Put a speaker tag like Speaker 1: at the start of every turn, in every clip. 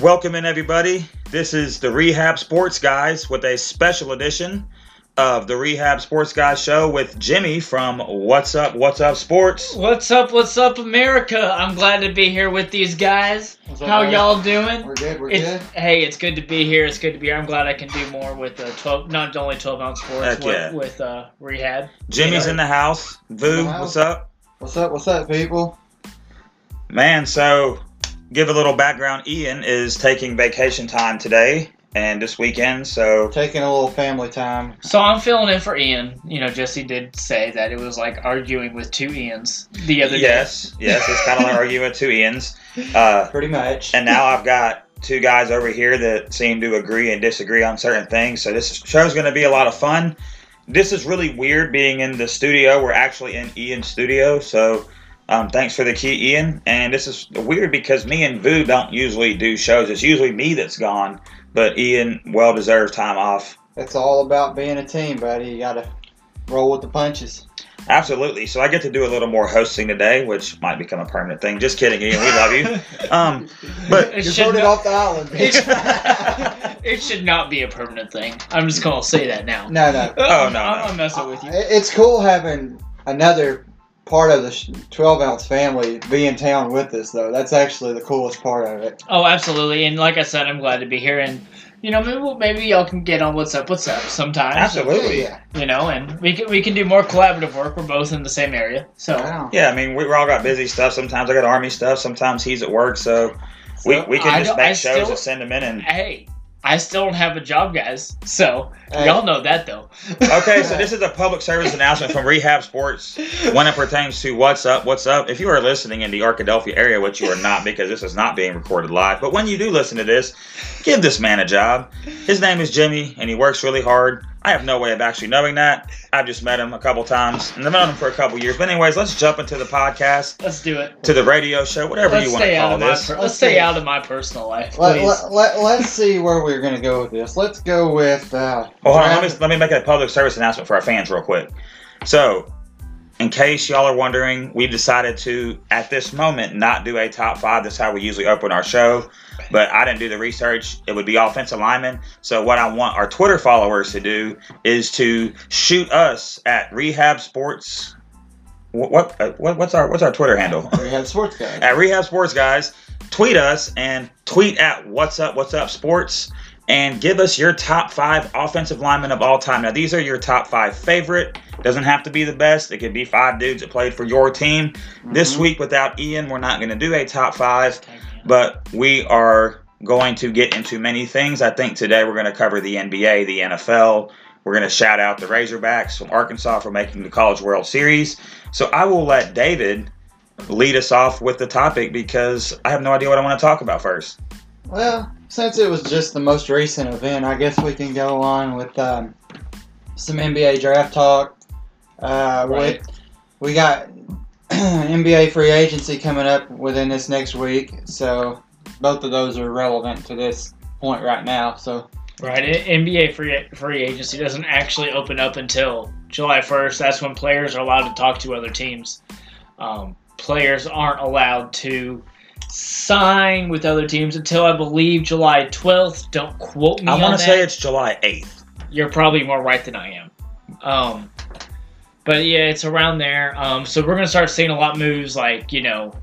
Speaker 1: Welcome in, everybody. This is the Rehab Sports Guys with a special edition of the Rehab Sports Guys show with Jimmy from What's Up, What's Up Sports.
Speaker 2: What's up? What's up, America? I'm glad to be here with these guys.
Speaker 3: What's up,
Speaker 2: How
Speaker 3: guys?
Speaker 2: y'all doing?
Speaker 3: We're good. We're
Speaker 2: It's, hey, it's good to be here. It's good to be here. I'm glad I can do more with uh, 12, not only 12 ounce sports,
Speaker 1: Heck yeah.
Speaker 2: with, with uh, rehab.
Speaker 1: Jimmy's in the house. Vu,
Speaker 3: In the house.
Speaker 1: what's up?
Speaker 3: What's up? What's up, people?
Speaker 1: Man, so give a little background. Ian is taking vacation time today and this weekend, so
Speaker 3: Taking a little family time.
Speaker 2: So I'm filling in for Ian. You know, Jesse did say that it was like arguing with two Ians the other
Speaker 1: yes, yes, it's kind of like arguing with two Ians. Uh,
Speaker 3: Pretty much.
Speaker 1: And now I've got two guys over here that seem to agree and disagree on certain things. So this show's going to be a lot of fun. This is really weird being in the studio. We're actually in Ian's studio. So um, thanks for the key, Ian. And this is weird because me and Vu don't usually do shows. It's usually me that's gone, but Ian well deserves time off.
Speaker 3: It's all about being a team, buddy. You gotta roll with the punches.
Speaker 1: Absolutely. So I get to do a little more hosting today, which might become a permanent thing. Just kidding, Ian. We love you. Um, but
Speaker 2: day. It
Speaker 3: You're
Speaker 2: should,
Speaker 3: voted
Speaker 2: not,
Speaker 3: off the island. bitch.
Speaker 2: it should not be a permanent thing. I'm just going to say that now.
Speaker 3: no, no.
Speaker 1: Oh, no,
Speaker 2: I'm
Speaker 1: no.
Speaker 2: not messing with you.
Speaker 3: It- It's cool having another part of the sh- 12 ounce family be in town with us, though. That's actually the coolest part of it.
Speaker 2: Oh, absolutely. And like I said, I'm glad to be here. And you know, maybe we'll, maybe y'all can get on what's up, what's up sometimes.
Speaker 1: absolutely.
Speaker 3: Yeah.
Speaker 2: You know, and we can we can do more collaborative work. We're both in the same area, so
Speaker 3: Wow.
Speaker 1: Yeah, I mean, we, we all got busy stuff. Sometimes I got army stuff. Sometimes he's at work, so, we,
Speaker 3: So,
Speaker 1: we
Speaker 2: I
Speaker 1: can just
Speaker 2: don't-
Speaker 1: make
Speaker 2: I
Speaker 1: shows
Speaker 2: still-
Speaker 1: and send them in. And
Speaker 2: hey, I still don't have a job, guys. So
Speaker 3: Hey,
Speaker 2: y'all know that though.
Speaker 1: okay, so this is a public service announcement from Rehab Sports when it pertains to what's up, what's up. If you are listening in the Arkadelphia area, which you are not because this is not being recorded live, but when you do listen to this, give this man a job. His name is Jimmy, and he works really hard. I have no way of actually knowing that. I've just met him a couple times, and I've known him for a couple years. But anyways, let's jump into the podcast,
Speaker 2: Let's do it.
Speaker 1: to the radio show, whatever
Speaker 2: Let's
Speaker 1: you want to
Speaker 2: stay out
Speaker 1: call
Speaker 2: of my
Speaker 1: this.
Speaker 2: per- let's stay out of my personal life,
Speaker 3: Let,
Speaker 2: please.
Speaker 3: let, let, let's see where we're going to go with this. Let's go with. Uh,
Speaker 1: Well, hold on.
Speaker 3: draft-
Speaker 1: Let me, let me make a public service announcement for our fans real quick. So, in case y'all are wondering, we've decided to, at this moment, not do a top five. That's how we usually open our show. But I didn't do the research. It would be offensive linemen. So, what I want our Twitter followers to do is to shoot us at Rehab Sports. What, what, uh, what what's our what's our Twitter handle?
Speaker 3: We had sports guys.
Speaker 1: at Rehab Sports Guys. Tweet us and tweet at What's Up, What's Up Sports and give us your top five offensive linemen of all time. Now, these are your top five favorite. Doesn't have to be the best, it could be five dudes that played for your team. This
Speaker 3: Mhm.
Speaker 1: week, without Ian, we're not going to do a top five, but we are going to get into many things. I think today we're going to cover the NBA, the NFL. We're going to shout out the Razorbacks from Arkansas for making the College World Series. So I will let David lead us off with the topic because I have no idea what I want to talk about first.
Speaker 3: Well, since it was just the most recent event, I guess we can go on with um, some NBA draft talk. Uh,
Speaker 2: Right.
Speaker 3: we, we got NBA free agency coming up within this next week, so both of those are relevant to this point right now. So
Speaker 2: Right, N- NBA free free agency doesn't actually open up until July first. That's when players are allowed to talk to other teams. Um, players aren't allowed to sign with other teams until I believe July twelfth. Don't quote me
Speaker 1: I
Speaker 2: on
Speaker 1: want
Speaker 2: that.
Speaker 1: to say it's July 8th.
Speaker 2: You're probably more right than I am. Um, but yeah, it's around there. Um, so we're gonna start seeing a lot of moves like you know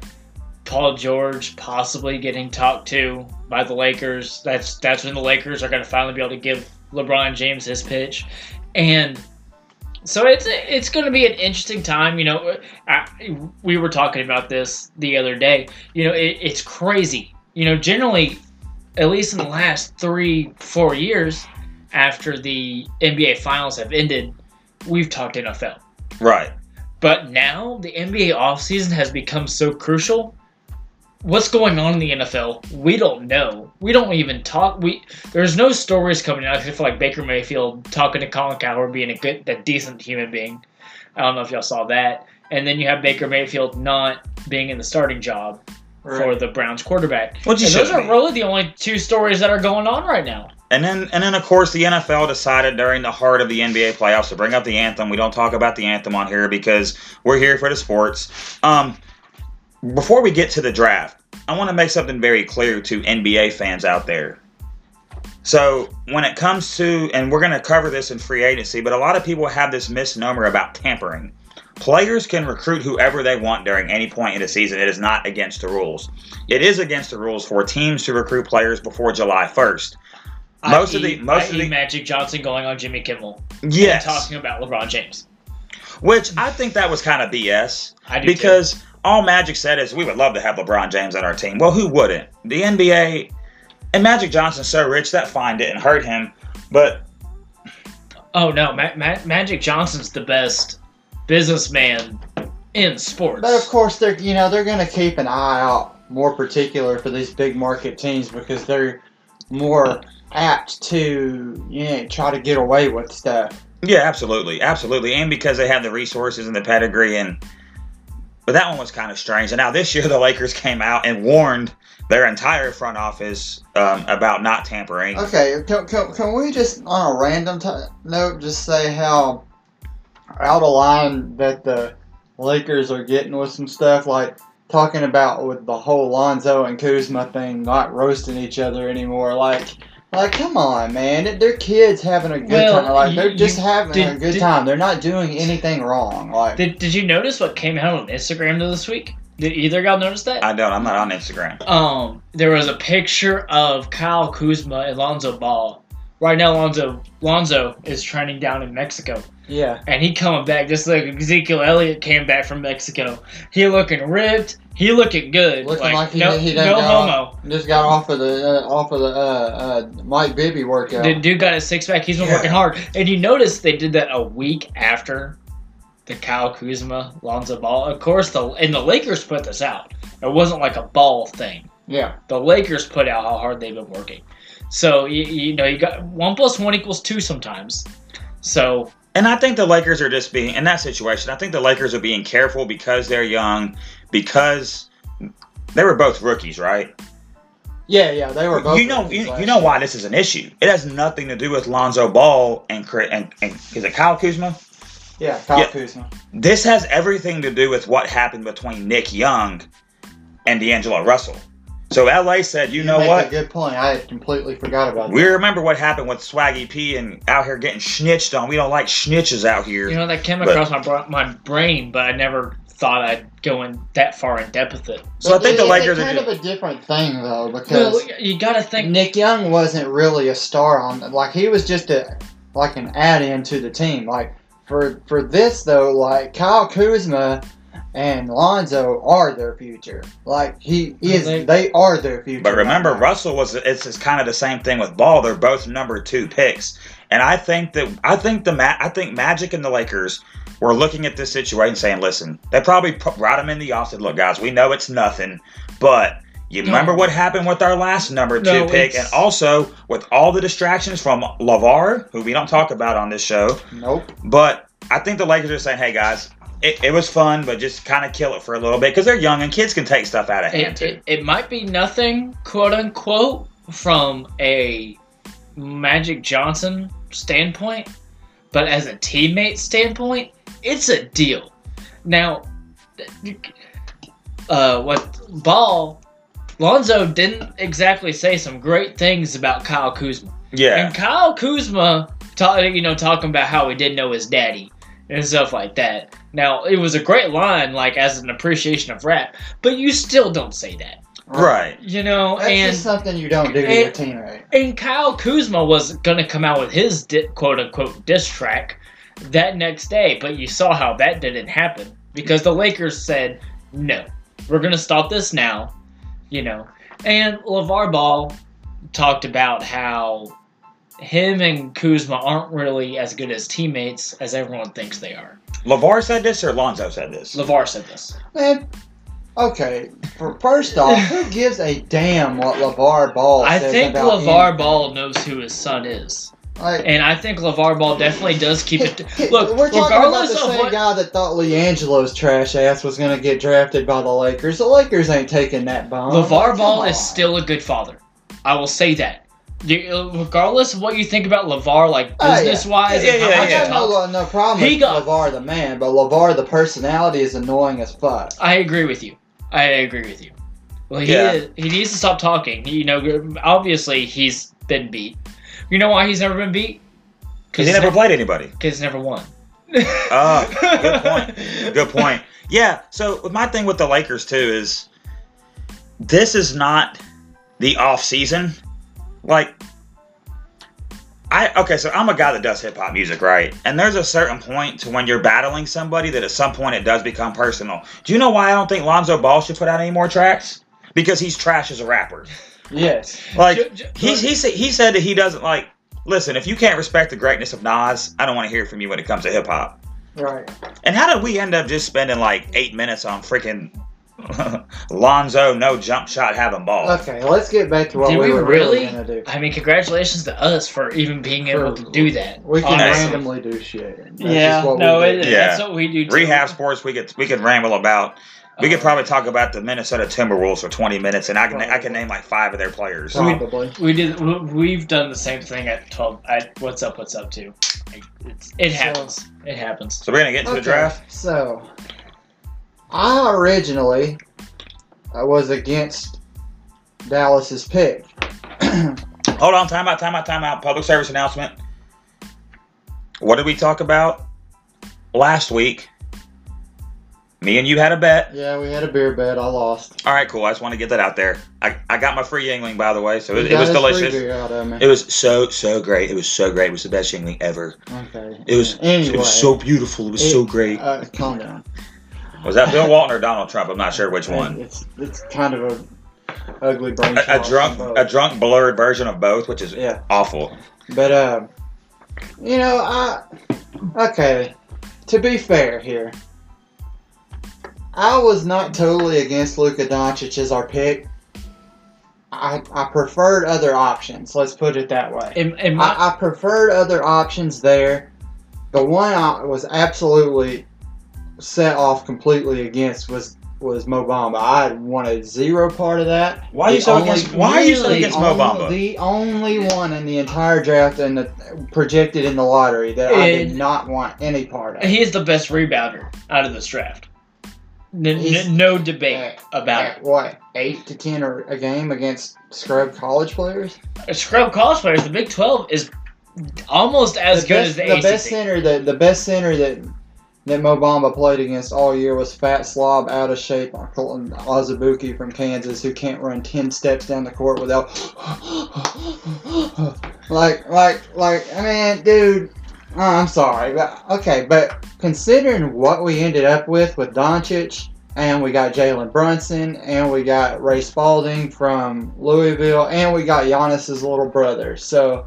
Speaker 2: Paul George possibly getting talked to by the Lakers. That's that's when the Lakers are gonna finally be able to give LeBron James his pitch, and so it's it's gonna be an interesting time. You know, uh, I, we were talking about this the other day. You know, it, it's crazy. You know, generally, at least in the last three four years after the NBA finals have ended, we've talked NFL.
Speaker 1: Right.
Speaker 2: But now the NBA offseason has become so crucial. What's going on in the NFL? We don't know. We don't even talk. We there's no stories coming out except for like Baker Mayfield talking to Colin Cowherd being a good, a decent human being. I don't know if y'all saw that. And then you have Baker Mayfield not being in the starting job for the Browns quarterback.
Speaker 1: Which he
Speaker 2: And those
Speaker 1: should
Speaker 2: are
Speaker 1: be.
Speaker 2: really the only two stories that are going on right now.
Speaker 1: And then, and then, of course, the NFL decided during the heart of the NBA playoffs to bring up the anthem. We don't talk about the anthem on here because we're here for the sports. Um, before we get to the draft, I want to make something very clear to NBA fans out there. So, when it comes to, and we're going to cover this in free agency, but a lot of people have this misnomer about tampering. Players can recruit whoever they want during any point in the season. It is not against the rules. It is against the rules for teams to recruit players before July 1st. Most of the
Speaker 2: I.e.
Speaker 1: most of
Speaker 2: I.e.
Speaker 1: the
Speaker 2: Magic Johnson going on Jimmy Kimmel e and
Speaker 1: yes,
Speaker 2: talking about LeBron James.
Speaker 1: which I think that was kind of BS.
Speaker 2: I do too.
Speaker 1: because all Magic said is we would love to have LeBron James on our team. Well, who wouldn't? The NBA and Magic Johnson's so rich that fine didn't hurt him, but
Speaker 2: Oh no, Ma- Ma- Magic Johnson's the best businessman in sports.
Speaker 3: But of course, they're you know they're gonna keep an eye out more particular for these big market teams because they're more apt to you know, try to get away with stuff.
Speaker 1: yeah, absolutely, absolutely, and because they have the resources and the pedigree and. But that one was kind of strange. And now this year, the Lakers came out and warned their entire front office um, about not tampering.
Speaker 3: Okay, can, can, can we just on a random t- note just say how out of line that the Lakers are getting with some stuff like talking about with the whole Lonzo and Kuzma thing not roasting each other anymore like. Like, come on, man! They're kids having a good
Speaker 2: Well,
Speaker 3: time. Like, they're
Speaker 2: you-
Speaker 3: just
Speaker 2: you-
Speaker 3: having a
Speaker 2: did-
Speaker 3: good
Speaker 2: did-
Speaker 3: time. They're not doing anything wrong. Like,
Speaker 2: Did, did you notice what came out on Instagram this week? Did either of y'all notice that?
Speaker 1: I don't. I'm not on Instagram.
Speaker 2: um, there was a picture of Kyle Kuzma and Lonzo Ball. Right now, Lonzo Lonzo is training down in Mexico,
Speaker 3: yeah,
Speaker 2: and he coming back just like Ezekiel Elliott came back from Mexico. He looking ripped. He looking good.
Speaker 3: Looking like he-
Speaker 2: no,
Speaker 3: he done
Speaker 2: no
Speaker 3: got
Speaker 2: homo.
Speaker 3: just got off of the uh, off of the uh, uh, Mike Bibby workout.
Speaker 2: The dude got his six pack. He's been
Speaker 1: Yeah.
Speaker 2: working hard. And you notice they did that a week after the Kyle Kuzma Lonzo Ball. Of course, the and the Lakers put this out. It wasn't like a ball thing.
Speaker 3: yeah,
Speaker 2: the Lakers put out how hard they've been working. So you, you know you got one plus one equals two sometimes. So
Speaker 1: And I think the Lakers are just being in that situation. I think the Lakers are being careful because they're young, because they were both rookies, right?
Speaker 3: yeah, yeah. They were both.
Speaker 1: You know,
Speaker 3: rookies
Speaker 1: you,
Speaker 3: last
Speaker 1: you know why this is an issue. It has nothing to do with Lonzo Ball and Chris- and, and is it Kyle Kuzma?
Speaker 3: year. Yeah, Kyle
Speaker 1: Yeah.
Speaker 3: Kuzma.
Speaker 1: This has everything to do with what happened between Nick Young and D'Angelo Russell. So LA said, you know
Speaker 3: make
Speaker 1: what?
Speaker 3: A good point. I had completely forgot about
Speaker 1: We remember what happened with Swaggy P and out here getting snitched on. We don't like snitches out here.
Speaker 2: you know that came
Speaker 1: But-
Speaker 2: across my bra- my brain, but I never thought I'd go in that far in depth with it.
Speaker 3: that.
Speaker 1: so I think the
Speaker 3: It's
Speaker 1: Lakers
Speaker 3: a
Speaker 1: are
Speaker 3: kind
Speaker 1: just,
Speaker 3: of a different thing though because
Speaker 2: Well, you got to think.
Speaker 3: Nick Young wasn't really a star on like he was just a like an add in to the team. Like for for this though, like Kyle Kuzma and Lonzo are their future. Like he is
Speaker 2: They-
Speaker 3: they, are their future.
Speaker 1: But remember,
Speaker 3: right?
Speaker 1: Russell was it's, it's kind of the same thing with Ball. They're both number two picks, and I think that I think the Ma- I think Magic and the Lakers were looking at this situation saying, "Listen, they probably pu- brought him in the off said, look, guys, we know it's nothing, but." You
Speaker 2: No.
Speaker 1: remember what happened with our last number two
Speaker 2: No,
Speaker 1: pick, and
Speaker 2: it's-
Speaker 1: also with all the distractions from Lavar, who we don't talk about on this show.
Speaker 3: Nope.
Speaker 1: But I think the Lakers are saying, "Hey guys, it, it was fun, but just kind of kill it for a little bit because they're young and kids can take stuff out of hand
Speaker 2: It,
Speaker 1: too."
Speaker 2: it, it might be nothing, quote unquote, from a Magic Johnson standpoint, but as a teammate standpoint, it's a deal. Now, uh, what Ball, Lonzo didn't exactly say some great things about Kyle Kuzma.
Speaker 1: yeah,
Speaker 2: And Kyle Kuzma, ta- you know, talking about how he didn't know his daddy and stuff like that. Now, it was a great line, like as an appreciation of rap, but you still don't say that,
Speaker 1: right.
Speaker 2: you know.
Speaker 3: That's
Speaker 2: and
Speaker 3: just something you don't do to your
Speaker 2: and-
Speaker 3: teammate.
Speaker 2: and Kyle Kuzma was gonna come out with his di- quote unquote diss track that next day, but you saw how that didn't happen because the Lakers said no, we're gonna stop this now, you know. And LeVar Ball talked about how him and Kuzma aren't really as good as teammates as everyone thinks they are.
Speaker 1: Lavar said this or Lonzo said this?
Speaker 2: LeVar said this.
Speaker 3: Man, okay. For first off, who gives a damn what LeVar Ball
Speaker 2: I
Speaker 3: says
Speaker 2: think
Speaker 3: about
Speaker 2: LeVar
Speaker 3: him?
Speaker 2: Ball knows who his son is.
Speaker 3: Like,
Speaker 2: And I think LeVar Ball definitely does keep it. Look,
Speaker 3: we're talking about
Speaker 2: regardless
Speaker 3: the
Speaker 2: of
Speaker 3: same
Speaker 2: what,
Speaker 3: guy that thought Leangelo's trash ass was going to get drafted by the Lakers. The Lakers ain't taking that bomb.
Speaker 2: LeVar
Speaker 3: Come
Speaker 2: Ball
Speaker 3: on.
Speaker 2: is still a good father. I will say that. You- regardless of what you think about LeVar, like
Speaker 3: Oh, yeah.
Speaker 2: business wise,
Speaker 1: Yeah, yeah,
Speaker 3: I
Speaker 1: yeah.
Speaker 3: got no, no problem
Speaker 2: He
Speaker 3: with
Speaker 2: got-
Speaker 3: LeVar the man, but LeVar the personality is annoying as fuck.
Speaker 2: I agree with you. I agree with you. Well, he
Speaker 1: Yeah.
Speaker 2: is- he needs to stop talking. You know, obviously he's been beat. You know why he's never been beat?
Speaker 1: Because he never played anybody.
Speaker 2: Because never won.
Speaker 1: Ah, good point. Good point. Yeah. So my thing with the Lakers too is this is not the off season. Like I okay, so I'm a guy that does hip hop music, right? And there's a certain point to when you're battling somebody that at some point it does become personal. Do you know why I don't think Lonzo Ball should put out any more tracks? Because he's trash as a rapper.
Speaker 3: Yes.
Speaker 1: Like
Speaker 2: Ju- ju-
Speaker 1: he, he, said, he said that he doesn't like. Listen, if you can't respect the greatness of Nas, I don't want to hear from you when it comes to hip hop.
Speaker 3: Right.
Speaker 1: And how did we end up just spending like eight minutes on freaking Lonzo no jump shot having ball?
Speaker 3: Okay, let's get back to what
Speaker 2: Did
Speaker 3: we,
Speaker 2: we
Speaker 3: were really
Speaker 2: really?
Speaker 3: gonna do.
Speaker 2: I mean, congratulations to us for even being able to do that.
Speaker 3: We can
Speaker 2: honestly.
Speaker 3: randomly do shit. That's
Speaker 2: yeah,
Speaker 3: just what
Speaker 2: no,
Speaker 3: we
Speaker 2: it,
Speaker 3: do.
Speaker 1: Yeah.
Speaker 2: that's what we do. Too.
Speaker 1: Rehab sports, we could we could ramble about. We could
Speaker 2: Uh,
Speaker 1: probably talk about the Minnesota Timberwolves for 20 minutes, and I can I can name like five of their players.
Speaker 3: Probably.
Speaker 2: We did. we- We've done the same thing at twelve. At what's up? What's up? Too. Like, It's, it happens. It happens.
Speaker 1: So we're gonna get into the draft.
Speaker 3: So, I originally I was against Dallas's pick.
Speaker 1: Hold on, time out, time out, time out. Public service announcement. What did we talk about last week? Me and you had a bet.
Speaker 3: yeah, we had a beer bet. I lost.
Speaker 1: All right, cool. I just want to get that out there. I, I got my free Yingling, by the way, so it,
Speaker 3: You
Speaker 1: it
Speaker 3: got
Speaker 1: was
Speaker 3: us free
Speaker 1: delicious.
Speaker 3: beer out of me.
Speaker 1: It was so so great. It was so great. It was the best Yingling ever.
Speaker 3: okay.
Speaker 1: It was
Speaker 3: anyway.
Speaker 1: it was so beautiful. It was so
Speaker 3: it-
Speaker 1: great.
Speaker 3: Uh, calm down.
Speaker 1: Was that Bill Walton or Donald Trump? I'm not sure which one.
Speaker 3: It's it's kind of a ugly brain.
Speaker 1: A, a
Speaker 3: toss,
Speaker 1: drunk
Speaker 3: but-
Speaker 1: a drunk blurred version of both, which is
Speaker 3: Yeah.
Speaker 1: awful.
Speaker 3: But uh, you know, I okay. To be fair here, I was not totally against Luka Doncic as our pick. I I preferred other options. Let's put it that way.
Speaker 2: In, in my,
Speaker 3: I, I preferred other options there. The one I was absolutely set off completely against was was Mobamba. I wanted zero part of that.
Speaker 1: Why are you
Speaker 3: The
Speaker 1: so
Speaker 3: only-
Speaker 1: against? Why are you so
Speaker 2: really
Speaker 1: against
Speaker 3: Only-
Speaker 1: Mobamba?
Speaker 3: The only one in the entire draft and the, projected in the lottery that I did
Speaker 2: And-
Speaker 3: not want any part of.
Speaker 2: he is the best rebounder out of this draft. N-
Speaker 3: He's-
Speaker 2: n- no debate about
Speaker 3: At what eight to ten or a game against scrub college players?
Speaker 2: it. Scrub college players. The Big Twelve is almost as
Speaker 3: the
Speaker 2: good as
Speaker 3: best,
Speaker 2: the,
Speaker 3: the
Speaker 2: ACC.
Speaker 3: best center that the best center that that Mobamba played against all year was fat slob out of shape Colton Ozabuki from Kansas who can't run ten steps down the court without like like like I mean dude uh, I'm sorry but okay but considering what we ended up with with Doncic and we got Jalen Brunson and we got Ray Spalding from Louisville and we got Giannis's little brother so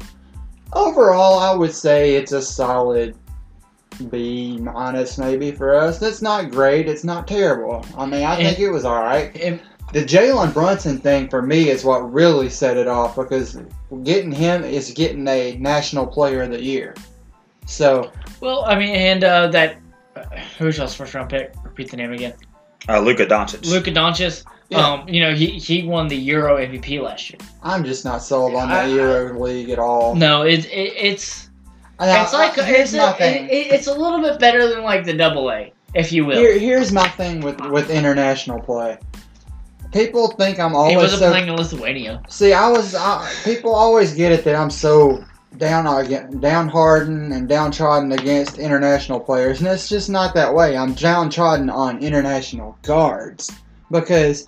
Speaker 3: overall, I would say it's a solid B minus maybe for us. That's not great. It's not terrible. I mean, I think it was all right.
Speaker 2: And-
Speaker 3: The Jalen Brunson thing for me is what really set it off because getting him is getting a National Player of the Year. So
Speaker 2: well, I mean, and uh, that who's y'all's first round pick? Repeat the name again.
Speaker 1: Uh, Luka Doncic.
Speaker 2: Luka Doncic.
Speaker 3: Yeah.
Speaker 2: Um, you know, he he won the Euro MVP last year.
Speaker 3: I'm just not sold on the
Speaker 2: I-
Speaker 3: Euro League at all.
Speaker 2: No, it, it it's
Speaker 3: Now,
Speaker 2: it's like
Speaker 3: I-
Speaker 2: it's
Speaker 3: here's my
Speaker 2: a,
Speaker 3: thing.
Speaker 2: it, it- it's a little bit better than like the double A, if you will.
Speaker 3: Here, here's my thing with with international play. People think I'm
Speaker 2: he
Speaker 3: always
Speaker 2: wasn't
Speaker 3: so
Speaker 2: playing in Lithuania.
Speaker 3: See, I was. I, people always get it that I'm so down again, downhardened and downtrodden against international players, and it's just not that way. I'm downtrodden on international guards because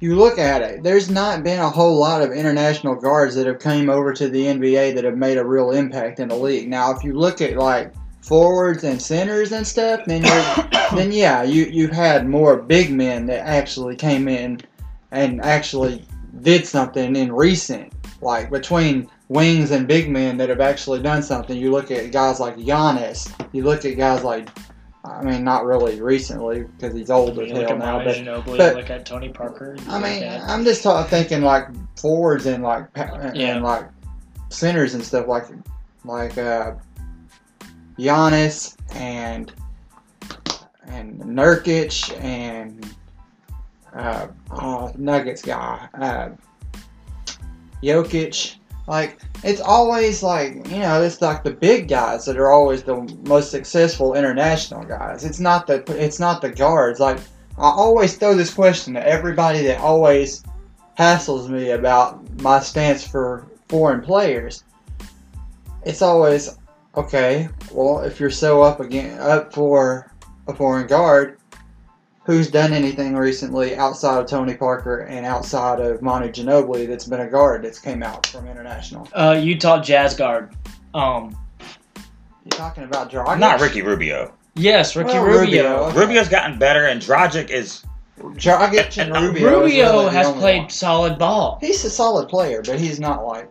Speaker 3: you look at it. There's not been a whole lot of international guards that have came over to the NBA that have made a real impact in the league. Now, if you look at like forwards and centers and stuff, then you're, then yeah, you you had more big men that actually came in and actually did something in recent, like between wings and big men that have actually done something. You look at guys like Giannis. You look at guys like, I mean, not really recently because he's old as hell now, but but-
Speaker 2: look at Tony Parker.
Speaker 3: I mean, I'm just ta- thinking like forwards and like pa- and
Speaker 2: Yeah.
Speaker 3: like centers and stuff like like uh, Giannis and and Nurkic and uh, oh, Nuggets guy uh, Jokic. Like it's always like you know it's like the big guys that are always the most successful international guys. It's not the it's not the guards like I always throw this question to everybody that always hassles me about my stance for foreign players. It's always okay. Well, if you're so up again up for a foreign guard, who's done anything recently outside of Tony Parker and outside of Monty Ginobili that's been a guard that's came out from international?
Speaker 2: Uh, Utah Jazz guard. Um,
Speaker 3: You're talking about Dragic.
Speaker 1: Not Ricky Rubio.
Speaker 2: yes, Ricky
Speaker 3: Well,
Speaker 2: Rubio.
Speaker 3: Okay.
Speaker 1: Rubio's gotten better, and Dragic is.
Speaker 3: Dragic and
Speaker 1: Uh,
Speaker 3: Rubio. is
Speaker 2: Rubio
Speaker 3: really the
Speaker 2: has
Speaker 3: only
Speaker 2: played
Speaker 3: one.
Speaker 2: solid ball.
Speaker 3: He's a solid player, but he's not like.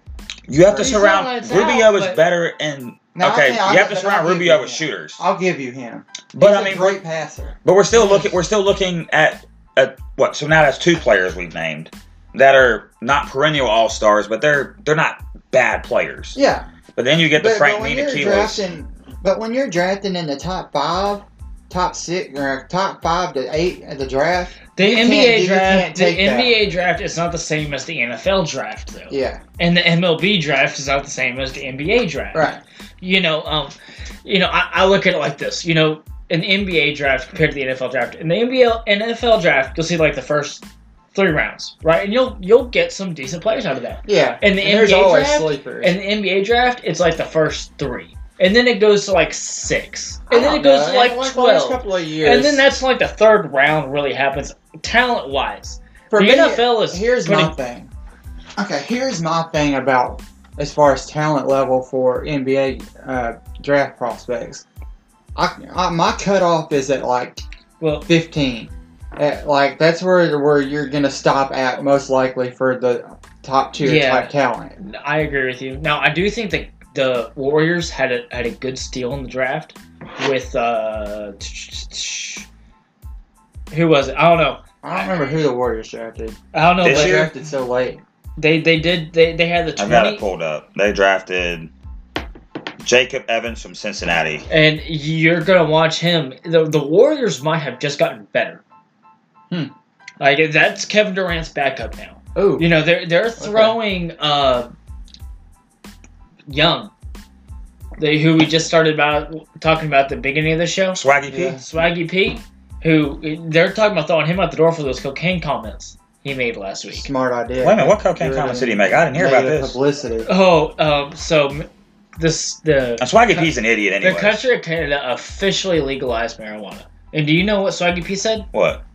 Speaker 1: You have to
Speaker 2: He's
Speaker 1: surround.
Speaker 2: not lights
Speaker 1: Rubio
Speaker 2: out,
Speaker 1: is
Speaker 2: but-
Speaker 1: better in.
Speaker 3: Now, I
Speaker 1: okay,
Speaker 3: think I-
Speaker 1: you have to
Speaker 3: but
Speaker 1: surround
Speaker 3: I'll give
Speaker 1: Rubio
Speaker 3: you
Speaker 1: with
Speaker 3: that.
Speaker 1: shooters.
Speaker 3: I'll give you him.
Speaker 1: But
Speaker 3: He's
Speaker 1: I
Speaker 3: a
Speaker 1: mean,
Speaker 3: great passer.
Speaker 1: But we're still looking. We're still looking at at what? So now that's two players we've named that are not perennial all stars, but they're they're not bad players.
Speaker 3: Yeah,
Speaker 1: But then you get the
Speaker 3: but,
Speaker 1: Frank
Speaker 3: but when
Speaker 1: Ntilikina.
Speaker 3: you're drafting, but when you're drafting in the top five, top six, or top five to eight of the draft,
Speaker 2: The
Speaker 3: You can't do-
Speaker 2: NBA
Speaker 3: you
Speaker 2: draft,
Speaker 3: can't
Speaker 2: the
Speaker 3: take that.
Speaker 2: NBA draft is not the same as the NFL draft though,
Speaker 3: yeah,
Speaker 2: and the MLB draft is not the same as the NBA draft.
Speaker 3: right,
Speaker 2: You know, um, you know, I, I look at it like this. You know, in the NBA draft compared to the NFL draft, in the NBA NFL draft, you'll see like the first three rounds, right, and you'll you'll get some decent players out of that.
Speaker 3: yeah.
Speaker 2: And the
Speaker 3: And there's
Speaker 2: NBA
Speaker 3: always
Speaker 2: draft-
Speaker 3: sleepers.
Speaker 2: In the NBA draft, it's like the first three, and then it goes to like six,
Speaker 3: I
Speaker 2: and then
Speaker 3: don't
Speaker 2: it goes
Speaker 3: know.
Speaker 2: to like
Speaker 3: In the last
Speaker 2: twelve.
Speaker 3: couple of years,
Speaker 2: And then that's like the third round really happens talent wise.
Speaker 3: for
Speaker 2: the
Speaker 3: me,
Speaker 2: NFL is
Speaker 3: here's
Speaker 2: pretty-
Speaker 3: my thing. Okay, here's my thing about as far as talent level for NBA uh, draft prospects. I, I my cutoff is at like
Speaker 2: Well,
Speaker 3: 15. Uh, like that's where where you're gonna stop at most likely for the top tier
Speaker 2: Yeah.
Speaker 3: type talent.
Speaker 2: I agree with you. Now I do think that the Warriors had a had a good steal in the draft with uh who was it? I don't know.
Speaker 3: I don't remember who the Warriors drafted.
Speaker 2: I don't know,
Speaker 1: This
Speaker 2: but
Speaker 3: They
Speaker 1: year?
Speaker 3: drafted so late.
Speaker 2: they they did they they had the
Speaker 1: I've got
Speaker 2: twenty
Speaker 1: it pulled up. They drafted Jacob Evans from Cincinnati.
Speaker 2: and you're gonna watch him. The the Warriors might have just gotten better.
Speaker 3: Hmm.
Speaker 2: Like that's Kevin Durant's backup now.
Speaker 3: Oh,
Speaker 2: You know, they're they're throwing uh, Young, they, who we just started about talking about at the beginning of the show,
Speaker 1: Swaggy P.
Speaker 3: Yeah.
Speaker 2: Swaggy P, who they're talking about throwing him out the door for those cocaine comments he made last week.
Speaker 3: smart idea.
Speaker 1: Wait a minute, what cocaine
Speaker 3: You're
Speaker 1: comments
Speaker 3: in
Speaker 1: did he make? I didn't hear about
Speaker 3: negative
Speaker 1: this.
Speaker 3: Publicity.
Speaker 2: Oh, um, so this the
Speaker 1: And Swaggy P's an idiot
Speaker 2: the
Speaker 1: anyway.
Speaker 2: country of Canada officially legalized marijuana, and do you know what Swaggy P said?
Speaker 1: What?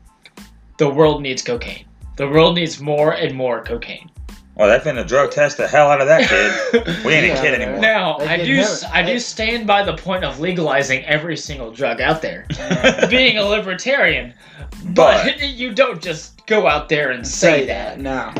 Speaker 2: The world needs cocaine. The world needs more and more cocaine.
Speaker 1: Well, they finna drug test the hell out of that kid. We ain't
Speaker 3: Yeah,
Speaker 1: a kid
Speaker 3: man.
Speaker 1: anymore.
Speaker 2: Now,
Speaker 3: They
Speaker 2: I
Speaker 3: did
Speaker 2: do
Speaker 3: have
Speaker 2: s-
Speaker 3: it.
Speaker 2: I do
Speaker 3: They-
Speaker 2: stand by the point of legalizing every single drug out there. Being a libertarian, but,
Speaker 1: but
Speaker 2: you don't just go out there and say that.
Speaker 3: No,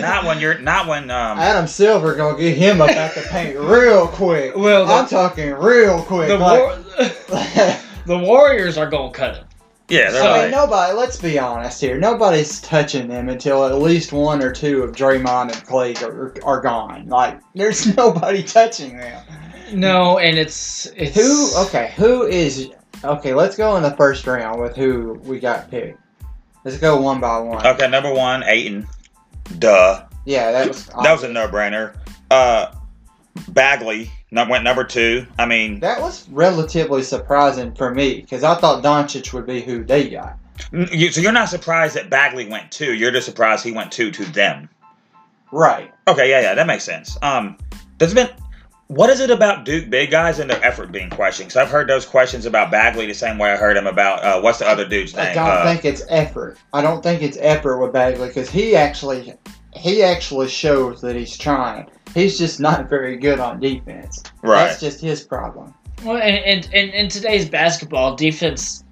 Speaker 1: not when you're not when um
Speaker 3: Adam Silver gonna get him up out the paint real quick.
Speaker 2: well,
Speaker 3: I'm
Speaker 2: the,
Speaker 3: talking real quick.
Speaker 2: the,
Speaker 3: like-
Speaker 2: war- the Warriors are gonna cut him.
Speaker 1: yeah they're
Speaker 2: So-
Speaker 3: I
Speaker 1: like
Speaker 3: mean, nobody. Let's be honest here. Nobody's touching them until at least one or two of Draymond and Clay are, are gone. Like, there's nobody touching them.
Speaker 2: No, and it's it's
Speaker 3: Who? Okay, who is? Okay, let's go in the first round with who we got picked. Let's go one by one.
Speaker 1: okay number one Aiton, duh.
Speaker 3: Yeah, that was
Speaker 1: That was a no-brainer. Uh, Bagley num- went number two. I mean,
Speaker 3: that was relatively surprising for me because I thought Doncic would be who they got.
Speaker 1: n- you, so you're not surprised that Bagley went two. You're just surprised he went two to them.
Speaker 3: Right.
Speaker 1: Okay, yeah, yeah, that makes sense. Um, there's been what is it about Duke big guys and their effort being questioned? Because I've heard those questions about Bagley the same way I heard him about uh, what's the other dude's
Speaker 3: I
Speaker 1: name?
Speaker 3: don't
Speaker 1: Uh,
Speaker 3: think it's effort. I don't think it's effort with Bagley because he actually he actually shows that he's trying. He's just not very good on defense.
Speaker 1: right.
Speaker 3: That's just his problem.
Speaker 2: Well, and and and in today's basketball defense,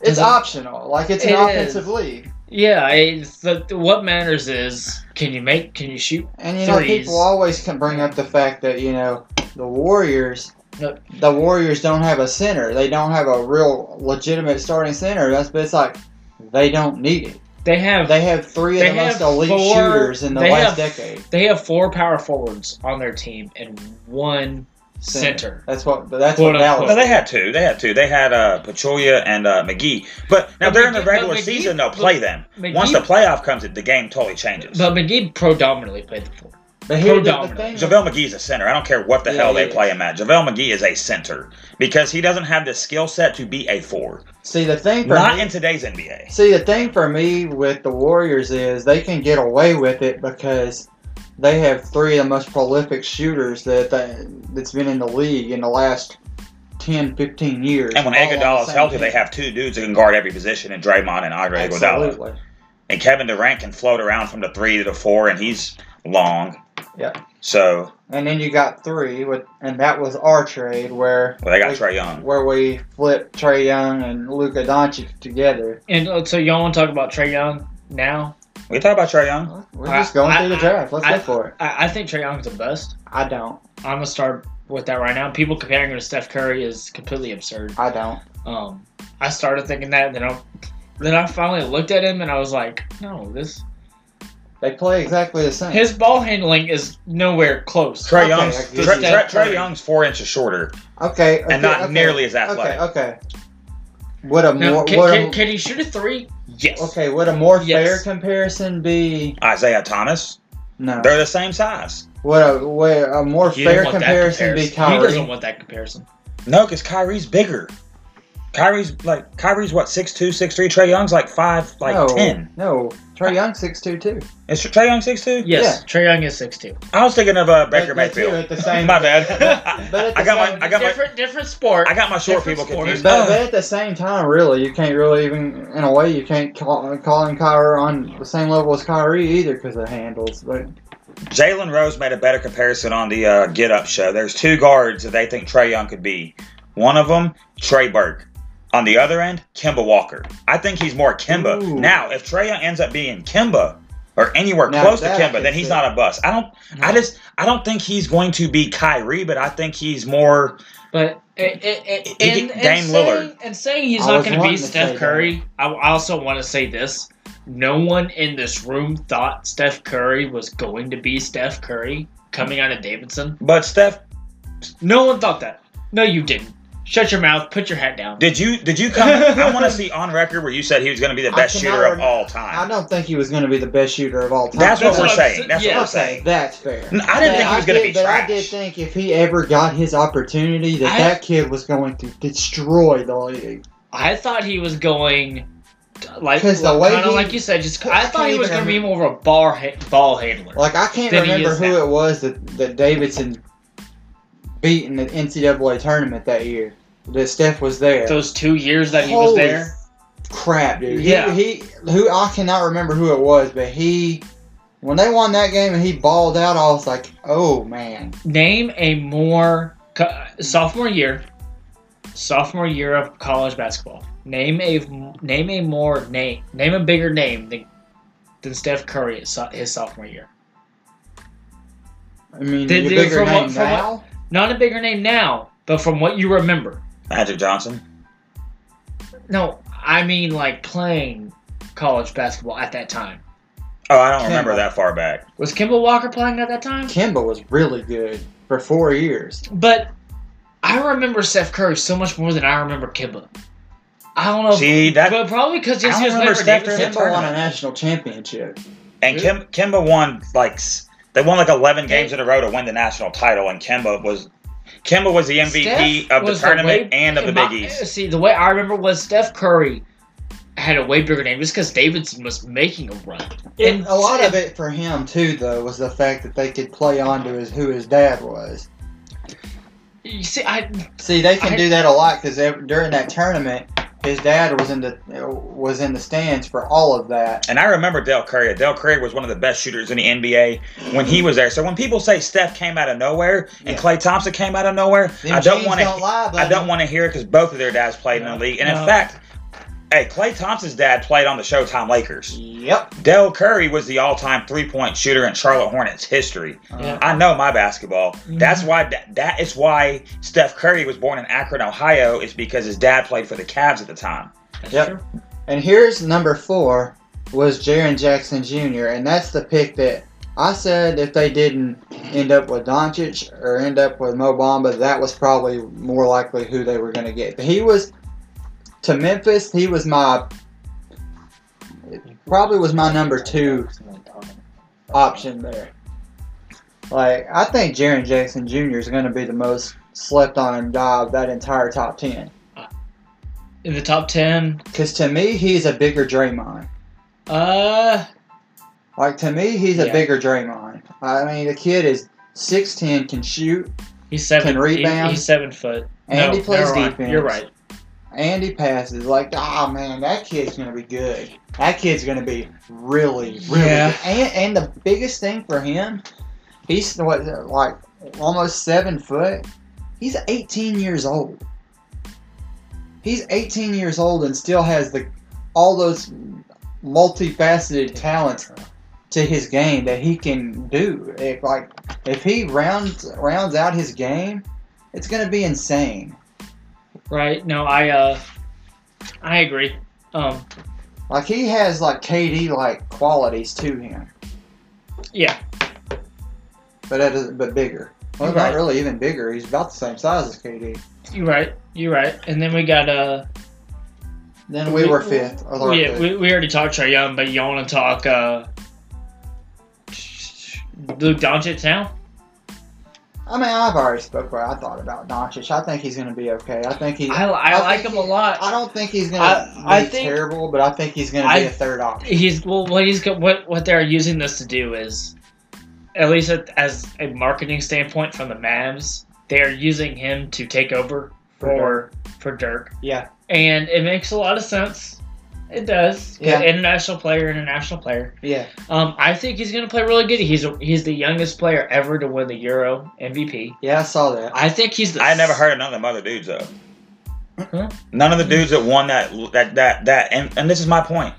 Speaker 3: It's
Speaker 2: Is it-
Speaker 3: optional. Like it's an
Speaker 2: It
Speaker 3: offensive
Speaker 2: is.
Speaker 3: league.
Speaker 2: yeah, it's the, what matters is can you make, can you shoot?
Speaker 3: And you know,
Speaker 2: Threes.
Speaker 3: people always can bring up the fact that, you know, the Warriors
Speaker 2: Yep.
Speaker 3: the Warriors don't have a center. They don't have a real legitimate starting center. That's but it's like they don't need it.
Speaker 2: They have
Speaker 3: They have three of
Speaker 2: They
Speaker 3: the most
Speaker 2: have
Speaker 3: elite
Speaker 2: four-
Speaker 3: shooters in the
Speaker 2: they have-
Speaker 3: last decade.
Speaker 2: They have four power forwards on their team and one center.
Speaker 3: That's what that's
Speaker 2: Quote,
Speaker 3: what Dallas
Speaker 2: unquote.
Speaker 1: No, they had two. They had two. They had uh, Pachulia and uh, McGee. But now
Speaker 2: But
Speaker 1: during the
Speaker 2: McGee-
Speaker 1: regular
Speaker 2: but McGee-
Speaker 1: season, they'll
Speaker 2: but
Speaker 1: play them.
Speaker 2: McGee-
Speaker 1: Once the playoff comes, the game totally changes.
Speaker 2: But McGee predominantly played the four.
Speaker 3: But here, the, the
Speaker 2: Predominant.
Speaker 3: thing
Speaker 1: JaVale McGee's a center. I don't care what the
Speaker 3: Yeah,
Speaker 1: hell
Speaker 3: he
Speaker 1: they play
Speaker 3: is.
Speaker 1: him at. JaVale McGee is a center because he doesn't have the skill set to be a four.
Speaker 3: see the thing for
Speaker 1: Not
Speaker 3: me,
Speaker 1: in today's NBA.
Speaker 3: see the thing for me with the Warriors is they can get away with it because they have three of the most prolific shooters that they, that's been in the league in the last 10, 15 years.
Speaker 1: And when
Speaker 3: all on the
Speaker 1: Iguodala is
Speaker 3: same
Speaker 1: healthy,
Speaker 3: team.
Speaker 1: they have two dudes that can guard every position in Draymond and Andre Iguodala.
Speaker 3: absolutely.
Speaker 1: And Kevin Durant can float around from the three to the four, and he's long.
Speaker 3: Yeah.
Speaker 1: So
Speaker 3: And then you got three with, and that was our trade where
Speaker 1: well, they got
Speaker 3: we-
Speaker 1: Trey Young.
Speaker 3: where we flipped Trey Young and Luka Doncic together.
Speaker 2: And uh, so y'all want to talk about Trey Young now?
Speaker 1: We talk about Trey Young.
Speaker 3: We're just going through the draft. Let's go for it.
Speaker 2: I, I think Trey Young's the best.
Speaker 3: I don't.
Speaker 2: I'm gonna start with that right now. People comparing him to Steph Curry is completely absurd.
Speaker 3: I don't.
Speaker 2: Um, I started thinking that, then I, then I finally looked at him and I was like, no, this
Speaker 3: They play exactly the same.
Speaker 2: his ball handling is nowhere close.
Speaker 1: Trey
Speaker 3: Okay,
Speaker 1: Young's
Speaker 3: I
Speaker 1: Trey,
Speaker 3: guess.
Speaker 1: Trey, Trey
Speaker 2: Curry.
Speaker 1: Young's four inches shorter
Speaker 3: okay, okay,
Speaker 1: and not
Speaker 3: okay,
Speaker 1: nearly as
Speaker 3: Okay,
Speaker 1: athletic.
Speaker 3: okay. Would a
Speaker 2: Now,
Speaker 3: more
Speaker 2: can,
Speaker 3: would
Speaker 2: can,
Speaker 3: a,
Speaker 2: can he shoot a three? Yes.
Speaker 3: okay would a more fair
Speaker 2: Yes.
Speaker 3: comparison be
Speaker 1: Isaiah Thomas,
Speaker 3: no?
Speaker 1: they're the same size.
Speaker 3: Would a would a more
Speaker 2: He
Speaker 3: fair
Speaker 2: didn't want that
Speaker 3: comparison be
Speaker 2: comparison. He doesn't
Speaker 3: Kyrie?
Speaker 2: want that comparison.
Speaker 1: No, because Kyrie's bigger. Kyrie's like Kyrie's what six two, six three. Trey Young's like five, like
Speaker 3: no,
Speaker 1: ten.
Speaker 3: no. Trey Young six two two.
Speaker 1: Is Trey Young six two?
Speaker 2: Yes, Trey Young is six two.
Speaker 1: I was thinking of uh, Baker
Speaker 3: But the two
Speaker 1: Mayfield.
Speaker 3: at the same-
Speaker 1: my bad.
Speaker 3: But at the
Speaker 1: I got
Speaker 3: same-
Speaker 1: my I got my
Speaker 2: different different sport.
Speaker 1: I got my short
Speaker 2: different
Speaker 1: people
Speaker 2: sport.
Speaker 1: confused.
Speaker 3: But, but
Speaker 1: Oh,
Speaker 3: at the same time, really, you can't really even, in a way, you can't call calling Kyrie on the same level as Kyrie either because of handles. But
Speaker 1: Jalen Rose made a better comparison on the uh, Get Up show. There's two guards that they think Trey Young could be. One of them, Trey Burke. On the other end, Kimba Walker. I think he's more Kimba.
Speaker 3: Ooh.
Speaker 1: Now, if Trey Young ends up being Kimba or anywhere
Speaker 3: Now
Speaker 1: close to
Speaker 3: that I
Speaker 1: Kimba,
Speaker 3: could
Speaker 1: then he's
Speaker 3: see.
Speaker 1: not a bust. I don't. I just. I don't think he's going to be Kyrie, but I think he's more.
Speaker 2: But it, it, it,
Speaker 1: He
Speaker 2: and,
Speaker 1: get
Speaker 2: and
Speaker 1: Dame
Speaker 2: saying,
Speaker 1: Lillard.
Speaker 2: and saying he's
Speaker 3: I
Speaker 2: not
Speaker 3: was
Speaker 2: going to
Speaker 3: wanting
Speaker 2: be
Speaker 3: to say
Speaker 2: Steph
Speaker 3: that.
Speaker 2: Curry, I I also want to say this. No one in this room thought Steph Curry was going to be Steph Curry coming out of Davidson.
Speaker 1: But Steph,
Speaker 2: No one thought that. No, you didn't. Shut your mouth. Put your hat down.
Speaker 1: did you did you come? I want to see on record where you said he was going to be the
Speaker 3: I
Speaker 1: best
Speaker 3: cannot
Speaker 1: shooter of
Speaker 3: rem-
Speaker 1: all time.
Speaker 3: I don't think he was going to be the best shooter of all time.
Speaker 1: That's what
Speaker 2: That's
Speaker 1: we're
Speaker 2: what I'm
Speaker 1: saying.
Speaker 2: sa-
Speaker 1: That's
Speaker 2: yeah.
Speaker 1: what I'm
Speaker 2: we're
Speaker 3: Okay,
Speaker 1: saying.
Speaker 3: that's fair.
Speaker 1: N- I didn't
Speaker 3: But
Speaker 1: think he was going to be
Speaker 3: did- But
Speaker 1: trash.
Speaker 3: I did think if he ever got his opportunity, that
Speaker 2: I-
Speaker 3: that kid was going to destroy the league.
Speaker 2: I thought he was going, like,
Speaker 3: 'Cause the
Speaker 2: kind
Speaker 3: way
Speaker 2: of
Speaker 3: he-
Speaker 2: like you said, just I thought he
Speaker 3: can't
Speaker 2: was
Speaker 3: even
Speaker 2: going to be
Speaker 3: remember-
Speaker 2: more of a bar ha- ball handler.
Speaker 3: Like I can't
Speaker 2: Then he
Speaker 3: remember
Speaker 2: is
Speaker 3: who
Speaker 2: that.
Speaker 3: it was that, that Davidson beat in the NCAA tournament that year. That Steph was there.
Speaker 2: Those two years that he was
Speaker 3: Holy
Speaker 2: there.
Speaker 3: crap, dude.
Speaker 2: Yeah.
Speaker 3: He, he who I cannot remember who it was, but he when they won that game and he balled out, I was like, oh man.
Speaker 2: Name a more co- sophomore year, sophomore year of college basketball. Name a name a more name name a bigger name than than Steph Curry his so- his sophomore year.
Speaker 3: I mean,
Speaker 2: Did-
Speaker 3: your
Speaker 2: did-
Speaker 3: bigger
Speaker 2: from what-
Speaker 3: name
Speaker 2: from what-
Speaker 3: now.
Speaker 2: Not a bigger name now, but from what you remember.
Speaker 1: Magic Johnson.
Speaker 2: No, I mean like playing college basketball at that time.
Speaker 1: Oh, I don't remember
Speaker 3: Kimball.
Speaker 1: that far back.
Speaker 2: Was Kimball Walker playing at that time?
Speaker 3: Kimba was really good for four years.
Speaker 2: But I remember Steph Curry so much more than I remember Kimball. I don't know.
Speaker 1: See that,
Speaker 2: but probably because
Speaker 1: I
Speaker 2: yes,
Speaker 1: don't
Speaker 2: he was
Speaker 1: remember
Speaker 2: never
Speaker 1: Steph Curry.
Speaker 2: Davidson.
Speaker 3: Kimba won a
Speaker 1: tournament.
Speaker 3: national championship.
Speaker 1: and Kim, Kimba won like s- they won like eleven games in a row to win the national title, and Kimba was Kimba was the MVP
Speaker 2: Steph
Speaker 1: of the
Speaker 2: was
Speaker 1: tournament
Speaker 2: way-
Speaker 1: and of the
Speaker 2: my-
Speaker 1: Big East.
Speaker 2: See, the way I remember was Steph Curry had a way bigger name just because Davidson was making a run.
Speaker 3: And a lot of it for him too, though, was the fact that they could play on to his who his dad was.
Speaker 2: You see, I
Speaker 3: See, they can
Speaker 2: I-
Speaker 3: do that a lot because during that tournament, his dad was in the was in the stands for all of that.
Speaker 1: And I remember Del Curry. Del Curry was one of the best shooters in the NBA when he was there. So when people say Steph came out of nowhere and
Speaker 3: Yeah.
Speaker 1: Clay Thompson came out of nowhere,
Speaker 3: Them
Speaker 1: I don't
Speaker 3: jeans
Speaker 1: want to.
Speaker 3: lie,
Speaker 1: I
Speaker 3: buddy.
Speaker 1: don't want to hear it because both of their dads played in the league. And in
Speaker 2: No.
Speaker 1: fact, hey, Clay Thompson's dad played on the Showtime Lakers.
Speaker 3: Yep.
Speaker 1: Del Curry was the all-time three-point shooter in Charlotte Hornets history.
Speaker 3: Uh,
Speaker 2: Yeah.
Speaker 1: I know my basketball. That's
Speaker 2: Mm-hmm.
Speaker 1: why that, that is why Steph Curry was born in Akron, Ohio. Is because his dad played for the Cavs at the time.
Speaker 3: Yep. And here's number four was Jaron Jackson Jr. And that's the pick that I said if they didn't end up with Doncic or end up with Mo Bamba, that was probably more likely who they were going to get. But he was to Memphis. He was my probably was my number two option there. Like I think Jaron Jackson Jr. is going to be the most slept on and guy of that entire top ten.
Speaker 2: In the top ten,
Speaker 3: Because to me, he's a bigger Draymond.
Speaker 2: uh,
Speaker 3: Like to me, he's a
Speaker 2: Yeah.
Speaker 3: bigger Draymond. I mean, the kid is six ten, can shoot,
Speaker 2: he's seven.
Speaker 3: Can rebound.
Speaker 2: he- he's seven foot.
Speaker 3: and he
Speaker 2: No,
Speaker 3: plays
Speaker 2: never mind.
Speaker 3: defense.
Speaker 2: You're right.
Speaker 3: And he passes. Like, ah, man, that kid's gonna be good. That kid's gonna be really, really
Speaker 2: Yeah.
Speaker 3: good. And and the biggest thing for him, he's what like almost seven foot. He's 18 years old. He's 18 years old and still has the all those multifaceted talents to his game that he can do. If like if he rounds rounds out his game, it's gonna be insane.
Speaker 2: Right. No, I uh, I agree. Um,
Speaker 3: Like he has like KD like qualities to him,
Speaker 2: yeah.
Speaker 3: but that is but bigger. Well, he's
Speaker 2: Right.
Speaker 3: not really even bigger. He's about the same size as KD.
Speaker 2: You're right. You're right. And then we got uh,
Speaker 3: Then we,
Speaker 2: We-
Speaker 3: were fifth. Or third
Speaker 2: yeah,
Speaker 3: fifth.
Speaker 2: we, we already talked Trae Young, but you want to talk uh, Luke Doncic now?
Speaker 3: I mean, I've already spoke what I thought about Doncic. I think he's going to be okay. I think he.
Speaker 2: I, I,
Speaker 3: I
Speaker 2: like
Speaker 3: think
Speaker 2: him a
Speaker 3: he-
Speaker 2: lot.
Speaker 3: I don't think he's going to be
Speaker 2: I- I think-
Speaker 3: terrible, but I think he's going to be
Speaker 2: I-
Speaker 3: a third option.
Speaker 2: he's well what he's go- what what they're using this to do is at least at, as a marketing standpoint from the Mavs they're using him to take over for for Dirk
Speaker 3: Yeah,
Speaker 2: and it makes a lot of sense it does
Speaker 3: Yeah.
Speaker 2: international player international player
Speaker 3: yeah.
Speaker 2: um I think he's gonna play really good he's a, he's the youngest player ever to win the Euro MVP
Speaker 3: Yeah, I saw that.
Speaker 2: I think he's the
Speaker 1: I never heard of none of them other dudes though.
Speaker 2: Mhm.
Speaker 1: None of the dudes that won that that that that and, and this is my point.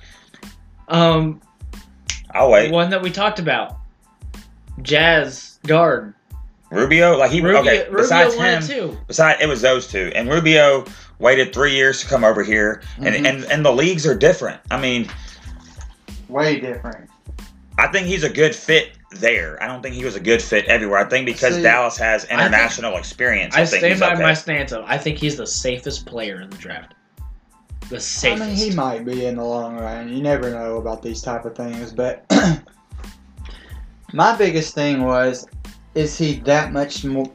Speaker 2: um
Speaker 1: I'll wait.
Speaker 2: one that we talked about Jazz guard
Speaker 1: Rubio, like he
Speaker 2: Rubio,
Speaker 1: okay.
Speaker 2: Rubio
Speaker 1: Besides
Speaker 2: won it
Speaker 1: him,
Speaker 2: too
Speaker 1: besides it was those two, and Rubio waited three years to come over here, and
Speaker 2: Mm-hmm.
Speaker 3: Mhm.
Speaker 1: and and the leagues are different. I mean,
Speaker 3: Way different.
Speaker 1: I think he's a good fit there. I don't think he was a good fit everywhere. I think because
Speaker 3: See,
Speaker 1: Dallas has
Speaker 2: think-
Speaker 1: international experience. I,
Speaker 2: I
Speaker 1: think
Speaker 2: stand
Speaker 1: he's
Speaker 2: by
Speaker 1: okay.
Speaker 2: my stance of I think he's the safest player in the draft. The safest.
Speaker 3: I mean, he might be in the long run. You never know about these type of things, but my biggest thing was, is he that much more?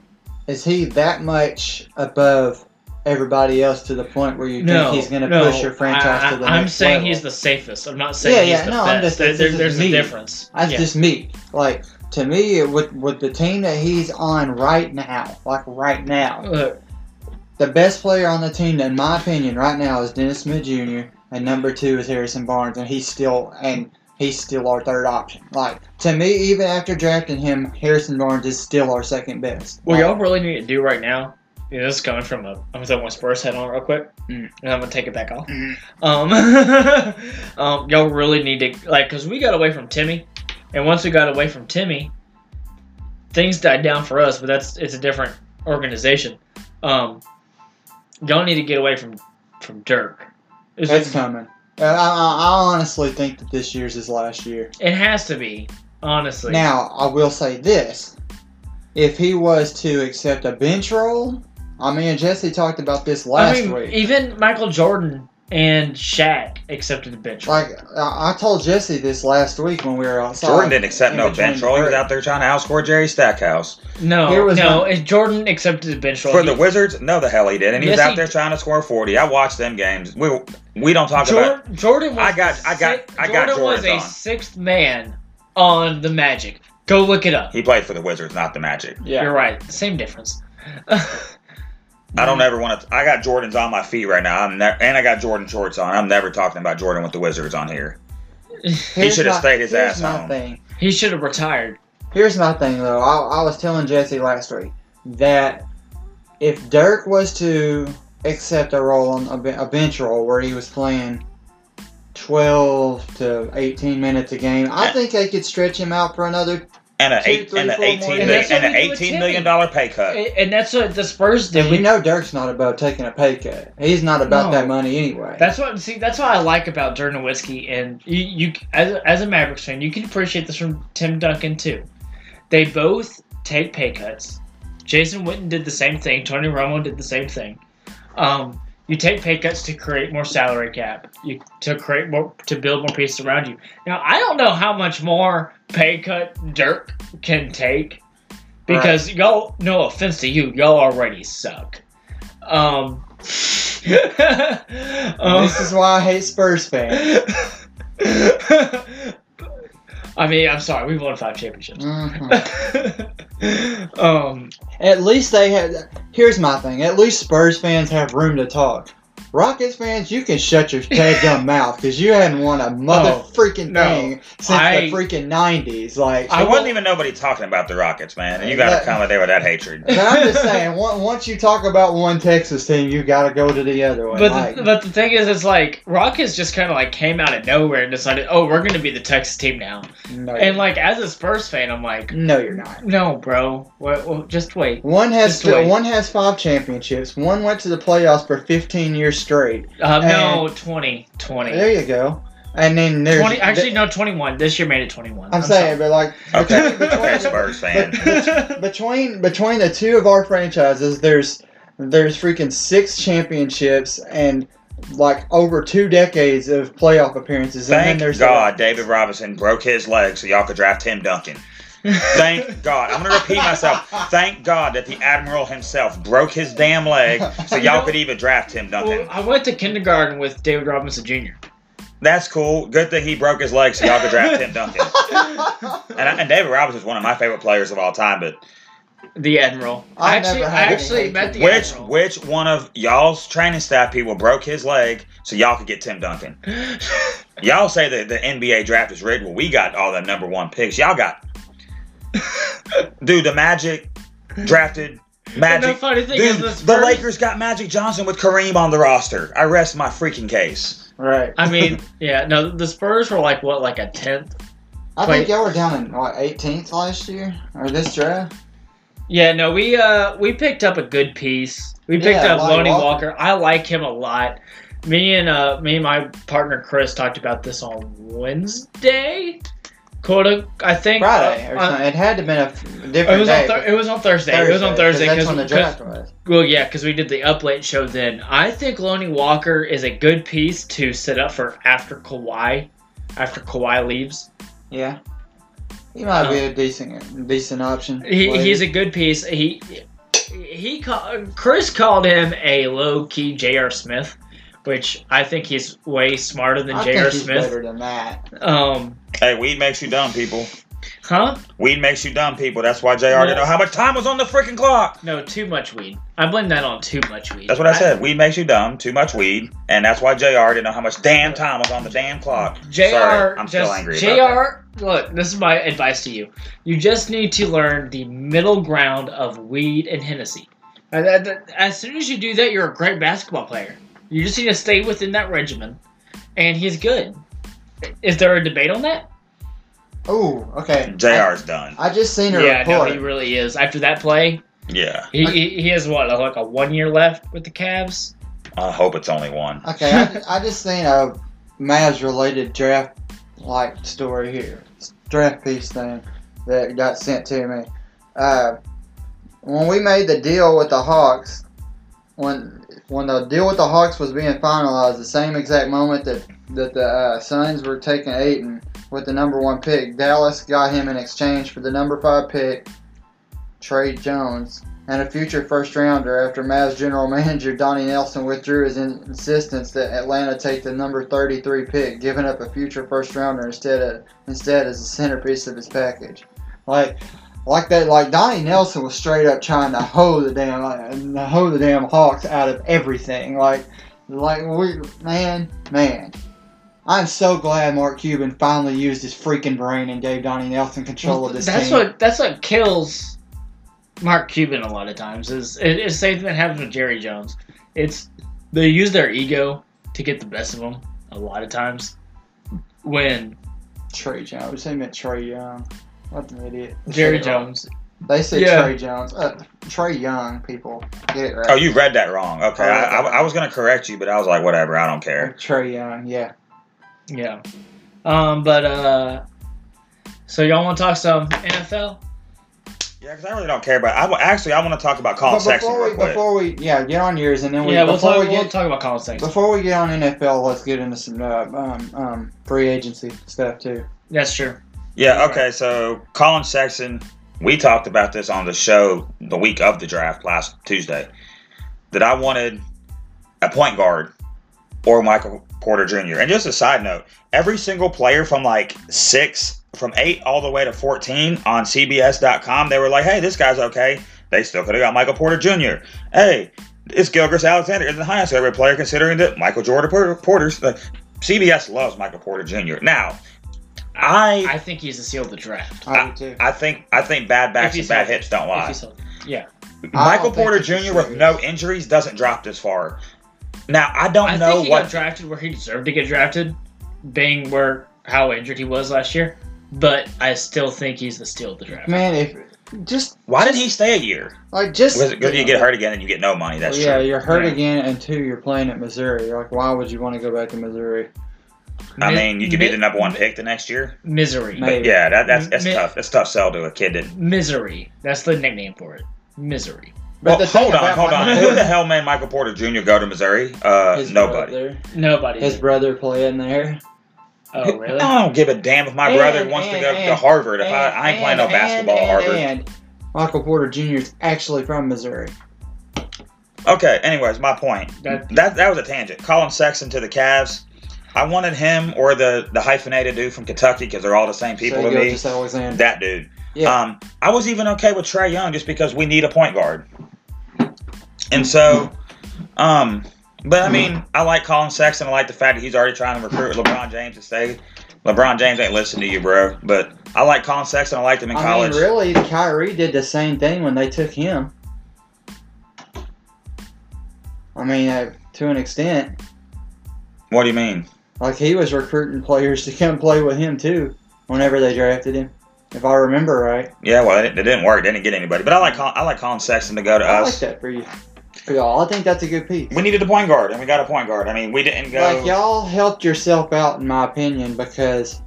Speaker 3: Is he that much above everybody else to the point where you
Speaker 2: no,
Speaker 3: think he's going to
Speaker 2: no,
Speaker 3: push your franchise
Speaker 2: I,
Speaker 3: to the
Speaker 2: I, I'm
Speaker 3: next
Speaker 2: saying
Speaker 3: level?
Speaker 2: he's the safest. I'm not saying
Speaker 3: Yeah,
Speaker 2: he's
Speaker 3: yeah,
Speaker 2: the
Speaker 3: no, I'm
Speaker 2: best.
Speaker 3: just-
Speaker 2: There-
Speaker 3: this
Speaker 2: there-
Speaker 3: is
Speaker 2: there's
Speaker 3: me.
Speaker 2: a difference.
Speaker 3: That's
Speaker 2: yeah.
Speaker 3: just me. Like to me, with with the team that he's on right now, like right now,
Speaker 2: Look,
Speaker 3: The best player on the team, in my opinion, right now is Dennis Smith Jr. and number two is Harrison Barnes, and he's still and he's still our third option. Like to me, even after drafting him, Harrison Barnes is still our second best.
Speaker 2: what
Speaker 3: Like,
Speaker 2: y'all really need to do right now. Yeah, this is coming from a. I'm gonna throw my Spurs head on real quick,
Speaker 3: Mm.
Speaker 2: and I'm gonna take it back off.
Speaker 3: Mm.
Speaker 2: Um, um, y'all really need to like, cause we got away from Timmy, and once we got away from Timmy, things died down for us. But that's it's a different organization. Um, y'all need to get away from from Dirk. It's-
Speaker 3: that's coming. Uh, I, I I honestly think that this year's his last year.
Speaker 2: it has to be honestly.
Speaker 3: Now I will say this: if he was to accept a bench role, I mean, Jesse talked about this last
Speaker 2: I mean,
Speaker 3: week.
Speaker 2: even Michael Jordan and Shaq accepted a bench. role.
Speaker 3: like I I told Jesse this last week when we were outside.
Speaker 1: Jordan didn't accept
Speaker 3: in
Speaker 1: no
Speaker 3: between
Speaker 1: bench role. He was
Speaker 3: breaks.
Speaker 1: out there trying to outscore Jerry Stackhouse
Speaker 2: no,
Speaker 3: here was
Speaker 2: no,
Speaker 3: my-
Speaker 2: it- Jordan accepted a bench role.
Speaker 1: for
Speaker 2: He-
Speaker 1: the Wizards. No, the hell he didn't. He was
Speaker 2: Yes,
Speaker 1: out
Speaker 2: he-
Speaker 1: there trying to score forty. I watched them games. We we don't talk about
Speaker 2: Jordan, Jordan was
Speaker 1: I got- I got-
Speaker 2: si-
Speaker 1: I got
Speaker 2: Jordan was
Speaker 1: Jordan's
Speaker 2: a
Speaker 1: on.
Speaker 2: sixth man on the Magic. Go look it up.
Speaker 1: He played for the Wizards, not the Magic.
Speaker 3: Yeah.
Speaker 2: You're right. Same difference.
Speaker 1: I don't ever want to. I got Jordans on my feet right now. I'm ne- and I got Jordan shorts on. I'm never talking about Jordan with the Wizards on here. He
Speaker 3: Here's
Speaker 1: should have
Speaker 3: my-
Speaker 1: stayed his
Speaker 3: here's
Speaker 1: ass
Speaker 3: my
Speaker 1: home.
Speaker 3: Thing.
Speaker 2: he should have retired.
Speaker 3: Here's my thing, though. I, I was telling Jesse last week that if Dirk was to accept a role on a, ben- a bench role where he was playing 12 to 18 minutes a game, I
Speaker 1: Yeah.
Speaker 3: think they could stretch him out for another.
Speaker 1: And a
Speaker 3: Two,
Speaker 1: eight,
Speaker 3: three,
Speaker 1: and a
Speaker 3: four more
Speaker 1: eighteen
Speaker 3: years.
Speaker 1: million,
Speaker 2: That's what
Speaker 1: and a
Speaker 2: we do with
Speaker 1: eighteen million
Speaker 2: Timmy.
Speaker 1: dollar pay cut.
Speaker 2: And and that's what the Spurs
Speaker 3: And
Speaker 2: did.
Speaker 3: we know Dirk's not about taking a pay cut. He's not about
Speaker 2: No.
Speaker 3: that money anyway.
Speaker 2: That's what see. That's what I like about Dirk Nowitzki, and you, you as, as a Mavericks fan, you can appreciate this from Tim Duncan too. They both take pay cuts. Jason Witten did the same thing. Tony Romo did the same thing. Um, you take pay cuts to create more salary cap. You to create more to build more pieces around you. Now I don't know how much more pay cut Dirk can take because y'all, no offense to you, y'all already suck. Um, um,
Speaker 3: this is why I hate Spurs fans.
Speaker 2: I mean, I'm sorry, we won five championships.
Speaker 3: Mhm.
Speaker 2: um,
Speaker 3: At least they have. Here's my thing. At least Spurs fans have room to talk. Rockets fans, you can shut your goddamn mouth because you haven't won a mother freaking
Speaker 2: Oh, no.
Speaker 3: thing since
Speaker 2: I-
Speaker 3: the freaking nineties. Like,
Speaker 1: I
Speaker 2: I
Speaker 1: wasn't
Speaker 2: will-
Speaker 1: even nobody talking about the Rockets, man. And you got
Speaker 3: That-
Speaker 1: to come there with that hatred.
Speaker 3: but I'm just saying, on- once you talk about one Texas team, you got to go to the other one.
Speaker 2: but
Speaker 3: like,
Speaker 2: the, but the thing is, it's like Rockets just kind of like came out of nowhere and decided, oh, we're gonna be the Texas team now.
Speaker 3: no,
Speaker 2: And like as a Spurs fan, I'm like,
Speaker 3: no, you're not.
Speaker 2: no, bro, well, well, just wait.
Speaker 3: One has
Speaker 2: Just wait.
Speaker 3: one has five championships. One went to the playoffs for 15 years straight.
Speaker 2: Um, no, 20, 20.
Speaker 3: There you go. And then there's
Speaker 2: 20 actually, no, 21. This year made it 21.
Speaker 3: I'm, saying, but like
Speaker 1: Okay,
Speaker 3: between-
Speaker 1: okay,
Speaker 3: between-
Speaker 1: Spurs fan.
Speaker 2: sorry.
Speaker 3: between between the two of our franchises, there's there's freaking six championships and like over two decades of playoff appearances. and then
Speaker 1: Thank
Speaker 3: there's the-
Speaker 1: God David Robinson broke his leg so y'all could draft Tim Duncan. Thank God. I'm going to repeat myself. Thank God that the Admiral himself broke his damn leg so
Speaker 2: You know-
Speaker 1: y'all could even draft Tim
Speaker 2: well,
Speaker 1: Duncan.
Speaker 2: I went to kindergarten with David Robinson Jr.
Speaker 1: That's cool. Good thing he broke his leg so y'all could draft Tim Duncan. And, I, and David Robinson's one of my favorite players of all time, but
Speaker 2: The Admiral.
Speaker 3: I
Speaker 2: actually,
Speaker 3: never
Speaker 2: I
Speaker 3: had any
Speaker 2: actually
Speaker 3: hatred.
Speaker 2: met the
Speaker 1: which
Speaker 2: Admiral.
Speaker 1: which one of y'all's training staff people broke his leg so y'all could get Tim Duncan? Y'all say that the NBA draft is rigged. Well, we got all the number one picks. Y'all got, dude. The Magic drafted
Speaker 2: And the
Speaker 1: Magic.
Speaker 2: funny thing
Speaker 1: Dude,
Speaker 2: is,
Speaker 1: the Lakers got Magic Johnson with Kareem on the roster. I rest my freaking case.
Speaker 3: right.
Speaker 2: I mean, yeah, no, the Spurs were like what, like a tenth?
Speaker 3: I
Speaker 2: wait.
Speaker 3: think y'all were down in what 18th last year or this draft.
Speaker 2: Yeah, no, we uh we picked up a good piece. We picked
Speaker 3: Yeah,
Speaker 2: up Lonnie
Speaker 3: Lonnie
Speaker 2: Walker.
Speaker 3: Walker.
Speaker 2: I like him a lot. Me and uh me and my partner Chris talked about this on Wednesday. Quota, I think
Speaker 3: Friday
Speaker 2: uh,
Speaker 3: or
Speaker 2: on-
Speaker 3: something. It had to have been a f- different
Speaker 2: it was
Speaker 3: day.
Speaker 2: on Thur-
Speaker 3: but
Speaker 2: it was on Thursday. It was on
Speaker 3: 'cause
Speaker 2: Thursday
Speaker 3: That's
Speaker 2: because
Speaker 3: when the draft was.
Speaker 2: Well, yeah, because we did the up late show then. I think Lonnie Walker is a good piece to set up for after Kawhi, after Kawhi leaves.
Speaker 3: Yeah. He might be a decent decent option.
Speaker 2: Oh. He,
Speaker 3: Like,
Speaker 2: he's a good piece. He he ca- Chris called him a low key J.R. Smith, which I think he's way smarter than
Speaker 3: I
Speaker 2: J.R.
Speaker 3: think he's
Speaker 2: Smith.
Speaker 3: better than that.
Speaker 2: Um,
Speaker 1: Hey, weed makes you dumb, people.
Speaker 2: huh?
Speaker 1: Weed makes you dumb, people. That's why Jr. didn't know how much time was on the freaking clock.
Speaker 2: No, too much weed. I blame that on too much weed.
Speaker 1: That's what I said. Weed makes you dumb. Too much weed, and that's why Jr. didn't know how much damn time was on the damn clock.
Speaker 2: JR,
Speaker 1: Sorry, I'm
Speaker 2: just,
Speaker 1: still angry.
Speaker 2: JR,
Speaker 1: about that.
Speaker 2: look, this is my advice to you. You just need to learn the middle ground of weed and Hennessy. And that- that- As soon as you do that, you're a great basketball player. You just need to stay within that regimen, and he's good. Is there a debate on that?
Speaker 3: Oh, okay.
Speaker 1: JR's done.
Speaker 3: I just seen a
Speaker 2: yeah, no,
Speaker 3: report.
Speaker 2: he really is. After that play,
Speaker 1: Yeah.
Speaker 2: he, he, he has what, like a one year left with the Cavs?
Speaker 1: I hope it's only one.
Speaker 3: Okay, I, I just seen a Mavs related draft like story here, draft piece thing that got sent to me. Uh, when we made the deal with the Hawks, when when the deal with the Hawks was being finalized, the same exact moment that that the uh, Suns were taking Aiton with the number one pick, Dallas got him in exchange for the number five pick, Trey Jones and a future first rounder after Mavs general manager Donnie Nelson withdrew his in- insistence that Atlanta take the number 33 pick, giving up a future first rounder instead of instead as the centerpiece of his package. Like, like that, like Donnie Nelson was straight up trying to hoe the damn, like, hoe the damn Hawks out of everything. Like, like we, man, man. I'm so glad Mark Cuban finally used his freaking brain and gave Donnie Nelson control of this
Speaker 2: that's
Speaker 3: team.
Speaker 2: what that's what kills Mark Cuban a lot of times. Is it, it's the same thing that happens with Jerry Jones. It's they use their ego to get the best of them a lot of times. When
Speaker 3: Trey Jones. They meant Trey Young. What an idiot.
Speaker 2: Jerry
Speaker 3: Said it wrong.
Speaker 2: Jones,
Speaker 3: They said
Speaker 2: Yeah.
Speaker 3: Trey Jones. Uh, Trey Young, people. Get it
Speaker 1: Oh,
Speaker 3: right.
Speaker 1: you read that wrong. Okay, I, I, I was gonna correct you, but I was like, whatever. I don't care.
Speaker 3: Trey Young, yeah.
Speaker 2: yeah. Um, but uh, so y'all want to talk some NFL?
Speaker 1: Yeah, because I really don't care about. I wa- actually I want to talk about Colin
Speaker 3: but
Speaker 1: Sexton
Speaker 3: before
Speaker 1: Oh, real
Speaker 3: we,
Speaker 1: quick.
Speaker 3: before we, yeah, get on yours, and then we,
Speaker 2: yeah, we'll
Speaker 3: before
Speaker 2: talk.
Speaker 3: we
Speaker 2: we'll
Speaker 3: get,
Speaker 2: talk about Colin Sexton.
Speaker 3: before we get on NFL, let's get into some uh, um, um, free agency stuff too.
Speaker 2: That's true.
Speaker 1: yeah. Okay. So Colin Sexton we talked about this on the show the week of the draft last Tuesday that I wanted a point guard or Michael Porter Jr. And just a side note, every single player from like six, from eight all the way to 14 on CBS.com, they were like, hey, this guy's okay. They still could have got Michael Porter Jr. Hey, it's Gilgris Alexander is the highest ever player considering that Michael Jordan Porter, Porter's like, CBS loves Michael Porter Jr. Now, I
Speaker 2: I think he's a seal of the draft.
Speaker 3: I do too.
Speaker 1: I think I think bad
Speaker 2: If
Speaker 1: backs
Speaker 2: he's
Speaker 1: and bad
Speaker 2: healthy.
Speaker 1: hips don't
Speaker 2: If
Speaker 1: lie.
Speaker 2: he's healthy. yeah,
Speaker 3: I
Speaker 1: Michael
Speaker 3: don't
Speaker 1: Porter
Speaker 3: think it's
Speaker 1: Jr. with
Speaker 3: serious.
Speaker 1: no injuries doesn't drop this far. Now I don't
Speaker 2: I
Speaker 1: know
Speaker 2: think he
Speaker 1: what
Speaker 2: got drafted where he deserved to get drafted, being where how injured he was last year. But I still think he's the steal of the draft.
Speaker 3: Man, if just
Speaker 1: why did he stay a year?
Speaker 3: like just
Speaker 1: Because you get hurt again and you get no money. That's
Speaker 3: Well, yeah,
Speaker 1: true.
Speaker 3: you're hurt
Speaker 2: Yeah.
Speaker 3: again, and two, you're playing at Missouri. You're like, why would you want to go back to Missouri?
Speaker 1: I
Speaker 2: Mi-
Speaker 1: mean, you could be
Speaker 2: mi-
Speaker 1: the number one pick the next year.
Speaker 2: Misery.
Speaker 3: Maybe.
Speaker 1: But yeah, that, that's that's
Speaker 2: Mi-
Speaker 1: tough. That's a tough sell to a kid. That,
Speaker 2: Misery. That's the nickname for it. Misery.
Speaker 1: well,
Speaker 3: the thing
Speaker 1: hold on,
Speaker 3: about
Speaker 1: hold on.
Speaker 3: Michael-
Speaker 1: Who the hell made Michael Porter Jr. go to Missouri? Uh,
Speaker 3: His
Speaker 1: nobody.
Speaker 3: brother-
Speaker 2: Nobody.
Speaker 3: his brother playing there.
Speaker 2: oh really?
Speaker 1: I don't give a damn if my
Speaker 3: And-
Speaker 1: brother wants to
Speaker 3: and-
Speaker 1: go to
Speaker 3: and-
Speaker 1: Harvard. If I,
Speaker 3: And-
Speaker 1: I ain't playing no
Speaker 3: and-
Speaker 1: basketball
Speaker 3: and-
Speaker 1: at Harvard.
Speaker 3: And Michael Porter Jr. is actually from Missouri.
Speaker 1: Okay. Anyways, my point.
Speaker 2: That-
Speaker 1: That, that was a tangent. Colin Sexton to the Cavs. I wanted him or the the hyphenated dude from Kentucky because they're all the same people
Speaker 3: so
Speaker 1: to
Speaker 3: you go
Speaker 1: me.
Speaker 3: Just Alexander.
Speaker 1: That dude.
Speaker 3: Yeah.
Speaker 1: Um, I was even okay with Trey Young just because we need a point guard. And so, um, but I mean, I like Colin Sexton. I like the fact that he's already trying to recruit LeBron James to stay. LeBron James ain't listening to you, bro. But I like Colin Sexton. I liked him in
Speaker 3: I
Speaker 1: college.
Speaker 3: mean, really, Kyrie did the same thing when they took him. I mean, uh, to an extent,
Speaker 1: What do you mean?
Speaker 3: like he was recruiting players to come play with him too. Whenever they drafted him, if I remember right,
Speaker 1: Yeah, well, it, didn't- it didn't work. They didn't get anybody. But I like Colin, I like Colin Sexton to go to
Speaker 3: I like
Speaker 1: us.
Speaker 3: that for you, for y'all. I think that's a good piece.
Speaker 1: We needed a point guard, and we got a point guard. I mean, we didn't go.
Speaker 3: Like y'all helped yourself out, in my opinion, because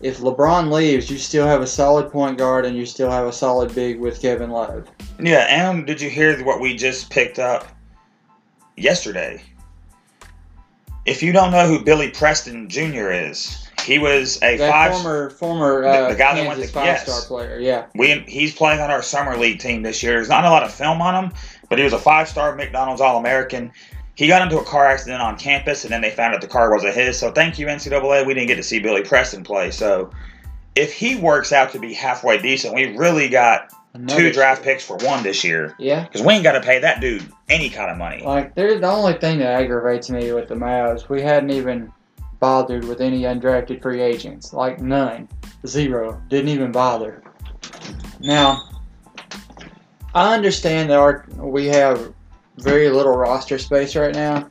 Speaker 3: if LeBron leaves, you still have a solid point guard and you still have a solid big with Kevin Love.
Speaker 1: Yeah, and did you hear what we just picked up yesterday? If you don't know who Billy Preston Jr. is, he was a
Speaker 3: That
Speaker 1: five.
Speaker 3: former former uh,
Speaker 1: the guy that went
Speaker 3: Kansas
Speaker 1: to-
Speaker 3: five
Speaker 1: yes.
Speaker 3: star player, yeah.
Speaker 1: We he's playing on our summer league team this year. There's not a lot of film on him, but he was a five-star McDonald's All-American. He got into a car accident on campus, and then they found out the car wasn't his. So thank you NCAA. We didn't get to see Billy Preston play. So if he works out to be halfway decent, we really got
Speaker 3: Another-
Speaker 1: two draft picks for one this year
Speaker 3: Yeah.
Speaker 1: because we ain't got to pay that dude any kind of money.
Speaker 3: Like they're the only thing that aggravates me with the Mavs. We hadn't even bothered with any undrafted free agents. Like none. Zero. Didn't even bother. Now I understand that our we have very little roster space right now.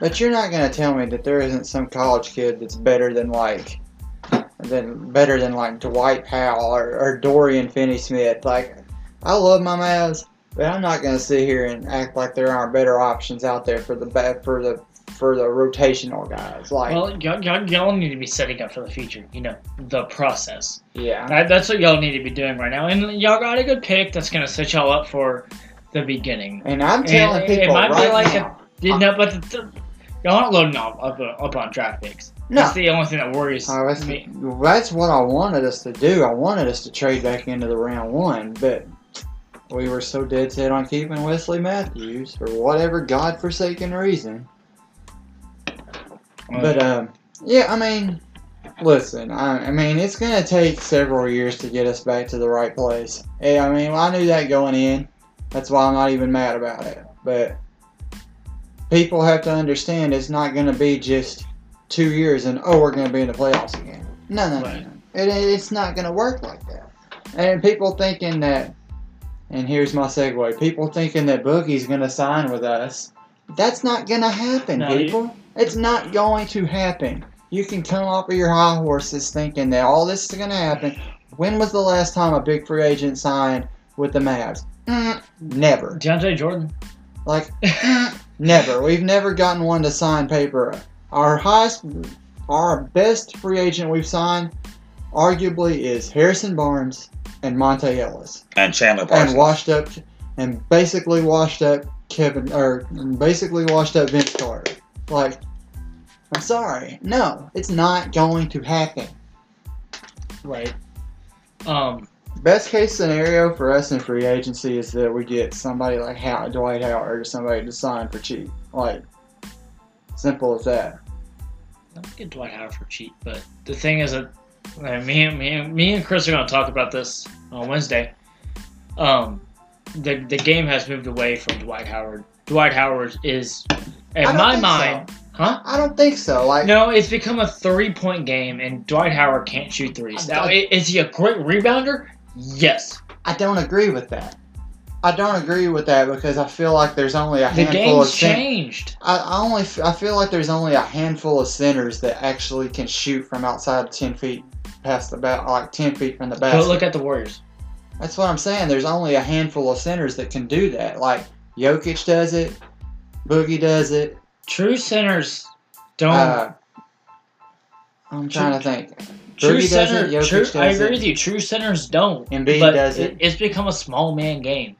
Speaker 3: But you're not gonna tell me that there isn't some college kid that's better than like than better than like Dwight Powell or, or Dorian Finney Smith. Like I love my Mavs. But I'm not gonna sit here and act like there aren't better options out there for the ba- for the for the rotational guys. Like,
Speaker 2: Well, y'all, y'all, y'all need to be setting up for the future. You know, the process.
Speaker 3: yeah,
Speaker 2: That, that's what y'all need to be doing right now. And y'all got a good pick that's going to set y'all up for the beginning.
Speaker 3: and I'm telling
Speaker 2: it- it
Speaker 3: people
Speaker 2: might be
Speaker 3: right
Speaker 2: like
Speaker 3: now,
Speaker 2: Did no, but the, the, y'all aren't loading up, up up on draft picks.
Speaker 3: no,
Speaker 2: That's the only thing that worries
Speaker 3: I was-
Speaker 2: me.
Speaker 3: Oh, that's what I wanted us to do. I wanted us to trade back into the round one, but we were so dead set on keeping Wesley Matthews for whatever godforsaken reason. But um, yeah, I mean, listen, I, I mean, it's gonna take several years to get us back to the right place. Yeah, I mean, I knew that going in. That's why I'm not even mad about it. But people have to understand it's not gonna be just two years and oh, we're gonna be in the playoffs again. No, no,
Speaker 2: Right.
Speaker 3: no, no. It, it's not gonna work like that. And people thinking that. And here's my segue. People thinking that Boogie's gonna sign with us. That's not gonna happen,
Speaker 2: No, you-
Speaker 3: people. It's not going to happen. You can come off of your high horses thinking that all this is going to happen. When was the last time a big free agent signed with the Mavs? Mm, never.
Speaker 2: uh, Deontay Jordan.
Speaker 3: Like, mm, never. We've never gotten one to sign paper. Our highest, our best free agent we've signed, arguably, is Harrison Barnes and Monte Ellis
Speaker 1: And Chandler
Speaker 3: and
Speaker 1: Parsons.
Speaker 3: washed up and basically washed up Kevin or basically washed up Vince Carter. Like, I'm sorry, no, it's not going to happen.
Speaker 2: Right. Um.
Speaker 3: Best case scenario for us in free agency is that we get somebody like How- Dwight Howard or somebody to sign for cheap. Like, simple as that.
Speaker 2: I'm gonna get Dwight Howard for cheap, but the thing is that uh, me and me, and- me and Chris are gonna talk about this on Wednesday. Um, the the game has moved away from Dwight Howard. Dwight Howard is, in
Speaker 3: I don't
Speaker 2: my
Speaker 3: think
Speaker 2: mind, huh?
Speaker 3: I don't think so. Like,
Speaker 2: No, it's become a three point game, and Dwight Howard can't shoot threes. Now, i- is he a great rebounder? Yes.
Speaker 3: I don't agree with that. I don't agree with that because I feel like there's only a
Speaker 2: The
Speaker 3: handful of
Speaker 2: game's
Speaker 3: cen-
Speaker 2: changed.
Speaker 3: I, I only f- I feel like there's only a handful of centers that actually can shoot from outside ten feet past the bat, like ten feet from the basket.
Speaker 2: But look at the Warriors.
Speaker 3: That's what I'm saying. There's only a handful of centers that can do that. Like Jokic does it, Boogie does it.
Speaker 2: True centers don't.
Speaker 3: Uh, I'm trying to think.
Speaker 2: True
Speaker 3: Boogie does
Speaker 2: center,
Speaker 3: it, Jokic
Speaker 2: true,
Speaker 3: does
Speaker 2: I agree
Speaker 3: it.
Speaker 2: with you. True centers don't.
Speaker 3: Embiid
Speaker 2: but
Speaker 3: does it.
Speaker 2: It's become a small man game,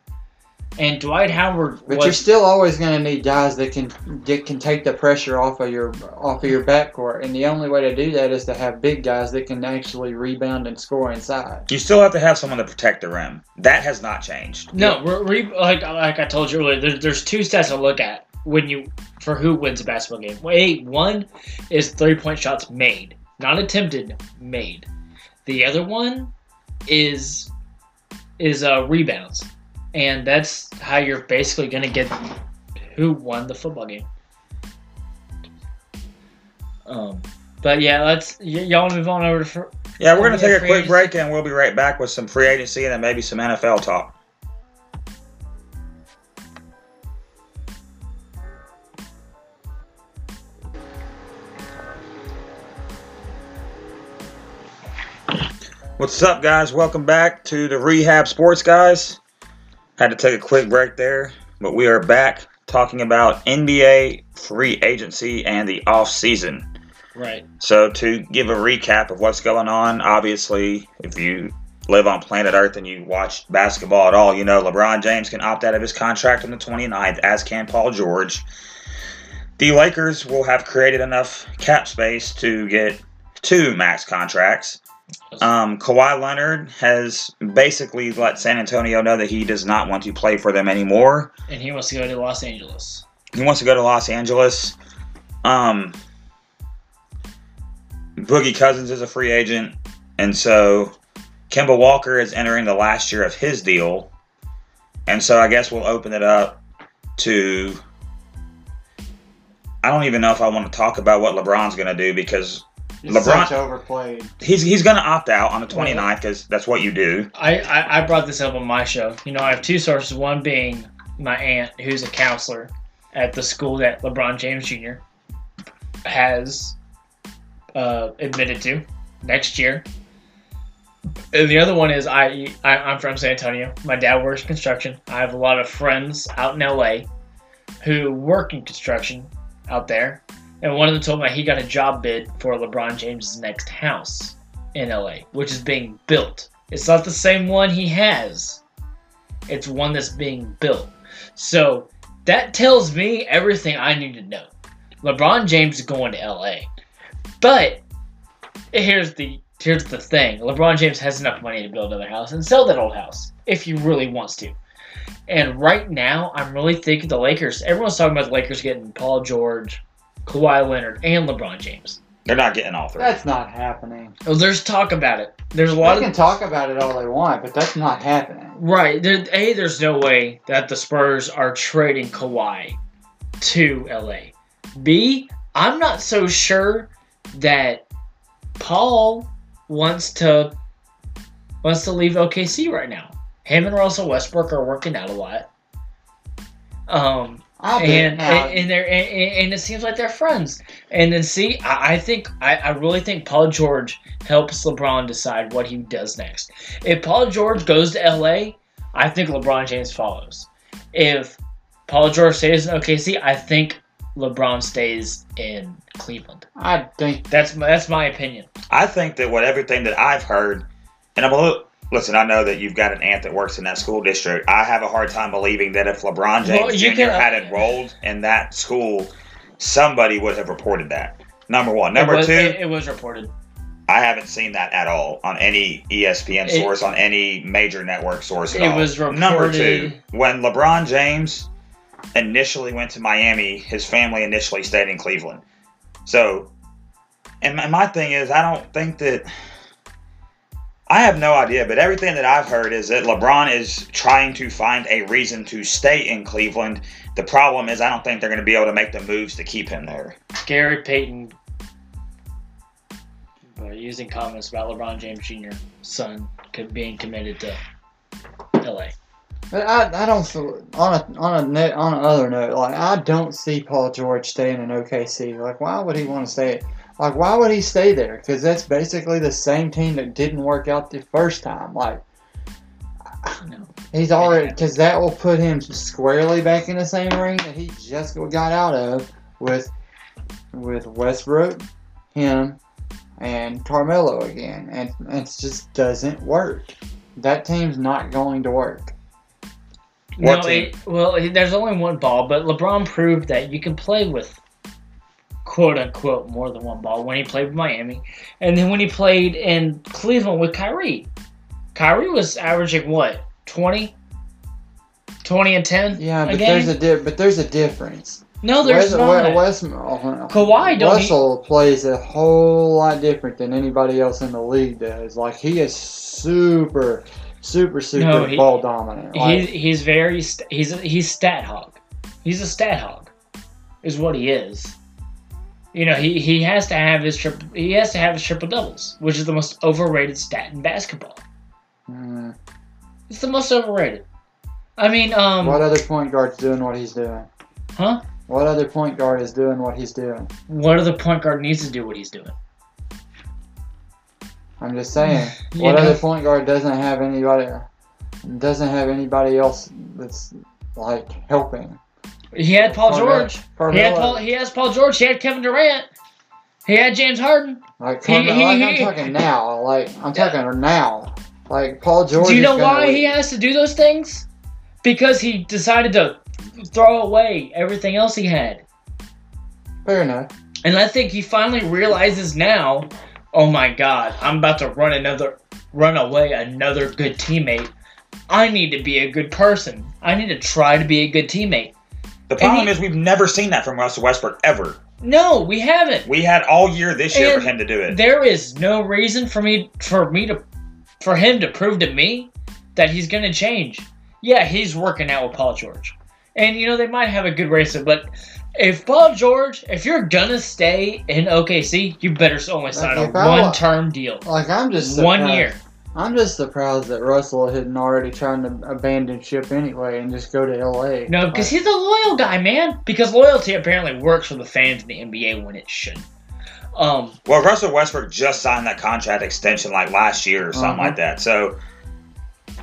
Speaker 2: and Dwight Howard
Speaker 3: But you're
Speaker 2: was.
Speaker 3: still always going to need guys that can that can take the pressure off of your off of your backcourt, and the only way to do that is to have big guys that can actually rebound and score inside.
Speaker 1: You still have to have someone to protect the rim. That has not changed.
Speaker 2: No, we're, we like like I told you earlier. There's there's two stats to look at when you for who wins a basketball game. Wait, one is three point shots made, not attempted, made. The other one is is uh, rebounds, and that's how you're basically gonna get who won the football game. Um, but yeah, let's y- y'all wanna move on over to. Fr-
Speaker 1: Yeah, we're going
Speaker 2: Yeah,
Speaker 1: to take a
Speaker 2: free
Speaker 1: quick
Speaker 2: agency.
Speaker 1: break and we'll be right back with some free agency and then maybe some NFL talk. What's up, guys? Welcome back to the Rehab Sports Guys. Had to take a quick break there, but we are back talking about NBA free agency and the off season.
Speaker 2: right.
Speaker 1: So, to give a recap of what's going on, obviously, if you live on planet Earth and you watch basketball at all, you know LeBron James can opt out of his contract on the 29th, as can Paul George. The Lakers will have created enough cap space to get two max contracts. Um, Kawhi Leonard has basically let San Antonio know that he does not want to play for them anymore.
Speaker 2: And he wants to go to Los Angeles.
Speaker 1: He wants to go to Los Angeles. Um, Boogie Cousins is a free agent, and so Kemba Walker is entering the last year of his deal, and so I guess we'll open it up to. I don't even know if I want to talk about what LeBron's going to do because
Speaker 3: It's
Speaker 1: LeBron-
Speaker 3: such overplayed.
Speaker 1: he's he's going to opt out on the 29th because that's what you do.
Speaker 2: I, I, I brought this up on my show. You know, I have two sources. One being my aunt, who's a counselor at the school that LeBron James Jr. has uh, admitted to next year. And the other one is I, I I'm from San Antonio. My dad works construction. I have a lot of friends out in LA who work in construction out there. And one of them told me he got a job bid for LeBron James's next house in LA, which is being built. It's not the same one he has. It's one that's being built. So that tells me everything I need to know. LeBron James is going to LA. But here's the here's the thing. LeBron James has enough money to build another house and sell that old house if he really wants to. And right now, I'm really thinking the Lakers. Everyone's talking about the Lakers getting Paul George, Kawhi Leonard, and LeBron James.
Speaker 1: They're not getting all three.
Speaker 3: That's not happening.
Speaker 2: Oh, There's talk about it. There's a lot
Speaker 3: They
Speaker 2: of
Speaker 3: can talk about it all they want, but that's not happening.
Speaker 2: Right. There, a, there's no way that the Spurs are trading Kawhi to LA. B, I'm not so sure that Paul wants to wants to leave OKC right now. Him and Russell Westbrook are working out a lot. Um,
Speaker 3: I bet
Speaker 2: and
Speaker 3: now,
Speaker 2: and, and they're and, and and it seems like they're friends. And then see, I, I think I, I really think Paul George helps LeBron decide what he does next. If Paul George goes to LA, I think LeBron James follows. If Paul George stays in OKC, I think LeBron stays in Cleveland.
Speaker 3: I think
Speaker 2: That's my, that's my opinion.
Speaker 1: I think that what everything that I've heard, and I'm a little, listen, I know that you've got an aunt that works in that school district. I have a hard time believing that if LeBron James
Speaker 2: Well, you
Speaker 1: Jr.
Speaker 2: can- uh,
Speaker 1: had enrolled in that school, somebody would have reported that. Number one.
Speaker 2: it
Speaker 1: Number
Speaker 2: was,
Speaker 1: two,
Speaker 2: it, it was reported.
Speaker 1: I haven't seen that at all on any E ESPN
Speaker 2: It-
Speaker 1: source, on any major network source at
Speaker 2: It
Speaker 1: all.
Speaker 2: was
Speaker 1: Number two,
Speaker 2: reported-
Speaker 1: when LeBron James initially went to Miami, his family initially stayed in Cleveland. So, and my, my thing is, I don't think that. I have no idea, but everything that I've heard is that LeBron is trying to find a reason to stay in Cleveland. The problem is, I don't think they're going to be able to make the moves to keep him there.
Speaker 2: Gary Payton uh, using comments about LeBron James Jr. 's son could being committed to LA.
Speaker 3: But I, I don't see- on a on a note, on another note like I don't see Paul George staying in OKC. Like why would he want to stay? Like why would he stay there? Because that's basically the same team that didn't work out the first time. Like
Speaker 2: No.
Speaker 3: he's already because that will put him squarely back in the same ring that he just got out of with with Westbrook, him, and Carmelo again, and and it just doesn't work. That team's not going to work.
Speaker 1: What
Speaker 2: no,
Speaker 1: team?
Speaker 2: it, well, it- there's only one ball, but LeBron proved that you can play with quote unquote more than one ball when he played with Miami, and then when he played in Cleveland with Kyrie. Kyrie was averaging what 20, 20 and ten.
Speaker 3: Yeah, but
Speaker 2: game?
Speaker 3: there's a di- but there's a difference.
Speaker 2: no, there's
Speaker 3: Wes-
Speaker 2: not.
Speaker 3: Wes- Wes- uh,
Speaker 2: Kawhi don't. e- he-
Speaker 3: Russell plays a whole lot different than anybody else in the league does. Like he is super, super, super
Speaker 2: No, he-
Speaker 3: ball dominant.
Speaker 2: He,
Speaker 3: Like,
Speaker 2: he's very st- he's a, he's stat hog. He's a stat hog, is what he is. You know he, he has to have his triple he has to have his triple doubles, which is the most overrated stat in basketball.
Speaker 3: mm,
Speaker 2: It's the most overrated. I mean, um,
Speaker 3: what other point guard's doing what he's doing?
Speaker 2: huh?
Speaker 3: What other point guard is doing what he's doing?
Speaker 2: What other point guard needs to do what he's doing?
Speaker 3: I'm just saying.
Speaker 2: You
Speaker 3: what
Speaker 2: know?
Speaker 3: other point guard doesn't have anybody? Doesn't have anybody else that's like helping.
Speaker 2: He had Paul
Speaker 3: Carmelo-
Speaker 2: George. He had Paul, he has Paul George. He had Kevin Durant. He had James Harden.
Speaker 3: Like,
Speaker 2: He-
Speaker 3: Carmelo-
Speaker 2: he-
Speaker 3: like
Speaker 2: he-
Speaker 3: I'm talking now. Like I'm talking now. Like Paul George.
Speaker 2: do you
Speaker 3: is
Speaker 2: know
Speaker 3: gonna
Speaker 2: why he
Speaker 3: leave.
Speaker 2: has to do those things? Because he decided to throw away everything else he had.
Speaker 3: Fair enough.
Speaker 2: And I think he finally realizes now, oh my god, I'm about to run another run away another good teammate. I need to be a good person. I need to try to be a good teammate.
Speaker 1: The problem
Speaker 2: he-
Speaker 1: is, we've never seen that from Russell Westbrook ever.
Speaker 2: No, we haven't.
Speaker 1: We had all year this year
Speaker 2: And
Speaker 1: for him to do it.
Speaker 2: There is no reason for me for me to for him to prove to me that he's gonna change. Yeah, he's working out with Paul George. And you know they might have a good racer, but if Paul George, if you're gonna stay in OKC, you better only sign a
Speaker 3: if I wa-
Speaker 2: one-term deal,
Speaker 3: Like I'm just
Speaker 2: one
Speaker 3: surprised-
Speaker 2: year.
Speaker 3: I'm just surprised that Russell hadn't already tried to abandon ship anyway and just go to L.A.
Speaker 2: No, because he's a loyal guy, man. Because loyalty apparently works for the fans in the NBA when it shouldn't. Um,
Speaker 1: Well, Russell Westbrook just signed that contract extension like last year or something
Speaker 3: Uh-huh.
Speaker 1: like that. So,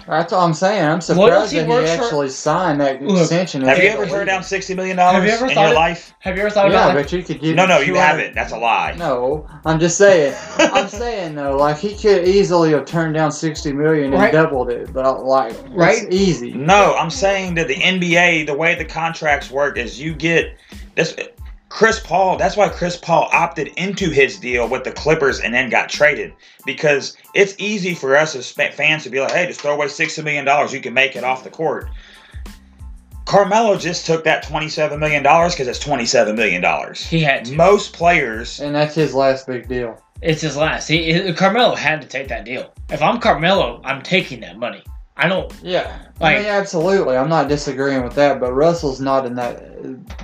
Speaker 3: Like, that's all I'm saying. I'm
Speaker 2: Loyalty
Speaker 3: surprised that he
Speaker 2: works for-
Speaker 3: actually signed that
Speaker 2: Look,
Speaker 3: extension.
Speaker 1: have you
Speaker 2: Yeah.
Speaker 1: ever turned down sixty million
Speaker 2: Have
Speaker 1: dollars
Speaker 2: you ever
Speaker 1: in
Speaker 2: thought
Speaker 1: your
Speaker 2: it-
Speaker 1: life?
Speaker 2: have you ever thought
Speaker 3: Yeah,
Speaker 2: about that?
Speaker 3: but you could give.
Speaker 1: No, no, you
Speaker 3: 200
Speaker 1: haven't. That's a lie.
Speaker 3: No, I'm just saying. I'm saying though, like he could easily have turned down 60 million and
Speaker 2: Right.
Speaker 3: doubled it, but like
Speaker 2: Right.
Speaker 3: it's easy.
Speaker 1: No, I'm saying that the NBA, the way the contracts work is you get this Chris Paul, that's why Chris Paul opted into his deal with the Clippers and then got traded because it's easy for us as fa- fans to be like, "Hey, just throw away 60 million dollars, you can make it off the court." Carmelo just took that 27 million dollars cuz it's 27 million dollars.
Speaker 2: He had to.
Speaker 1: Most players
Speaker 3: And that's his last big deal.
Speaker 2: It's his last. He, he- Carmelo had to take that deal. If I'm Carmelo, I'm taking that money. I don't.
Speaker 3: Yeah.
Speaker 2: Like-
Speaker 3: I mean, absolutely. I'm not disagreeing with that, but Russell's not in that.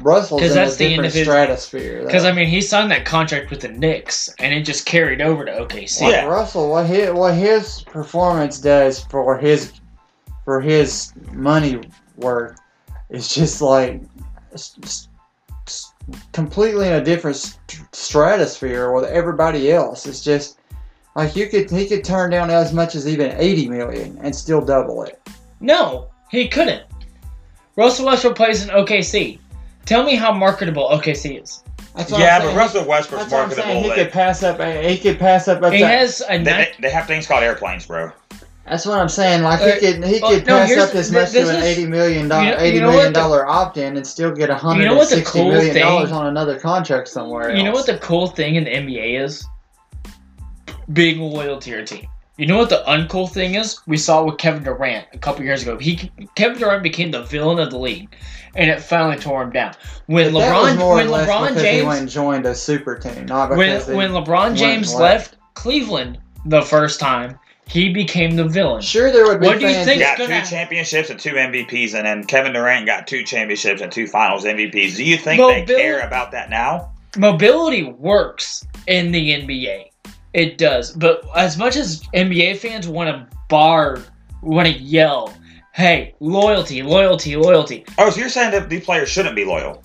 Speaker 3: Russell's
Speaker 2: 'Cause
Speaker 3: in
Speaker 2: that's
Speaker 3: a
Speaker 2: the
Speaker 3: different
Speaker 2: individ-
Speaker 3: stratosphere.
Speaker 2: Because I mean, he signed that contract with the Knicks, and it just carried over to OKC.
Speaker 3: Like
Speaker 1: Yeah.
Speaker 3: Russell, what his what his performance does for his for his money worth is just like s- s- s- completely in a different st- stratosphere with everybody else. It's just like you could he could turn down as much as even eighty million and still double it.
Speaker 2: No, he couldn't. Russell Westbrook plays in OKC. Tell me how marketable OKC is.
Speaker 3: That's what
Speaker 1: Yeah,
Speaker 3: I'm
Speaker 1: but
Speaker 3: saying.
Speaker 1: Russell Westbrook's
Speaker 3: That's what I'm saying.
Speaker 1: marketable.
Speaker 3: He
Speaker 1: like,
Speaker 3: could pass up. He could pass up. up
Speaker 2: He
Speaker 3: to-
Speaker 2: has a
Speaker 1: they,
Speaker 2: nine-
Speaker 1: they- they have things called airplanes, bro.
Speaker 3: That's what I'm saying. Like
Speaker 2: Uh,
Speaker 3: he could he
Speaker 2: well,
Speaker 3: could
Speaker 2: no,
Speaker 3: pass
Speaker 2: here's-
Speaker 3: up as much
Speaker 2: this
Speaker 3: to an
Speaker 2: is-
Speaker 3: eighty million
Speaker 2: you know-
Speaker 3: dollar
Speaker 2: you
Speaker 3: eighty
Speaker 2: know what
Speaker 3: million
Speaker 2: the-
Speaker 3: dollar opt in and still get a hundred
Speaker 2: know what the
Speaker 3: sixty
Speaker 2: cool
Speaker 3: million
Speaker 2: thing-
Speaker 3: dollars on another contract somewhere.
Speaker 2: You know
Speaker 3: else.
Speaker 2: what the cool thing in the NBA is? being loyal to your team. You know what the uncool thing is? We saw with Kevin Durant a couple years ago. He Kevin Durant became the villain of the league, and it finally tore him down. When
Speaker 3: But that was
Speaker 2: LeBron,
Speaker 3: more
Speaker 2: when
Speaker 3: or less
Speaker 2: LeBron
Speaker 3: because he went
Speaker 2: James,
Speaker 3: and joined a super team, not
Speaker 2: when,
Speaker 3: because he,
Speaker 2: when LeBron
Speaker 3: went
Speaker 2: James
Speaker 3: left.
Speaker 2: left Cleveland the first time, he became the villain.
Speaker 3: sure there would be
Speaker 2: What do you
Speaker 3: fans
Speaker 2: think-
Speaker 3: who-
Speaker 2: It's
Speaker 1: got two
Speaker 2: gonna-
Speaker 1: championships and two MVPs, and then Kevin Durant got two championships and two Finals MVPs. Do you think
Speaker 2: Well,
Speaker 1: they
Speaker 2: Bill-
Speaker 1: care about that now?
Speaker 2: mobility works in the NBA. It does. But as much as NBA fans want to barb, want to yell, hey, loyalty, loyalty, loyalty.
Speaker 1: Oh, so you're saying that these players shouldn't be loyal?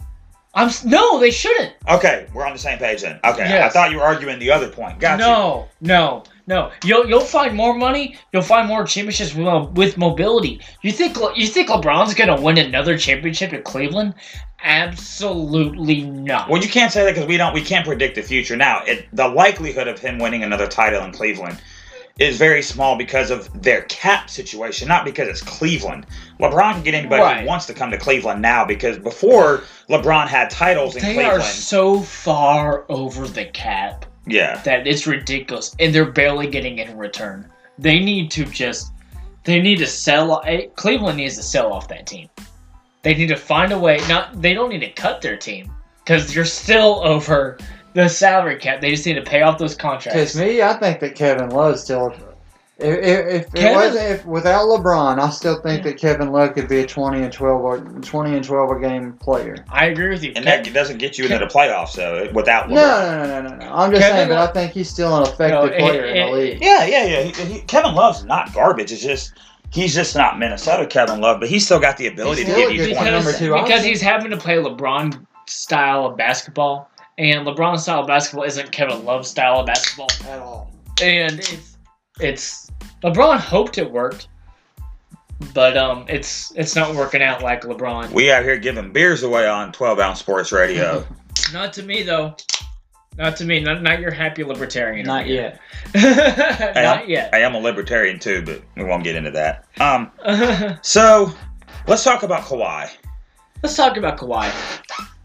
Speaker 2: I'm s- no, they shouldn't.
Speaker 1: Okay, we're on the same page then. Okay, I
Speaker 2: Yes.
Speaker 1: thought you were arguing the other point. Got you.
Speaker 2: no, no, no. You'll you'll find more money. You'll find more championships with, mo- with mobility. You think Le- you think LeBron's gonna win another championship at Cleveland? Absolutely not.
Speaker 1: Well, you can't say that because we don't. We can't predict the future now. It, the likelihood of him winning another title in Cleveland is very small because of their cap situation, not because it's Cleveland. LeBron can get anybody
Speaker 2: Right.
Speaker 1: who wants to come to Cleveland now because before LeBron had titles in
Speaker 2: they
Speaker 1: Cleveland.
Speaker 2: are so far over the cap.
Speaker 1: yeah.
Speaker 2: that it's ridiculous and they're barely getting in return. They need to just they need to sell eh, Cleveland needs to sell off that team. They need to find a way not they don't need to cut their team cuz you're still over the salary cap. They just need to pay off those
Speaker 3: Because
Speaker 2: contracts.
Speaker 3: me, I think that Kevin Love still. If, if, if it
Speaker 2: Kevin-
Speaker 3: wasn't if without LeBron, I still think that Kevin Love could be a twenty and twelve or twenty and twelve a game player.
Speaker 2: I agree with you.
Speaker 1: And
Speaker 2: Kev-
Speaker 1: that doesn't get you into the playoffs though without LeBron.
Speaker 3: No, no, no, no, no, no. I'm just
Speaker 2: Kevin
Speaker 3: saying, but
Speaker 2: Love-
Speaker 3: I think he's still an effective
Speaker 2: No, it-
Speaker 3: player in
Speaker 2: it-
Speaker 3: the league.
Speaker 1: Yeah, yeah, yeah. He, he, Kevin Love's not garbage. It's just he's just not Minnesota Kevin Love, but he's still got the ability
Speaker 3: He's
Speaker 1: to give
Speaker 3: still a
Speaker 1: you
Speaker 3: good
Speaker 1: twenty.
Speaker 3: number
Speaker 2: because,
Speaker 3: two
Speaker 2: because
Speaker 3: option.
Speaker 2: he's having to play LeBron style of basketball and LeBron style of basketball isn't Kevin Love style of basketball.
Speaker 3: At all.
Speaker 2: and it's it's LeBron hoped it worked, but um, it's it's not working out like LeBron.
Speaker 1: We out here giving beers away on twelve ounce sports radio.
Speaker 2: Not to me though. Not to me. Not not your happy libertarian.
Speaker 3: Not yet.
Speaker 2: not yet.
Speaker 1: I am a libertarian too, but we won't get into that. Um, so let's talk about Kawhi.
Speaker 2: Let's talk about Kawhi.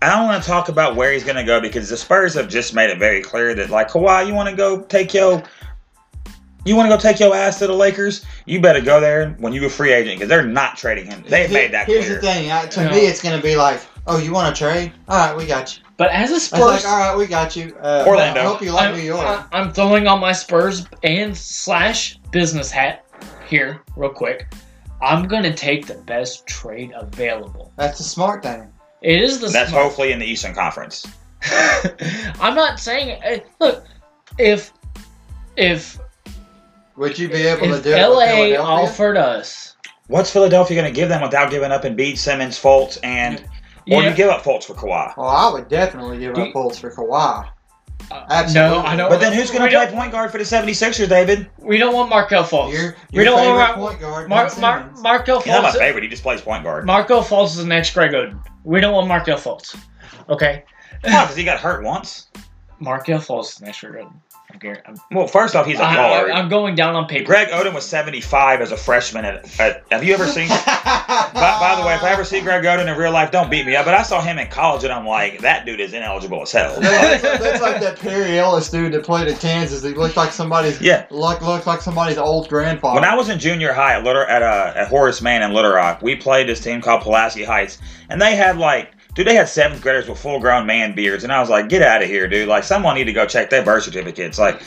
Speaker 1: I don't want to talk about where he's going to go because the Spurs have just made it very clear that like Kawhi, you want to go take your, you want to go take your ass to the Lakers. You better go there when you a free agent because they're not trading him. They
Speaker 3: Here-
Speaker 1: made that
Speaker 3: Here's
Speaker 1: clear.
Speaker 3: the thing. I, to
Speaker 2: No.
Speaker 3: me, it's going to be like, oh, you want to trade? All right, we got you.
Speaker 2: But as a
Speaker 3: It's like,
Speaker 2: Spurs,
Speaker 3: all right, we got you. Uh,
Speaker 1: Orlando.
Speaker 3: I hope you like
Speaker 2: I'm,
Speaker 3: New York.
Speaker 2: I- I'm throwing on my Spurs and slash business hat here, real quick. I'm gonna take the best trade available.
Speaker 3: That's a smart thing.
Speaker 2: It is the
Speaker 1: That's
Speaker 2: smart
Speaker 1: hopefully in the Eastern Conference.
Speaker 2: I'm not saying. eh, Look, if if
Speaker 3: Would you be able to
Speaker 2: if
Speaker 3: do it with
Speaker 2: LA
Speaker 3: Philadelphia?
Speaker 2: offered us,
Speaker 1: What's Philadelphia going to give them without giving up Embiid, Simmons, Fultz, and or
Speaker 2: yeah,
Speaker 1: you give up Fultz for Kawhi?
Speaker 3: Oh, I would definitely give
Speaker 2: Do
Speaker 3: up
Speaker 2: you-
Speaker 3: Bulls for Kawhi.
Speaker 2: uh,
Speaker 3: Absolutely.
Speaker 2: No, I don't.
Speaker 1: But then who's going
Speaker 2: we
Speaker 1: to play
Speaker 2: don't-
Speaker 1: point guard for the 76ers, David?
Speaker 2: We don't want Markel Fultz.
Speaker 3: Your,
Speaker 2: we
Speaker 3: your
Speaker 2: don't
Speaker 3: favorite
Speaker 2: want
Speaker 3: point guard,
Speaker 2: Mar-
Speaker 3: Ben
Speaker 2: Mar-
Speaker 3: Simmons.
Speaker 2: Markel
Speaker 1: He's not my
Speaker 2: Fultz.
Speaker 1: favorite. He just plays point guard.
Speaker 2: Markel Fultz is the next Greg Oden. We don't want Markel Fultz. Okay,
Speaker 1: Why? Because he got hurt once.
Speaker 2: Markel Fultz is the next Greg Oden. I'm, gar- I'm,
Speaker 1: Well, first off, he's a
Speaker 2: I,
Speaker 1: baller.
Speaker 2: I, am going down on paper.
Speaker 1: Greg Oden was 75 as a freshman. At, at, have you ever seen? by, by the way, if I ever see Greg Oden in real life, don't beat me up. But I saw him in college, and I'm like, that dude is ineligible as hell.
Speaker 3: that's, like, that's like that Perry Ellis dude that played at Kansas. He looked like somebody's
Speaker 1: Yeah.
Speaker 3: look looked like somebody's old grandfather.
Speaker 1: When I was in junior high at Little, at, uh, at Horace Mann in Little Rock, we played this team called Pulaski Heights, and they had like, dude, they had seventh graders with full grown man beards, and I was like, get out of here, dude! Like, someone need to go check their birth certificates. Like,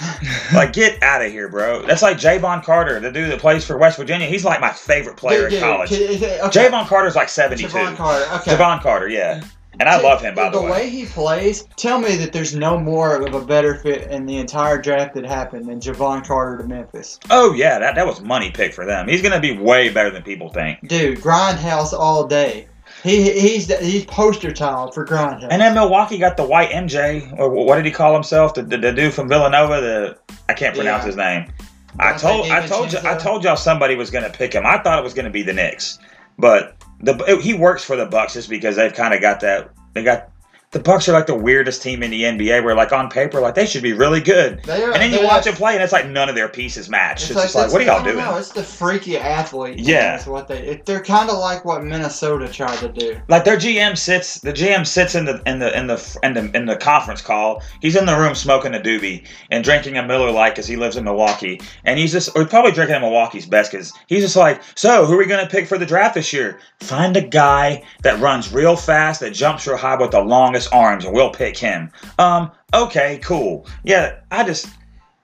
Speaker 1: like get out of here, bro. That's like Javon Carter, the dude that plays for West Virginia. He's like my favorite player in college. Javon Carter's like seventy two.
Speaker 3: Javon
Speaker 1: Javon,
Speaker 3: Carter. Okay.
Speaker 1: Carter, yeah, and I
Speaker 3: Dude,
Speaker 1: love him by the,
Speaker 3: the
Speaker 1: way.
Speaker 3: way he plays, tell me that there's no more of a better fit in the entire draft that happened than Javon Carter to Memphis.
Speaker 1: Oh yeah, that that was money pick for them. He's gonna be way better than people think.
Speaker 3: Dude, grindhouse all day. He he's the- he's poster child for grindhouse.
Speaker 1: And then Milwaukee got the white MJ, or what did he call himself? The, the, the dude from Villanova. The I can't pronounce
Speaker 3: Yeah.
Speaker 1: his name. I
Speaker 3: Dante
Speaker 1: told I told you I
Speaker 3: DiVincenzo.
Speaker 1: told y'all somebody was going to pick him. I thought it was going to be the Knicks, but the he works for the Bucks just because they've kind of got that they got the Bucks are like the weirdest team in the NBA. Where like on paper, like they should be really good,
Speaker 3: They are,
Speaker 1: and then
Speaker 3: they're
Speaker 1: you watch
Speaker 3: like-
Speaker 1: them play, and it's like none of their pieces match. It's, just like,
Speaker 3: that's-
Speaker 1: what are
Speaker 3: I
Speaker 1: y'all
Speaker 3: don't
Speaker 1: doing?
Speaker 3: Know, it's the freaky athlete. thing
Speaker 1: Yeah.
Speaker 3: is what they it, they're kind of like what Minnesota tried to do.
Speaker 1: Like their GM sits, the GM sits in the in the in the in the in the conference call. He's in the room smoking a doobie and drinking a Miller Lite because he lives in Milwaukee, and he's just or probably drinking Milwaukee's best because he's just like, so who are we gonna pick for the draft this year? Find a guy that runs real fast, that jumps real high with the longest arms, and we'll pick him. Um, okay, cool. Yeah, I just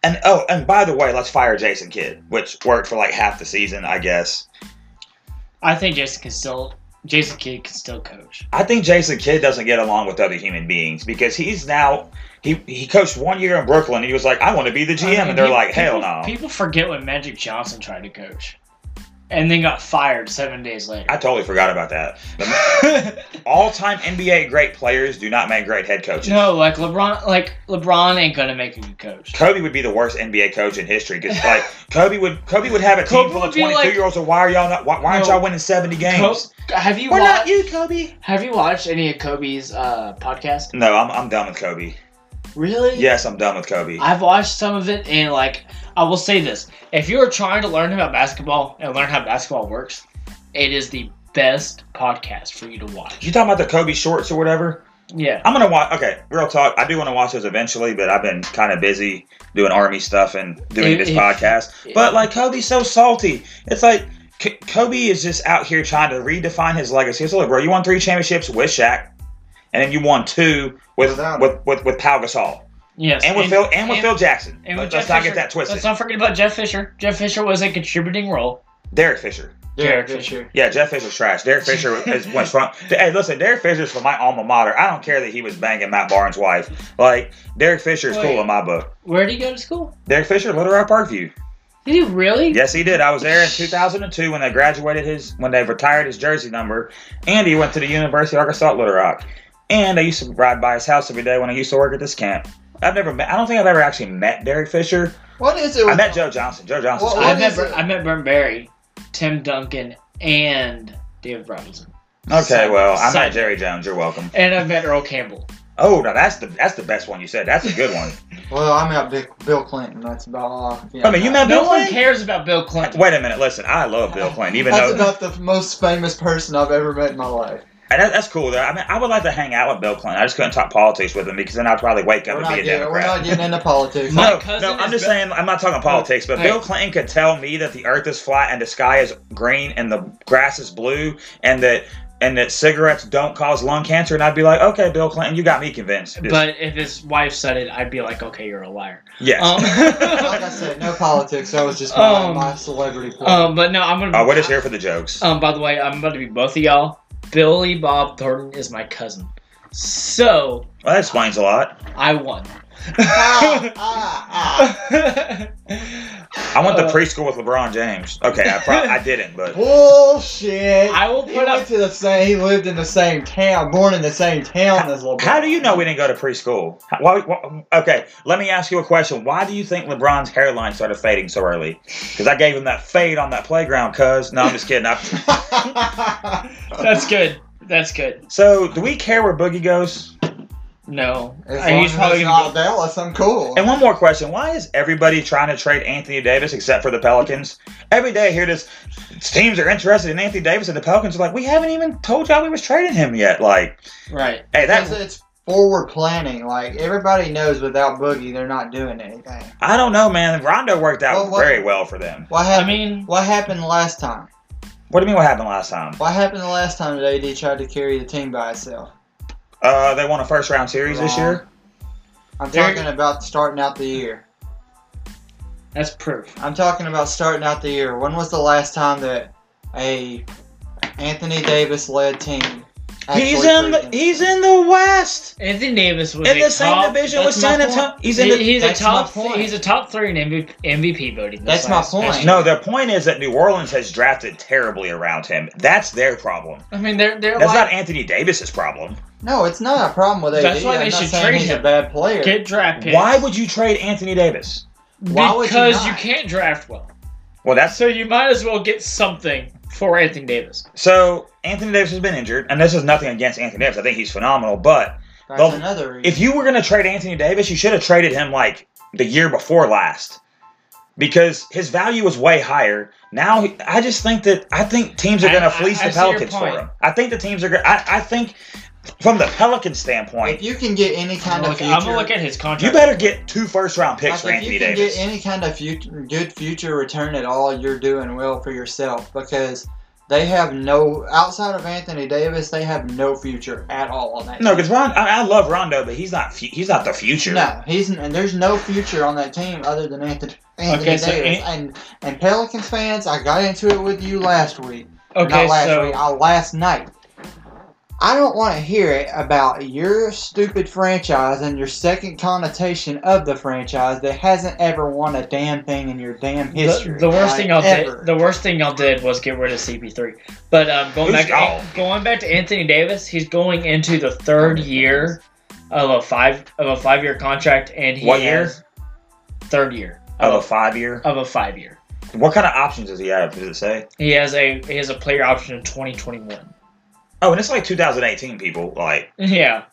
Speaker 1: and oh, and by the way, let's fire Jason Kidd, which worked for like half the season, I guess.
Speaker 2: I think Jason can still Jason Kidd can still coach.
Speaker 1: I think Jason Kidd doesn't get along with other human beings because he's now he he coached one year in Brooklyn and he was like, I want to be the GM,
Speaker 2: I mean,
Speaker 1: and they're
Speaker 2: pe-
Speaker 1: like, Hell
Speaker 2: people-
Speaker 1: no.
Speaker 2: People forget when Magic Johnson tried to coach, and then got fired seven days later.
Speaker 1: I totally forgot about that. All time NBA great players do not make great head coaches.
Speaker 2: no, like LeBron, like LeBron ain't gonna make a good coach.
Speaker 1: Kobe would be the worst NBA coach in history because like Kobe would Kobe would have a team
Speaker 2: Kobe
Speaker 1: full of
Speaker 2: would be
Speaker 1: twenty two
Speaker 2: like-
Speaker 1: year olds. So why are y'all not? Why, why aren't
Speaker 2: No.
Speaker 1: y'all winning seventy games?
Speaker 2: Co- have you
Speaker 1: We're
Speaker 2: watched?
Speaker 1: not you, Kobe.
Speaker 2: have you watched any of Kobe's uh, podcast?
Speaker 1: No, I'm I'm done with Kobe.
Speaker 2: Really?
Speaker 1: Yes, I'm done with Kobe.
Speaker 2: I've watched some of it, and like I will say this: if you are trying to learn about basketball and learn how basketball works, it is the best podcast for you to watch.
Speaker 1: you talking about the Kobe shorts or whatever?
Speaker 2: Yeah,
Speaker 1: I'm gonna watch. Okay, real talk. I do want to watch those eventually, but I've been kind of busy doing army stuff and doing
Speaker 2: If-
Speaker 1: this
Speaker 2: if-
Speaker 1: podcast. But like Kobe's so salty. It's like K- Kobe is just out here trying to redefine his legacy. It's like, bro, you won three championships with Shaq, and then you won two with
Speaker 3: Without
Speaker 1: with, with with Pau Gasol
Speaker 2: yes,
Speaker 1: and with Phil and with
Speaker 2: and-
Speaker 1: Phil Jackson.
Speaker 2: and
Speaker 1: Let,
Speaker 2: with
Speaker 1: us
Speaker 2: Jeff
Speaker 1: not get
Speaker 2: Fisher.
Speaker 1: that twisted.
Speaker 2: Let's not forget about Jeff Fisher. Jeff Fisher was a contributing role.
Speaker 1: Derek Fisher.
Speaker 2: Derek
Speaker 3: Yeah,
Speaker 2: Fisher.
Speaker 1: Yeah, Jeff Fisher's trash. Derek Fisher is was from. Hey, listen, Derek Fisher's from my alma mater. I don't care that he was banging Matt Barnes' wife. Like Derek Fisher is
Speaker 2: Wait.
Speaker 1: cool in my book.
Speaker 2: Where did he go to school?
Speaker 1: Derek Fisher, Little Rock Parkview.
Speaker 2: Did he really?
Speaker 1: Yes, he did. I was there in 2002 when they graduated his, when they retired his jersey number, and he went to the University of Arkansas at Little Rock. And I used to ride by his house every day when I used to work at this camp. I've never met. I don't think I've ever actually met Derek Fisher.
Speaker 3: What is it?
Speaker 1: I
Speaker 3: with-
Speaker 1: met Joe Johnson. Joe Johnson's
Speaker 3: Well,
Speaker 1: cool.
Speaker 2: I
Speaker 3: What
Speaker 2: met
Speaker 3: is
Speaker 2: Bur-
Speaker 3: it?
Speaker 2: I met Burn Barry, Tim Duncan, and David Robinson,
Speaker 1: Okay, well, I
Speaker 2: Son.
Speaker 1: met Jerry Jones. You're welcome.
Speaker 2: and I met Earl Campbell.
Speaker 1: Oh, now that's the that's the best one you said. That's a good one.
Speaker 3: Well, I met Bill, Bill Clinton. That's about all. Yeah,
Speaker 1: I mean, you met
Speaker 2: No
Speaker 1: Bill
Speaker 2: one
Speaker 1: Clinton.
Speaker 2: cares about Bill Clinton.
Speaker 1: Wait a minute. Listen, I love Bill Clinton, even
Speaker 3: That's
Speaker 1: though
Speaker 3: about the most famous person I've ever met in my life.
Speaker 1: and that, that's cool. Though I mean, I would like to hang out with Bill Clinton. I just couldn't talk politics with him because then I'd probably wake up and
Speaker 3: We're not,
Speaker 1: be a
Speaker 3: getting, we're
Speaker 1: Democrat.
Speaker 3: not getting into politics.
Speaker 2: My
Speaker 1: no,
Speaker 2: cousin
Speaker 1: no, I'm
Speaker 2: is
Speaker 1: just
Speaker 2: Bill-
Speaker 1: saying, I'm not talking politics, but
Speaker 2: Hey.
Speaker 1: Bill Clinton could tell me that the earth is flat and the sky is green and the grass is blue and that and that cigarettes don't cause lung cancer, and I'd be like, okay, Bill Clinton, you got me convinced. Just-
Speaker 2: But if his wife said it, I'd be like, okay, you're a liar.
Speaker 1: yes.
Speaker 2: Um,
Speaker 3: like I said, no politics. That was just my,
Speaker 2: Um,
Speaker 3: my celebrity. point.
Speaker 2: um, but no, I'm gonna.
Speaker 1: Uh, we're just here for the jokes.
Speaker 2: Um, by the way, I'm about to be both of y'all. Billy Bob Thornton is my cousin, so
Speaker 1: well, that explains a lot.
Speaker 2: I won.
Speaker 3: ah, ah, ah.
Speaker 1: I went to
Speaker 2: Uh,
Speaker 1: preschool with LeBron James. Okay, I, pro- I didn't, but
Speaker 3: Bullshit.
Speaker 2: I will
Speaker 3: He
Speaker 2: put
Speaker 3: went
Speaker 2: up-
Speaker 3: to the same. He lived in the same town, born in the same town as LeBron.
Speaker 1: how do you know we didn't go to preschool? How- Why, why, okay, let me ask you a question. Why do you think LeBron's hairline started fading so early? Because I gave him that fade on that playground. Cuz no, I'm just kidding. I,
Speaker 2: That's good. That's good.
Speaker 1: So, do we care where Boogie goes?
Speaker 2: No,
Speaker 3: As
Speaker 2: Uh,
Speaker 3: long
Speaker 2: he's
Speaker 3: as
Speaker 2: probably
Speaker 3: it's
Speaker 2: gonna
Speaker 3: not Dallas, I'm cool.
Speaker 1: And one more question: Why is everybody trying to trade Anthony Davis except for the Pelicans? Every day I hear this: teams are interested in Anthony Davis, and the Pelicans are like, "We haven't even told y'all we was trading him yet." Like,
Speaker 2: go- right.
Speaker 1: hey,
Speaker 3: Because
Speaker 1: that
Speaker 3: it's forward planning. Like everybody knows, without Boogie, they're not doing anything.
Speaker 1: I don't know, man. Rondo worked out
Speaker 3: Well, what-
Speaker 1: very well for them.
Speaker 3: What
Speaker 2: I
Speaker 3: happened?
Speaker 2: mean,
Speaker 3: what happened last time?
Speaker 1: What do you mean? What happened last time?
Speaker 3: What happened the last time that AD tried to carry the team by itself?
Speaker 1: Uh, they won a first round series this
Speaker 3: Wrong.
Speaker 1: year.
Speaker 3: I'm
Speaker 2: There-
Speaker 3: talking about starting out the year.
Speaker 2: that's proof.
Speaker 3: I'm talking about starting out the year. When was the last time that a Anthony Davis led team? actually
Speaker 1: He's in the
Speaker 3: proved it?
Speaker 1: he's in the West
Speaker 2: Anthony Davis was
Speaker 1: in
Speaker 2: a
Speaker 1: the same
Speaker 2: top-
Speaker 1: division with
Speaker 3: that's my
Speaker 1: San
Speaker 3: point.
Speaker 1: Antonio. He's in
Speaker 2: He-
Speaker 1: the
Speaker 2: he's a
Speaker 3: That's my
Speaker 2: top.
Speaker 3: point.
Speaker 2: He's a top three in MVP, MVP voting. this
Speaker 3: That's my
Speaker 2: last-
Speaker 3: point.
Speaker 1: No, their point is that New Orleans has drafted terribly around him. That's their problem.
Speaker 2: I mean, they're they're
Speaker 1: That's
Speaker 2: like
Speaker 1: not Anthony Davis's problem.
Speaker 3: No, it's not a problem with AD.
Speaker 2: That's why
Speaker 3: I'm
Speaker 2: they
Speaker 3: not
Speaker 2: should
Speaker 3: saying
Speaker 2: trade
Speaker 3: he's
Speaker 2: him.
Speaker 3: a bad player.
Speaker 2: get draft picks.
Speaker 1: Why would you trade Anthony Davis?
Speaker 3: Why would you
Speaker 2: because you
Speaker 3: not?
Speaker 2: can't draft well.
Speaker 1: Well, that's
Speaker 2: So you might as well get something for Anthony Davis.
Speaker 1: so Anthony Davis has been injured, and this is nothing against Anthony Davis. I think he's phenomenal, but
Speaker 3: That's
Speaker 1: Well,
Speaker 3: another reason.
Speaker 1: If you were going to trade Anthony Davis, you should have traded him like the year before last because his value was way higher. Now, he- I just think that I think teams are
Speaker 2: I-
Speaker 1: going to
Speaker 2: I-
Speaker 1: fleece
Speaker 2: I
Speaker 1: the
Speaker 2: see your
Speaker 1: Pelicans for
Speaker 2: point.
Speaker 1: him. I think the teams are going to, I think from the Pelican standpoint,
Speaker 3: If you can get any
Speaker 2: I'm
Speaker 3: kind
Speaker 2: gonna
Speaker 3: of
Speaker 2: look-
Speaker 3: future,
Speaker 2: I'm gonna look at his contract.
Speaker 1: you better get two first round picks
Speaker 3: like,
Speaker 1: for
Speaker 3: if
Speaker 1: Anthony
Speaker 3: you can
Speaker 1: Davis.
Speaker 3: get any kind of future, good future return at all, you're doing well for yourself because they have no outside of Anthony Davis, they have no future at all on that.
Speaker 1: no,
Speaker 3: team.
Speaker 1: because Ron, I, I love Rondo, but he's not fu- he's not the future.
Speaker 3: no, he's and there's no future on that team other than Anthony, Anthony
Speaker 2: Okay, so
Speaker 3: Davis and and Pelicans fans. I got into it with you last week.
Speaker 2: okay,
Speaker 3: not last
Speaker 2: so
Speaker 3: week, uh, last night. I don't want to hear it about your stupid franchise and your second connotation of the franchise that hasn't ever won a damn thing in your damn
Speaker 2: the,
Speaker 3: history.
Speaker 2: the worst
Speaker 3: Like,
Speaker 2: thing y'all
Speaker 3: ever.
Speaker 2: did, the worst thing y'all did was get rid of CP3. But um, going
Speaker 1: Who's
Speaker 2: back,
Speaker 1: y'all?
Speaker 2: going back to Anthony Davis, he's going into the third year of a five of a five year contract, and he
Speaker 1: What year?
Speaker 2: has third year
Speaker 1: Of a
Speaker 2: of
Speaker 1: five year.
Speaker 2: a, of a five year.
Speaker 1: What kind of options does he have? Does it say?
Speaker 2: He has a he has a player option in 2021.
Speaker 1: Oh, and it's like 2018 people. Like,
Speaker 2: Yeah,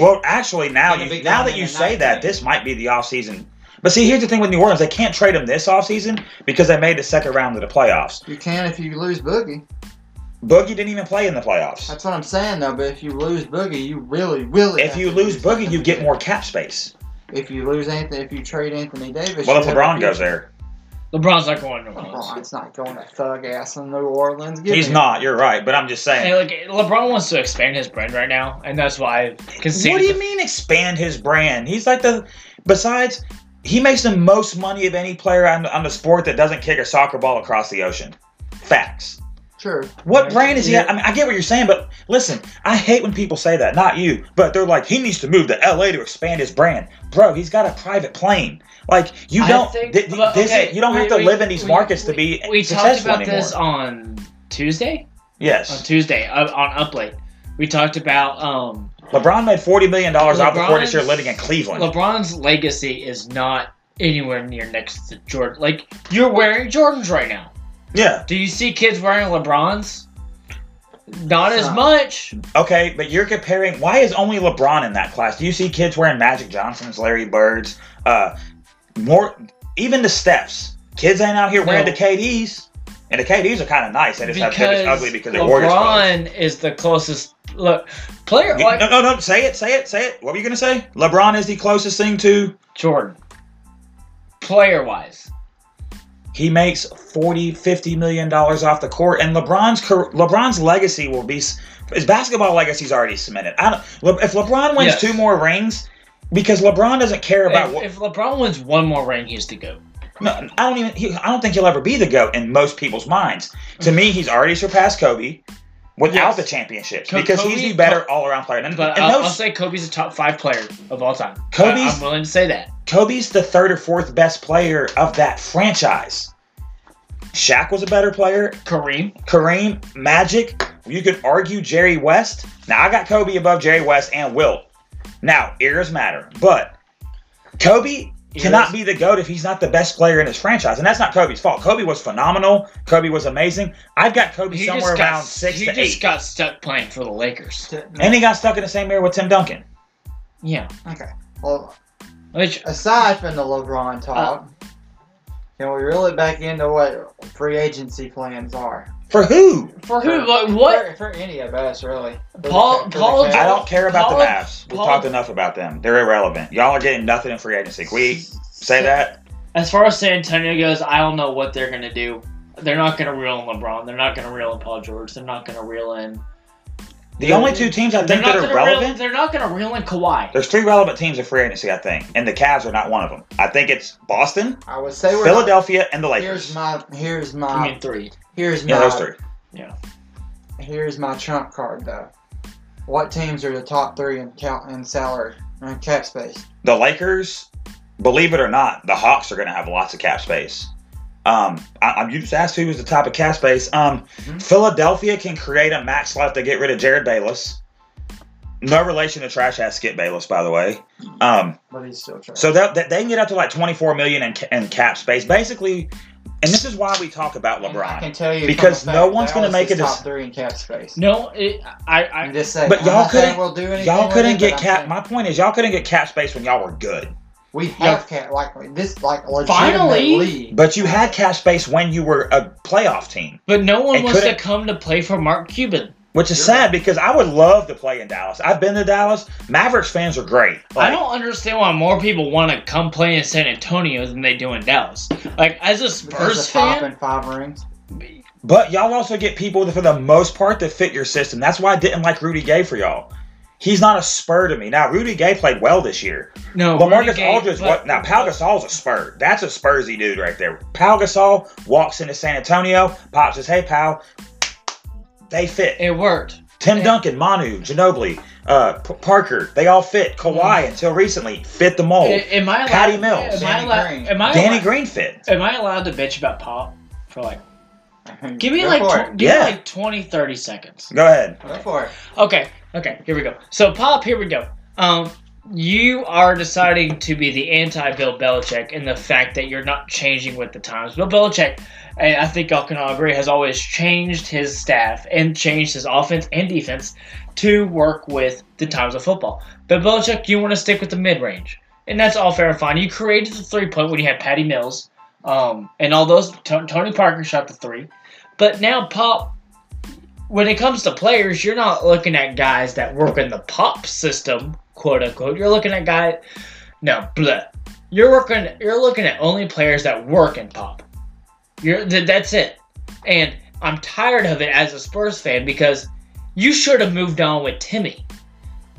Speaker 1: Well, actually, now
Speaker 3: Gonna
Speaker 1: you,
Speaker 3: be
Speaker 1: now
Speaker 3: gone
Speaker 1: that
Speaker 3: in
Speaker 1: you
Speaker 3: the
Speaker 1: say
Speaker 3: 19.
Speaker 1: that, this might be the offseason. But see, here's the thing with New Orleans: they can't trade him this offseason because they made the second round of the playoffs.
Speaker 3: You can if you lose Boogie.
Speaker 1: Boogie didn't even play in the playoffs.
Speaker 3: That's what I'm saying though. But if you lose Boogie, you really, really.
Speaker 1: If
Speaker 3: have
Speaker 1: you
Speaker 3: to
Speaker 1: lose Boogie,
Speaker 3: Anthony
Speaker 1: you get
Speaker 3: Davis.
Speaker 1: more cap space.
Speaker 3: If you lose Anthony, if you trade Anthony Davis,
Speaker 1: Well,
Speaker 3: you
Speaker 1: if
Speaker 3: have
Speaker 1: LeBron
Speaker 3: a
Speaker 1: goes
Speaker 3: future.
Speaker 1: there,
Speaker 2: LeBron's not going to New Orleans.
Speaker 3: LeBron's not going to thug ass in New Orleans. Give
Speaker 1: he's
Speaker 3: me-
Speaker 1: not. You're right, but I'm just
Speaker 2: Hey,
Speaker 1: saying.
Speaker 2: look, LeBron wants to expand his brand right now, and that's why I can see.
Speaker 1: What do you mean expand his brand? He's like the. Besides, he makes the most money of any player on, on the sport that doesn't kick a soccer ball across the ocean. Facts.
Speaker 3: True.
Speaker 1: What
Speaker 2: Right.
Speaker 1: brand is he? At?
Speaker 2: Yeah.
Speaker 1: I mean, I get what you're saying, but listen, I hate when people say that. Not you, but they're like, he needs to move to LA to expand his brand, bro. He's got a private plane. Like you
Speaker 2: I
Speaker 1: don't,
Speaker 2: think-
Speaker 1: thi- thi-
Speaker 2: but,
Speaker 1: this-
Speaker 2: okay,
Speaker 1: you don't
Speaker 2: we-
Speaker 1: have to
Speaker 2: we-
Speaker 1: live in these
Speaker 2: we-
Speaker 1: markets to
Speaker 2: we-
Speaker 1: be
Speaker 2: We talked
Speaker 1: successful
Speaker 2: about
Speaker 1: anymore.
Speaker 2: this on Tuesday. On
Speaker 1: yes,
Speaker 2: Tuesday, uh, on Uplate, we talked about um,
Speaker 1: LeBron made forty million dollars off the court this year,
Speaker 2: LeBron's-
Speaker 1: living in Cleveland.
Speaker 2: LeBron's legacy is not anywhere near next to Jordan. Like you're wearing Jordans right now.
Speaker 1: yeah,
Speaker 2: Do you see kids wearing LeBrons? Not as
Speaker 3: Huh.
Speaker 2: much.
Speaker 1: okay, but you're comparing. Why is only LeBron in that class? Do you see kids wearing Magic Johnsons, Larry Birds, uh, more even the steps? Kids ain't out here wearing
Speaker 2: No.
Speaker 1: the KDs. And the KDs are kind of nice. They just have they're
Speaker 2: Because
Speaker 1: just ugly because they're Warriors clothes.
Speaker 2: LeBron is the closest look player
Speaker 1: You-
Speaker 2: like
Speaker 1: no, no, no. Say it. Say it. Say it. What were you gonna say? LeBron is the closest thing to.
Speaker 2: Jordan. Player wise.
Speaker 1: He makes 40, 50 million dollars off the court, and LeBron's car- LeBron's legacy will be s- his basketball legacy's already cemented. I don't, Le- if LeBron wins
Speaker 2: Yes.
Speaker 1: two more rings, because LeBron doesn't care about
Speaker 2: If,
Speaker 1: what.
Speaker 2: if LeBron wins one more ring, he's the GOAT.
Speaker 1: No, I don't even. He, I don't think he'll ever be the goat in most people's minds. To me, he's already surpassed Kobe without
Speaker 2: Yes.
Speaker 1: the championships
Speaker 2: Co-
Speaker 1: because he's
Speaker 2: Kobe-
Speaker 1: the better all-around player. And,
Speaker 2: But
Speaker 1: and
Speaker 2: I'll,
Speaker 1: no
Speaker 2: I'll say Kobe's a top five player of all time.
Speaker 1: Kobe's-
Speaker 2: I, am willing to say that.
Speaker 1: Kobe's the third or fourth best player of that franchise. Shaq was a better player.
Speaker 2: Kareem.
Speaker 1: Kareem, Magic. You could argue Jerry West. Now I got Kobe above Jerry West and Wilt. Now eras matter, but Kobe cannot be the goat if he's not the best player in his franchise, and that's not Kobe's fault. Kobe was phenomenal. Kobe was amazing. I've got Kobe
Speaker 2: He
Speaker 1: somewhere
Speaker 2: just got,
Speaker 1: around six
Speaker 2: he
Speaker 1: to
Speaker 2: just
Speaker 1: eight,
Speaker 2: got stuck playing for the Lakers.
Speaker 1: and he got stuck in the same era with Tim Duncan.
Speaker 2: Yeah.
Speaker 3: Well,
Speaker 2: Which
Speaker 3: aside from the LeBron
Speaker 2: Uh,
Speaker 3: talk, can we really back into what free agency plans are?
Speaker 1: For who?
Speaker 2: for who? Like, what?
Speaker 3: For, for any of us, really. For the
Speaker 2: Paul-
Speaker 3: Ca- for the
Speaker 2: Paul
Speaker 3: Cavs.
Speaker 1: I don't care about
Speaker 2: Paul-
Speaker 1: the Mavs. We
Speaker 2: Paul-
Speaker 1: talked enough about them. They're irrelevant. Y'all are getting nothing in free agency. Can we say that?
Speaker 2: As far as San Antonio goes, I don't know what they're gonna do. They're not gonna reel in LeBron. They're not gonna reel in Paul George. They're not gonna reel in.
Speaker 1: The only two teams I
Speaker 2: They're
Speaker 1: think
Speaker 2: not
Speaker 1: that
Speaker 2: gonna
Speaker 1: are
Speaker 2: reel.
Speaker 1: relevant.
Speaker 2: They're not gonna reel in Kawhi.
Speaker 1: There's three relevant teams in free agency, I think, and the Cavs are not one of them. I think it's Boston,
Speaker 3: I would say we're.
Speaker 1: Philadelphia, and the
Speaker 3: Here's
Speaker 1: Lakers.
Speaker 3: my. Here's
Speaker 2: I
Speaker 3: my.
Speaker 2: mean three.
Speaker 3: Here's my.
Speaker 1: Yeah, those three.
Speaker 3: Here's my trump card though. What teams are the top three in count in salary and cap space?
Speaker 1: The Lakers, believe it or not, the Hawks are going to have lots of cap space. Um, I, I, you just asked who was the top of cap space. Um,
Speaker 3: Mhm.
Speaker 1: Philadelphia can create a max left to get rid of Jared Bayless. No relation to trash ass Skip Bayless, by the way. Um,
Speaker 3: But he's still trash.
Speaker 1: So that, that they can get up to like 24 million in, ca- in cap space. Basically, and this is why we talk about
Speaker 3: And I can
Speaker 1: LeBron.
Speaker 3: tell you
Speaker 1: Because
Speaker 3: from the
Speaker 1: no
Speaker 3: fact
Speaker 1: one's
Speaker 3: that
Speaker 1: gonna make
Speaker 3: Dallas is
Speaker 1: it a
Speaker 3: top
Speaker 1: s-
Speaker 3: three in cap space.
Speaker 2: No, it, I, I,
Speaker 3: I'm just saying.
Speaker 1: But
Speaker 3: I'm
Speaker 1: y'all
Speaker 3: not saying
Speaker 1: couldn't-
Speaker 3: We'll do anything
Speaker 1: Y'all
Speaker 3: with
Speaker 1: couldn't
Speaker 3: it, but
Speaker 1: get
Speaker 3: I'm
Speaker 1: cap.
Speaker 3: saying
Speaker 1: My point is, y'all couldn't get cap space when y'all were good.
Speaker 3: we have cap. Like this. Like
Speaker 2: Finally!
Speaker 3: legitimately.
Speaker 1: But you had cap space when you were a playoff team,
Speaker 2: but no one
Speaker 1: It
Speaker 2: wants to
Speaker 1: couldn't-
Speaker 2: come to play for Mark Cuban.
Speaker 1: which is
Speaker 3: You're
Speaker 1: sad because I would love to play in Dallas. I've been to Dallas. Mavericks fans are great.
Speaker 2: I
Speaker 1: Like,
Speaker 2: don't understand why more people want to come play in San Antonio than they do in Dallas. Like as a
Speaker 3: Because
Speaker 2: Spurs
Speaker 3: of Pop
Speaker 2: fan,
Speaker 3: and five rings.
Speaker 1: But y'all also get people that, for the most part that fit your system. That's why I didn't like Rudy Gay for y'all. He's not a spur to me. Now Rudy Gay played well this year.
Speaker 2: no.
Speaker 1: But
Speaker 2: Rudy
Speaker 1: Marcus
Speaker 2: Gay-
Speaker 1: Aldridge,
Speaker 2: but-
Speaker 1: what? Now Pau Gasol's a spur. That's a Spursy dude right there. Pau Gasol walks into San Antonio, pops says, "Hey, Pau." They fit.
Speaker 2: It worked.
Speaker 1: Tim
Speaker 2: And-
Speaker 1: Duncan, Manu, Ginobili, uh, P- Parker, they all fit.
Speaker 2: Mm.
Speaker 1: Kawhi, until recently, fit the mold.
Speaker 2: A- Am I allowed?
Speaker 1: Oh, Patty Mills.
Speaker 2: Am I
Speaker 3: Danny
Speaker 2: allowed?
Speaker 3: Green.
Speaker 2: Am I
Speaker 1: Danny
Speaker 2: allowed-
Speaker 1: Green fit.
Speaker 2: Am I allowed to bitch about Pop for like? Give me
Speaker 3: Go
Speaker 2: like
Speaker 3: for
Speaker 2: tw- give me
Speaker 1: Yeah.
Speaker 2: like 20, 30 seconds.
Speaker 1: Go ahead.
Speaker 3: it. Go for it.
Speaker 2: Okay, okay, here we go. So Pop, here we go. Um, you are deciding to be the anti-Bill Belichick in the fact that you're not changing with the times. Bill Belichick, and I think y'all can all agree, has always changed his staff and changed his offense and defense to work with the times of football. But Belichick, you want to stick with the mid-range, and that's all fair and fine. You created the three-point when you had Patty Mills, um, and all those. Ton- Tony Parker shot the three, but now Pop when it comes to players, you're not looking at guys that work in the pop system, quote unquote. You're looking at guy, no, bleh. You're working. You're looking at only players that work in pop. You're th- that's it. And I'm tired of it as a Spurs fan because you should have moved on with Timmy,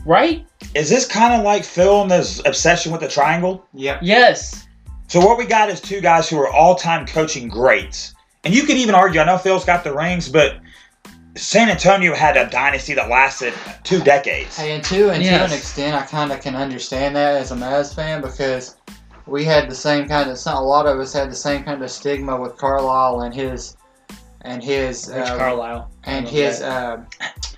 Speaker 2: right?
Speaker 1: Is this kind of like Phil and his obsession with the triangle?
Speaker 3: Yep.
Speaker 2: Yes.
Speaker 1: So what we got is two guys who are all-time coaching greats, and you could even argue. I know Phil's got the rings, but San Antonio had a dynasty that lasted two decades.
Speaker 3: Hey, and to and
Speaker 2: Yes.
Speaker 3: to an extent, I kind of can understand that as a Mavs fan because we had the same kind of. A lot of us had the same kind of stigma with Carlisle and his and his
Speaker 2: Rich
Speaker 3: um,
Speaker 2: Carlisle.
Speaker 3: and
Speaker 2: I love
Speaker 3: his um,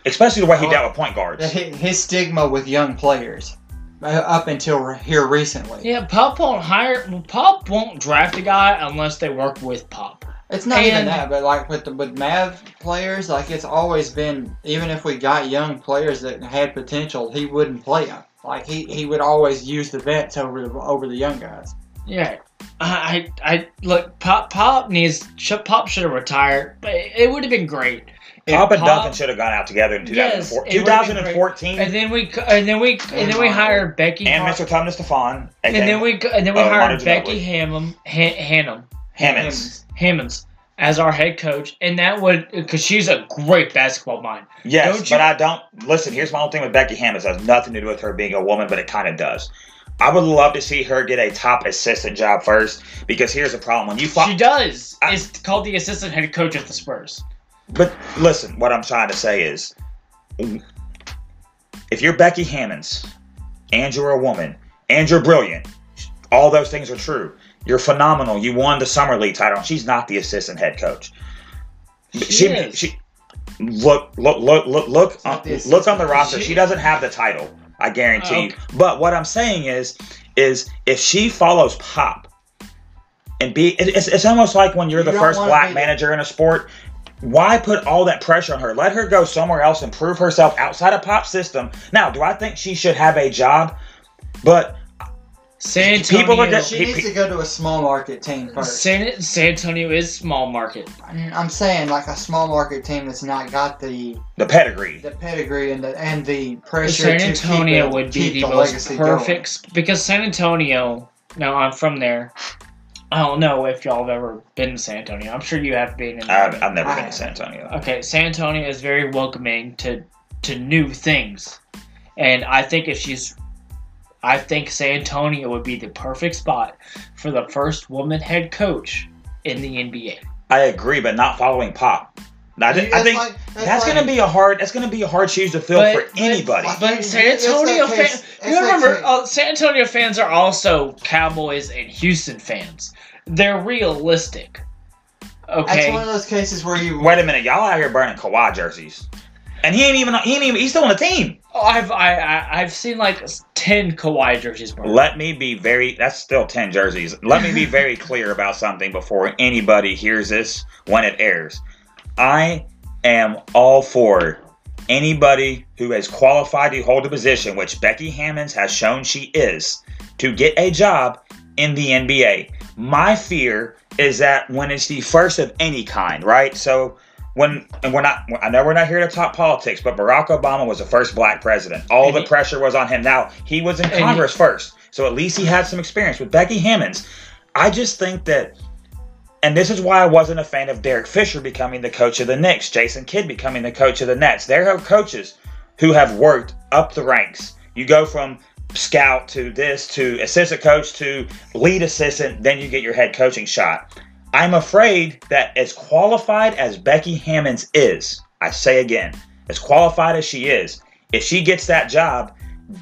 Speaker 1: Especially the way he
Speaker 3: Oh.
Speaker 1: dealt with point guards.
Speaker 3: hi- his stigma with young players uh, up until re- here recently.
Speaker 2: Yeah, Pop won't hire. Pop won't draft a guy unless they work with Pop.
Speaker 3: It's not even
Speaker 2: And-
Speaker 3: that, but like with the, with Mav players, like it's always been. Even if we got young players that had potential, he wouldn't play them. Like he, he would always use the vets over the over the young guys.
Speaker 2: Yeah, I, I, I look. Pop, Pop needs. Sh- Pop should have retired, but it would have been great. if
Speaker 1: Pop and
Speaker 2: Pop-
Speaker 1: Duncan should have gone out together in
Speaker 2: Yes,
Speaker 1: 2004,
Speaker 2: it would've been great.
Speaker 1: 2014,
Speaker 2: And then we, c- and then we, and then we hired Becky.
Speaker 1: and
Speaker 2: Har-
Speaker 1: Mr. Thomas Stefan,
Speaker 2: and then we, c- and then we
Speaker 1: Oh,
Speaker 2: hired
Speaker 1: Monta Ginobili.
Speaker 2: Becky Hammond, Han- Hannum,
Speaker 1: Hammonds.
Speaker 2: Hammonds as our head coach, and that would because she's a great basketball mind.
Speaker 1: Yes,
Speaker 2: Don't you-
Speaker 1: but I don't listen. Here's my own thing with Becky Hammons. It has nothing to do with her being a woman, but it kind of does. I would love to see her get a top assistant job first because here's the problem: when you fly,
Speaker 2: She does.
Speaker 1: I-
Speaker 2: is called the assistant head coach at the Spurs.
Speaker 1: But listen, what I'm trying to say is if you're Becky Hammonds and you're a woman and you're brilliant, all those things are true. You're phenomenal. You won the summer league title. She's not the assistant head coach.
Speaker 2: She,
Speaker 1: She,
Speaker 2: is.
Speaker 1: she look look look look look
Speaker 3: not
Speaker 1: on,
Speaker 3: the assistant.
Speaker 1: look on the roster.
Speaker 2: She-
Speaker 1: She doesn't have the title. I guarantee.
Speaker 2: Oh,
Speaker 1: you. But what I'm saying is, is if she follows Pop and be, it- it's, it's almost like when you're
Speaker 3: You
Speaker 1: the
Speaker 3: don't
Speaker 1: first
Speaker 3: wanna
Speaker 1: black
Speaker 3: be-
Speaker 1: manager in a sport. Why put all that pressure on her? Let her go somewhere else and prove herself outside of Pop's system. Now, do I think she should have a job? But
Speaker 2: San Antonio.
Speaker 1: people are just-
Speaker 3: She needs to go to a small market team first.
Speaker 2: San, San Antonio is small market.
Speaker 3: I'm I'm saying like a small market team that's not got the
Speaker 1: the pedigree.
Speaker 3: the pedigree and the and the
Speaker 2: San
Speaker 3: pressure. to
Speaker 2: Antonio
Speaker 3: keep it-
Speaker 2: would be
Speaker 3: keep
Speaker 2: the,
Speaker 3: the
Speaker 2: most
Speaker 3: legacy
Speaker 2: perfect sp- because San Antonio. No, I'm from there. I don't know if y'all have ever been to San Antonio. I'm sure you have been. In
Speaker 1: I've, I've never
Speaker 3: I
Speaker 1: been to
Speaker 3: haven't.
Speaker 1: San Antonio.
Speaker 2: okay, San Antonio is very welcoming to to new things, and I think if she's, I think San Antonio would be the perfect spot for the first woman head coach in the NBA.
Speaker 1: I agree, but not following Pop. I,
Speaker 3: going.
Speaker 1: thi- I
Speaker 3: That's
Speaker 1: think
Speaker 3: like-
Speaker 1: that's, gonna be a hard. That's gonna be a hard shoes to fill
Speaker 2: But-
Speaker 1: for
Speaker 2: but-
Speaker 1: anybody.
Speaker 3: like-
Speaker 2: But
Speaker 3: It's
Speaker 2: San
Speaker 3: that
Speaker 2: Antonio
Speaker 3: case-
Speaker 2: fans,
Speaker 3: it's
Speaker 2: you
Speaker 3: that
Speaker 2: remember,
Speaker 3: case.
Speaker 2: uh, San Antonio fans are also Cowboys and Houston fans. They're realistic.
Speaker 3: That's one of
Speaker 2: Okay.
Speaker 3: those cases where you
Speaker 1: Wait a minute, y'all out here burning Kawhi jerseys, and he ain't even he ain't even he's still on the team.
Speaker 2: Oh, I've I, I I've seen like ten Kawhi jerseys. burned.
Speaker 1: Let me be very, that's still 10 jerseys. Let me be very clear about something before anybody hears this when it airs. I am all for anybody who has qualified to hold a position, which Becky Hammonds has shown she is, to get a job in the NBA. My fear is that when it's the first of any kind, right? So, when and we're not, I know we're not here to talk politics, but Barack Obama was the first black president. All
Speaker 2: And
Speaker 1: the
Speaker 2: he-
Speaker 1: pressure was on him. Now he was in
Speaker 2: And he-
Speaker 1: Congress first, so at least he had some experience with Becky Hammonds. I just think that, and this is why I wasn't a fan of Derek Fisher becoming the coach of the Knicks, Jason Kidd becoming the coach of the Nets. There are coaches who have worked up the ranks. You go from scout to this to assistant coach to lead assistant, then you get your head coaching shot. I'm afraid that as qualified as Becky Hammonds is, I say again, as qualified as she is, if she gets that job,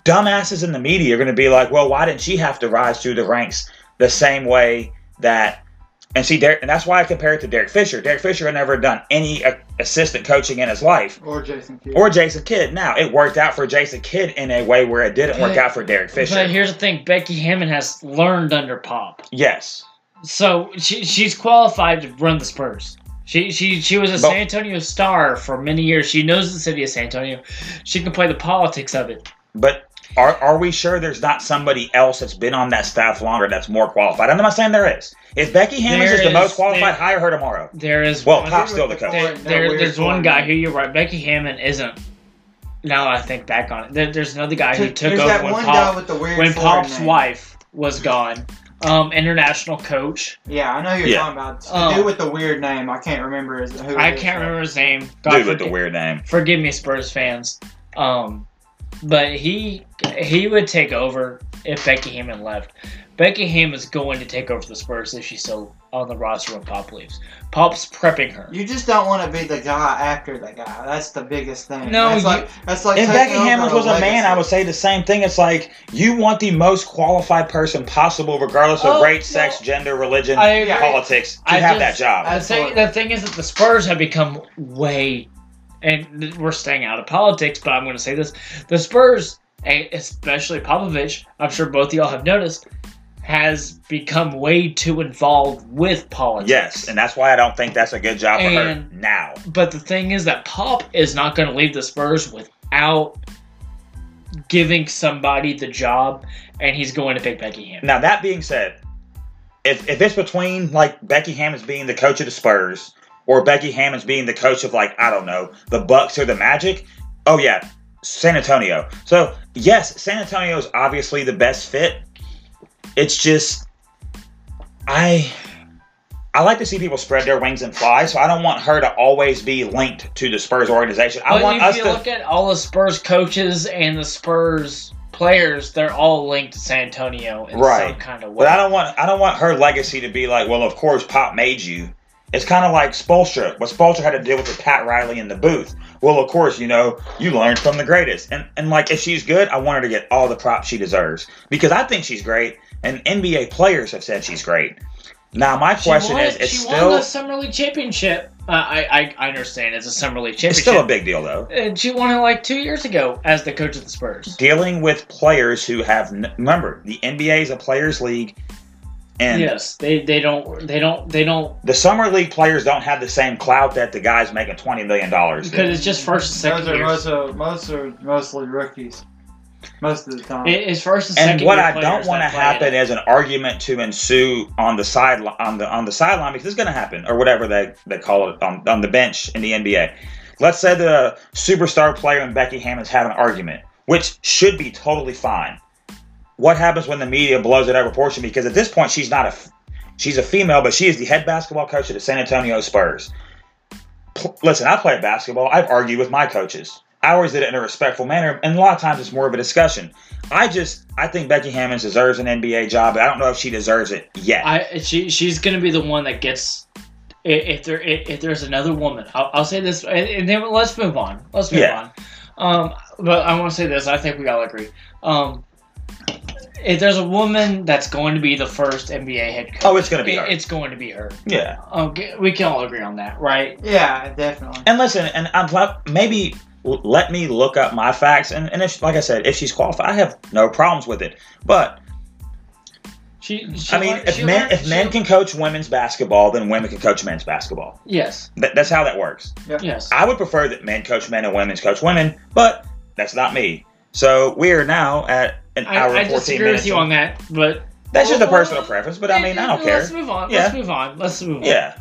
Speaker 1: dumbasses in the media are going to be like, well, why didn't she have to rise through the ranks the same way that. And see, Derek, and that's why I compare it to Derek Fisher. Derek Fisher had never done any uh, assistant coaching in his life,
Speaker 3: Or Jason Kidd.
Speaker 1: or Jason Kidd. Now, it worked out for Jason Kidd in a way where it didn't work out for Derek
Speaker 2: But
Speaker 1: Fisher.
Speaker 2: here's the thing: Becky Hammond has learned under Pop,
Speaker 1: Yes.
Speaker 2: so she, she's qualified to run the Spurs. She she she was a
Speaker 1: But-
Speaker 2: San Antonio star for many years. She knows the city of San Antonio. She can play the politics of it.
Speaker 1: But are, are we sure there's not somebody else that's been on that staff longer that's more qualified? I'm not saying there is. If Becky Hammons
Speaker 2: There
Speaker 1: is the
Speaker 2: is-
Speaker 1: most qualified,
Speaker 2: there-
Speaker 1: hire her tomorrow.
Speaker 2: There is
Speaker 1: Well,
Speaker 2: one-
Speaker 1: Pop's still the coach.
Speaker 2: There,
Speaker 3: That
Speaker 2: there-
Speaker 3: weird
Speaker 2: there's one
Speaker 3: one,
Speaker 2: guy
Speaker 3: man.
Speaker 2: who you're right. Becky Hammond isn't. Now that I think back on it, there, there's another guy who
Speaker 3: There's
Speaker 2: took
Speaker 3: that
Speaker 2: over when,
Speaker 3: one guy
Speaker 2: Pop,
Speaker 3: with the weird
Speaker 2: when
Speaker 3: foreign
Speaker 2: Pop's
Speaker 3: name.
Speaker 2: wife was gone. Um, international coach.
Speaker 3: Yeah, I know who you're
Speaker 1: Yeah.
Speaker 3: talking about. It's The
Speaker 2: Oh.
Speaker 3: dude with the weird name. I can't remember his, who. it
Speaker 2: I
Speaker 3: is,
Speaker 2: can't
Speaker 3: though.
Speaker 2: remember his name. God
Speaker 1: Dude with the
Speaker 2: forgive-
Speaker 1: weird name.
Speaker 2: forgive me, Spurs fans. Um, but he he would take over if Becky Hammond left. Becky Hammond is going to take over the Spurs if she's still on the roster when Pop leaves. Pop's prepping her.
Speaker 3: You just don't want to be the guy after the guy. That's the biggest thing.
Speaker 2: No,
Speaker 3: that's
Speaker 2: you-
Speaker 3: like that's like
Speaker 1: If
Speaker 3: taking
Speaker 1: Becky
Speaker 3: over
Speaker 1: Hammons was a man,
Speaker 3: legacy.
Speaker 1: I would say the same thing. It's like you want the most qualified person possible, regardless of
Speaker 2: Oh,
Speaker 1: race,
Speaker 2: no.
Speaker 1: sex, gender, religion,
Speaker 2: I agree.
Speaker 1: politics, to
Speaker 2: I
Speaker 1: have that
Speaker 2: just-
Speaker 1: job.
Speaker 2: The thing, the thing is that the Spurs have become way, and th- we're staying out of politics, but I'm going to say this: the Spurs, and especially Popovich, I'm sure both of y'all have noticed, has become way too involved with politics.
Speaker 1: yes, and that's why I don't think that's a good job for her
Speaker 2: And-
Speaker 1: now.
Speaker 2: But the thing is that Pop is not going to leave the Spurs without giving somebody the job, and he's going to pick Becky Hammond.
Speaker 1: Now that being said, if if it's between like Becky Hammonds being the coach of the Spurs or Becky Hammonds being the coach of like I don't know the Bucks or the Magic, oh yeah, San Antonio. So yes, San Antonio is obviously the best fit. It's just I I like to see people spread their wings and fly, so I don't want her to always be linked to the Spurs organization. I
Speaker 2: But
Speaker 1: want
Speaker 2: if
Speaker 1: us
Speaker 2: you
Speaker 1: to
Speaker 2: look at all the Spurs coaches and the Spurs players, they're all linked to San Antonio in some
Speaker 1: Right.
Speaker 2: kind of way.
Speaker 1: But I don't want I don't want her legacy to be like, well, of course Pop made you. It's kind of like Spolstra. What Spolstra had to deal with with Pat Riley in the booth. Well, of course, you know you learned from the greatest. And and like if she's good, I want her to get all the props she deserves because I think she's great, and NBA players have said she's great. Now my
Speaker 2: she
Speaker 1: question
Speaker 2: won,
Speaker 1: is, it's
Speaker 2: she
Speaker 1: still
Speaker 2: won the summer league championship. Uh, I, I I understand it's a summer league
Speaker 1: it's
Speaker 2: championship.
Speaker 1: still a big deal though.
Speaker 2: and she won it like two years ago as the coach of the Spurs.
Speaker 1: Dealing with players who have n- remember the NBA is a players league, and
Speaker 2: yes, they, they don't they don't they don't
Speaker 1: the summer league players don't have the same clout that the guys making twenty million dollars. do.
Speaker 2: because it's just first and second
Speaker 3: Those are
Speaker 2: years.
Speaker 3: most of, most are mostly rookies. Most of the time.
Speaker 2: It- it's first and,
Speaker 1: and
Speaker 2: second
Speaker 1: what
Speaker 2: year
Speaker 1: I
Speaker 2: players
Speaker 1: don't want to
Speaker 2: that play
Speaker 1: happen
Speaker 2: it.
Speaker 1: is an argument to ensue on the sideline on the on the sideline because it's going to happen or whatever they, they call it on, on the bench in the NBA. Let's say the superstar player and Becky Hammonds have an argument, which should be totally fine. What happens when the media blows it out of proportion? Because at this point, she's not a f- she's a female, but she is the head basketball coach of the San Antonio Spurs. Pl- Listen, I play basketball. I've argued with my coaches. I always did it in a respectful manner, and a lot of times it's more of a discussion. I just I think Becky Hammonds deserves an NBA job, but I don't know if she deserves it yet.
Speaker 2: I she she's gonna be the one that gets. i- If there i- if there's another woman, I'll, I'll say this, and, and then let's move on. Let's move
Speaker 1: Yeah.
Speaker 2: on. Um, but I want to say this. I think we all agree. Um, if there's a woman that's going to be the first NBA head coach,
Speaker 1: oh, it's gonna be
Speaker 2: it-
Speaker 1: her.
Speaker 2: it's going to be her. Um,
Speaker 1: yeah.
Speaker 2: Okay, we can all agree on that, right?
Speaker 3: yeah, definitely.
Speaker 1: And listen, and I'm glad- maybe l- let me look up my facts. And, and if, like I said, if she's qualified, I have no problems with it. But
Speaker 2: She, she
Speaker 1: I mean,
Speaker 2: learned-
Speaker 1: if
Speaker 2: she
Speaker 1: men
Speaker 2: learned-
Speaker 1: if
Speaker 2: she-
Speaker 1: men can coach women's basketball, then women can coach men's basketball.
Speaker 2: yes,
Speaker 1: That, that's how that works.
Speaker 2: yes,
Speaker 1: I would prefer that men coach men and women coach women, but that's not me. So we are now at an
Speaker 2: I,
Speaker 1: hour
Speaker 2: I
Speaker 1: and fourteen
Speaker 2: disagree
Speaker 1: minutes.
Speaker 2: with you on that, but
Speaker 1: That's just a
Speaker 2: Well,
Speaker 1: personal preference, but I mean, I don't
Speaker 2: Let's
Speaker 1: care.
Speaker 2: move on.
Speaker 1: Yeah.
Speaker 2: Let's move on. Let's move on.
Speaker 1: Yeah,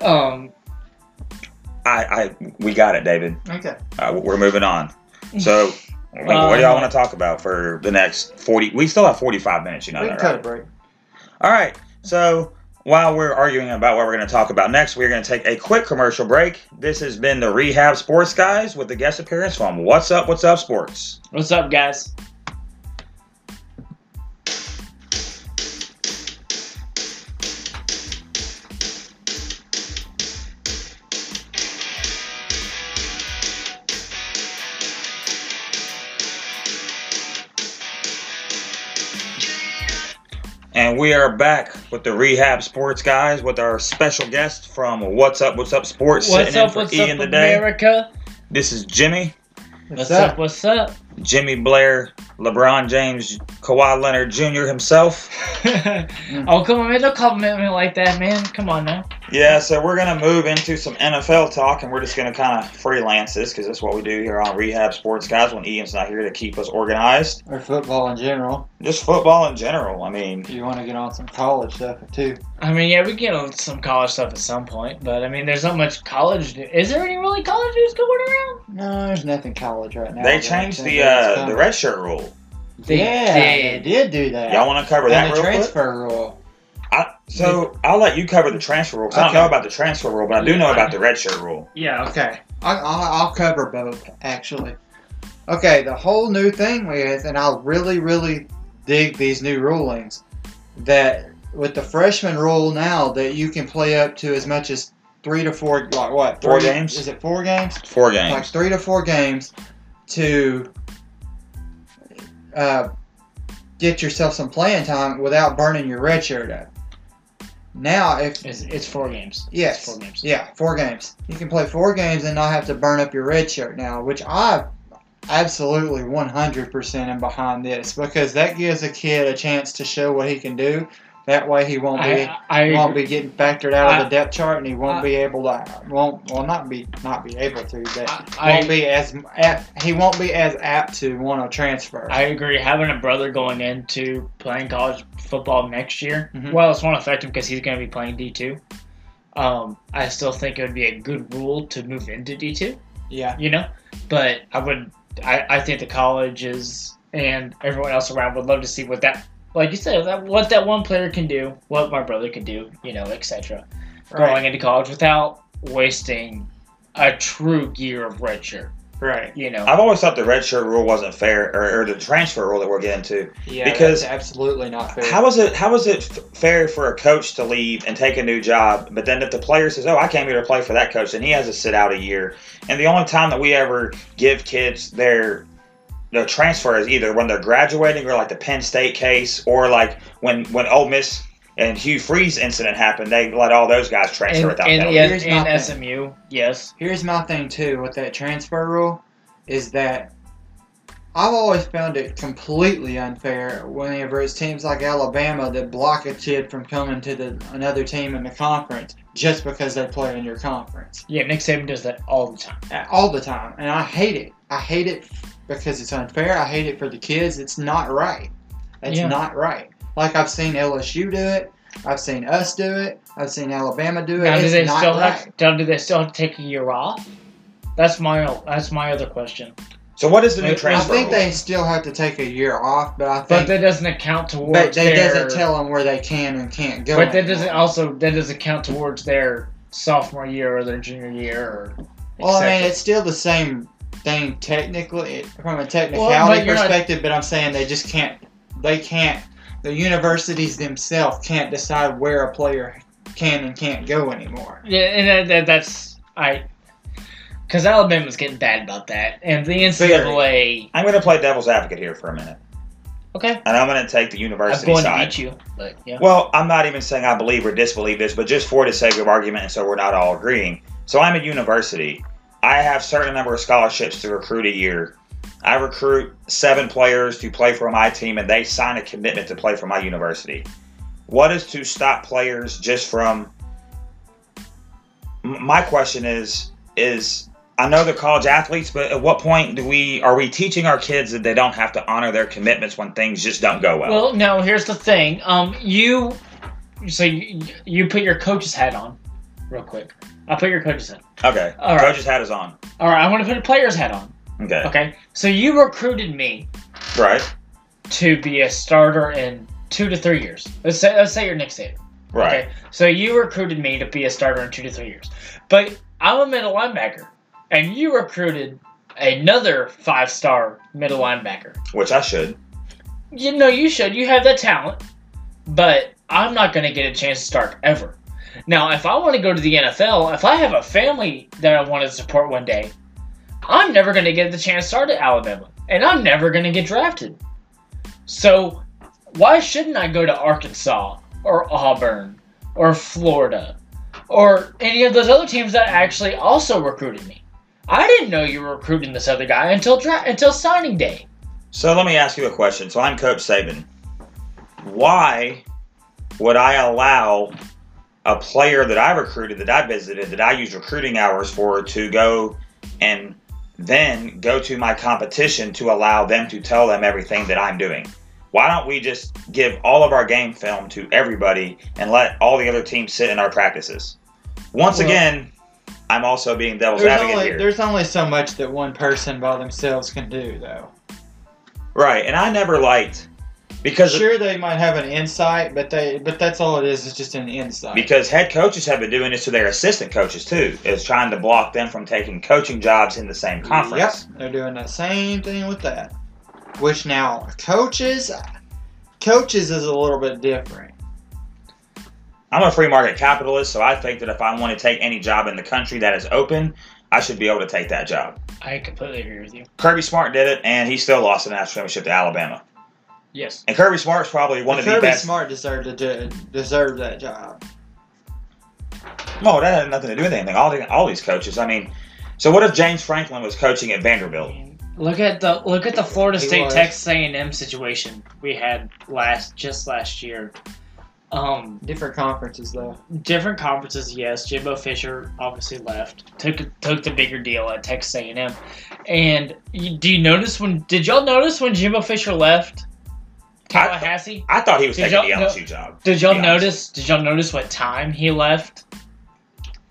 Speaker 2: Um.
Speaker 1: I, I, we got it, David.
Speaker 3: Okay.
Speaker 1: Uh, we're moving on. So, what do y'all want to talk about for the next forty? We still have forty-five minutes, you know
Speaker 3: we
Speaker 1: that,
Speaker 3: can
Speaker 1: right?
Speaker 3: cut a break.
Speaker 1: All right. So while we're arguing about what we're going to talk about next, we're going to take a quick commercial break. This has been the Rehab Sports Guys with the guest appearance from What's Up, What's Up Sports.
Speaker 2: What's up, guys?
Speaker 1: And we are back with the Rehab Sports Guys with our special guest from What's Up, What's Up Sports.
Speaker 2: What's
Speaker 1: in
Speaker 2: up?
Speaker 1: for
Speaker 2: What's
Speaker 1: Ian
Speaker 2: up,
Speaker 1: today.
Speaker 2: America?
Speaker 1: This is Jimmy,
Speaker 2: What's up? What's up?
Speaker 1: Jimmy Blair, LeBron James, Kawhi Leonard Jr. himself.
Speaker 2: oh come on, man! Don't compliment me like that, man. Come on now.
Speaker 1: Yeah, so we're going to move into some NFL talk, and we're just going to kind of freelance this because that's what we do here on Rehab Sports Guys when Ian's not here to keep us organized.
Speaker 3: Or football in general.
Speaker 1: Just football in general. I mean,
Speaker 3: If you want to get on some college stuff too.
Speaker 2: I mean, yeah, we get on some college stuff at some point, but I mean, there's not much college. new- Is there any really college news going around?
Speaker 3: No, there's nothing college right now.
Speaker 1: they
Speaker 3: but
Speaker 1: changed
Speaker 3: I
Speaker 1: the
Speaker 3: think it's
Speaker 1: uh, the
Speaker 3: coming.
Speaker 1: red shirt rule.
Speaker 2: They
Speaker 3: yeah,
Speaker 2: did.
Speaker 3: they did do that.
Speaker 1: Y'all want to cover
Speaker 3: and
Speaker 1: that
Speaker 3: the
Speaker 1: real quick?
Speaker 3: transfer rule.
Speaker 1: I, so I'll let you cover the transfer rule. 'cause I don't
Speaker 3: Okay.
Speaker 1: know about the transfer rule, but I do know about the red shirt rule.
Speaker 2: Yeah.
Speaker 3: Okay, I, I'll, I'll cover both actually. Okay, the whole new thing with, and I really, really dig these new rulings that with the freshman rule now that you can play up to as much as three to four, like what?
Speaker 1: Four
Speaker 3: three-
Speaker 1: games?
Speaker 3: Is it four games?
Speaker 1: Four
Speaker 3: Like
Speaker 1: games.
Speaker 3: three to four games to uh, get yourself some playing time without burning your red shirt up. Now, if
Speaker 2: It's, it's four games.
Speaker 3: Yes.
Speaker 2: It's four games.
Speaker 3: yeah, four games. You can play four games and not have to burn up your red shirt now, which I absolutely 100% am behind this because that gives a kid a chance to show what he can do. That way he won't be
Speaker 2: I, I
Speaker 3: won't be getting factored out of
Speaker 2: I-
Speaker 3: the depth chart and he won't
Speaker 2: I-
Speaker 3: be able to won't well not be not be able to but
Speaker 2: I,
Speaker 3: won't
Speaker 2: I,
Speaker 3: be as apt, he won't be as apt to want to transfer.
Speaker 2: I agree. Having a brother going into playing college football next year,
Speaker 3: Mhm.
Speaker 2: well, it's won't affect him because he's going to be playing D two. Um, I still think it would be a good rule to move into D two.
Speaker 3: yeah.
Speaker 2: you know. But I would, I, I think the colleges and everyone else around would love to see what that, like you said, that, what that one player can do, what my brother can do, you know, etc. Going
Speaker 3: Right.
Speaker 2: into college without wasting a true year of red shirt,
Speaker 3: Right.
Speaker 2: you know.
Speaker 1: I've always thought the red shirt rule wasn't fair, or, or the transfer rule that we're getting to.
Speaker 3: Yeah.
Speaker 1: Because-
Speaker 3: that's absolutely not fair.
Speaker 1: How is it? How is it f- fair for a coach to leave and take a new job, but then if the player says, "Oh, I came here to play for that coach," then he has to sit out a year, and the only time that we ever give kids their their transfer is either when they're graduating, or like the Penn State case, or like when when Ole Miss and Hugh Freeze incident happened, they let all those guys transfer
Speaker 2: and,
Speaker 1: without
Speaker 2: and,
Speaker 1: penalty.
Speaker 2: yes,
Speaker 3: Here's my
Speaker 2: and
Speaker 3: thing.
Speaker 2: SMU, yes.
Speaker 3: Here's my thing too with that transfer rule is that I've always found it completely unfair whenever it's teams like Alabama that block a kid from coming to the another team in the conference just because they play in your conference
Speaker 2: Yeah, Nick Saban does that all the time.
Speaker 3: Uh, all the time, and I hate it. I hate it because it's unfair. I hate it for the kids. It's not right. It's
Speaker 2: Yeah.
Speaker 3: not right. Like I've seen LSU do it. I've seen us do it. I've seen Alabama do it.
Speaker 2: Now, do
Speaker 3: it's
Speaker 2: they
Speaker 3: not
Speaker 2: still
Speaker 3: right.
Speaker 2: have? Now, do they still have to take a year off? That's my that's my other question.
Speaker 1: So what is the new
Speaker 2: Wait, I
Speaker 3: I
Speaker 1: transfer
Speaker 3: think
Speaker 1: rule?
Speaker 3: they still have to take a year off, but I think
Speaker 2: But that doesn't account towards
Speaker 3: But they
Speaker 2: their,
Speaker 3: doesn't tell them where they can and can't go.
Speaker 2: But that
Speaker 3: anymore.
Speaker 2: doesn't also that doesn't count towards their sophomore year or their junior year or.
Speaker 3: Well,
Speaker 2: et
Speaker 3: I mean,
Speaker 2: cetera.
Speaker 3: it's still the same thing technically from a
Speaker 2: Well,
Speaker 3: technicality
Speaker 2: but you're not-
Speaker 3: perspective. But I'm saying they just can't. They can't. The universities themselves can't decide where a player can and can't go anymore.
Speaker 2: yeah, and that, that, that's I. Because Alabama's getting bad about that, and the NCAA.
Speaker 1: I'm going to play devil's advocate here for a minute,
Speaker 2: Okay,
Speaker 1: and I'm going to take the
Speaker 2: I'm
Speaker 1: university
Speaker 2: going
Speaker 1: side.
Speaker 2: to beat you, but yeah.
Speaker 1: Well, I'm not even saying I believe or disbelieve this, but just for the sake of argument, and so we're not all agreeing. So I'm a university. I have certain number of scholarships to recruit a year. I recruit seven players to play for my team, and they sign a commitment to play for my university. What is to stop players just from? M- My question is: is I know they're college athletes, but at what point do we are we teaching our kids that they don't have to honor their commitments when things just don't go well?
Speaker 2: Well, no. Here's the thing. Um, you, so you, you put your coach's hat on, real quick. I put your coach's hat.
Speaker 1: okay,
Speaker 2: All right.
Speaker 1: coach's hat is on.
Speaker 2: All right, I want to put a player's hat on.
Speaker 1: Okay,
Speaker 2: Okay. So you recruited me
Speaker 3: Oh.
Speaker 1: right,
Speaker 2: to be a starter in two to three years. Let's say let's say you're Nick Saban.
Speaker 1: right.
Speaker 2: Okay. So you recruited me to be a starter in two to three years, but I'm a middle linebacker, and you recruited another five-star middle linebacker.
Speaker 1: Which I should.
Speaker 2: You know you should. You have that talent, but I'm not going to get a chance to start ever. Now, if I want to go to the NFL, if I have a family that I want to support one day, I'm never going to get the chance to start at Alabama, and I'm never going to get drafted. So, why shouldn't I go to Arkansas or Auburn or Florida or any of those other teams that actually also recruited me? I didn't know you were recruiting this other guy until dra- until signing day.
Speaker 1: So let me ask you a question. So I'm Coach Saban. Why would I allow a player that I recruited, that I visited, that I used recruiting hours for to go and then go to my competition to allow them to tell them everything that I'm doing? Why don't we just give all of our game film to everybody and let all the other teams sit in our practices? Once
Speaker 3: Well-
Speaker 1: again, I'm also being devil's
Speaker 3: There's
Speaker 1: advocate
Speaker 3: only
Speaker 1: here.
Speaker 3: there's only so much that one person by themselves can do, though.
Speaker 1: Right, and I never liked because
Speaker 3: Sure, they might have an insight, but they but that's all it is. It's just an insight.
Speaker 1: Because head coaches have been doing this to their assistant coaches too, is trying to block them from taking coaching jobs in the same conference.
Speaker 3: Yep, they're doing the same thing with that. Which now coaches, coaches is a little bit different.
Speaker 1: I'm a free market capitalist, so I think that if I want to take any job in the country that is open, I should be able to take that job.
Speaker 2: I completely agree with you.
Speaker 1: Kirby Smart did it, and he still lost the national championship to Alabama.
Speaker 2: Yes.
Speaker 1: And Kirby Smart's probably one of the
Speaker 3: Kirby
Speaker 1: best.
Speaker 3: Smart deserved to do, deserved that job.
Speaker 1: No, that had nothing to do with anything. All, the, all these coaches. I mean, so what if James Franklin was coaching at Vanderbilt?
Speaker 2: Look at the look at the Florida
Speaker 3: He
Speaker 2: State
Speaker 3: was.
Speaker 2: Texas A and M situation we had last just last year. Um,
Speaker 3: Different conferences though.
Speaker 2: different conferences, yes. Jimbo Fisher obviously left, took took the bigger deal at Texas A and M. And you, do you notice when did y'all notice when Jimbo Fisher left Tallahassee?
Speaker 1: I thought he was
Speaker 2: Did
Speaker 1: taking the
Speaker 2: y'all- no.
Speaker 1: LSU job.
Speaker 2: Did y'all
Speaker 1: Be honest.
Speaker 2: notice? Did y'all notice what time he left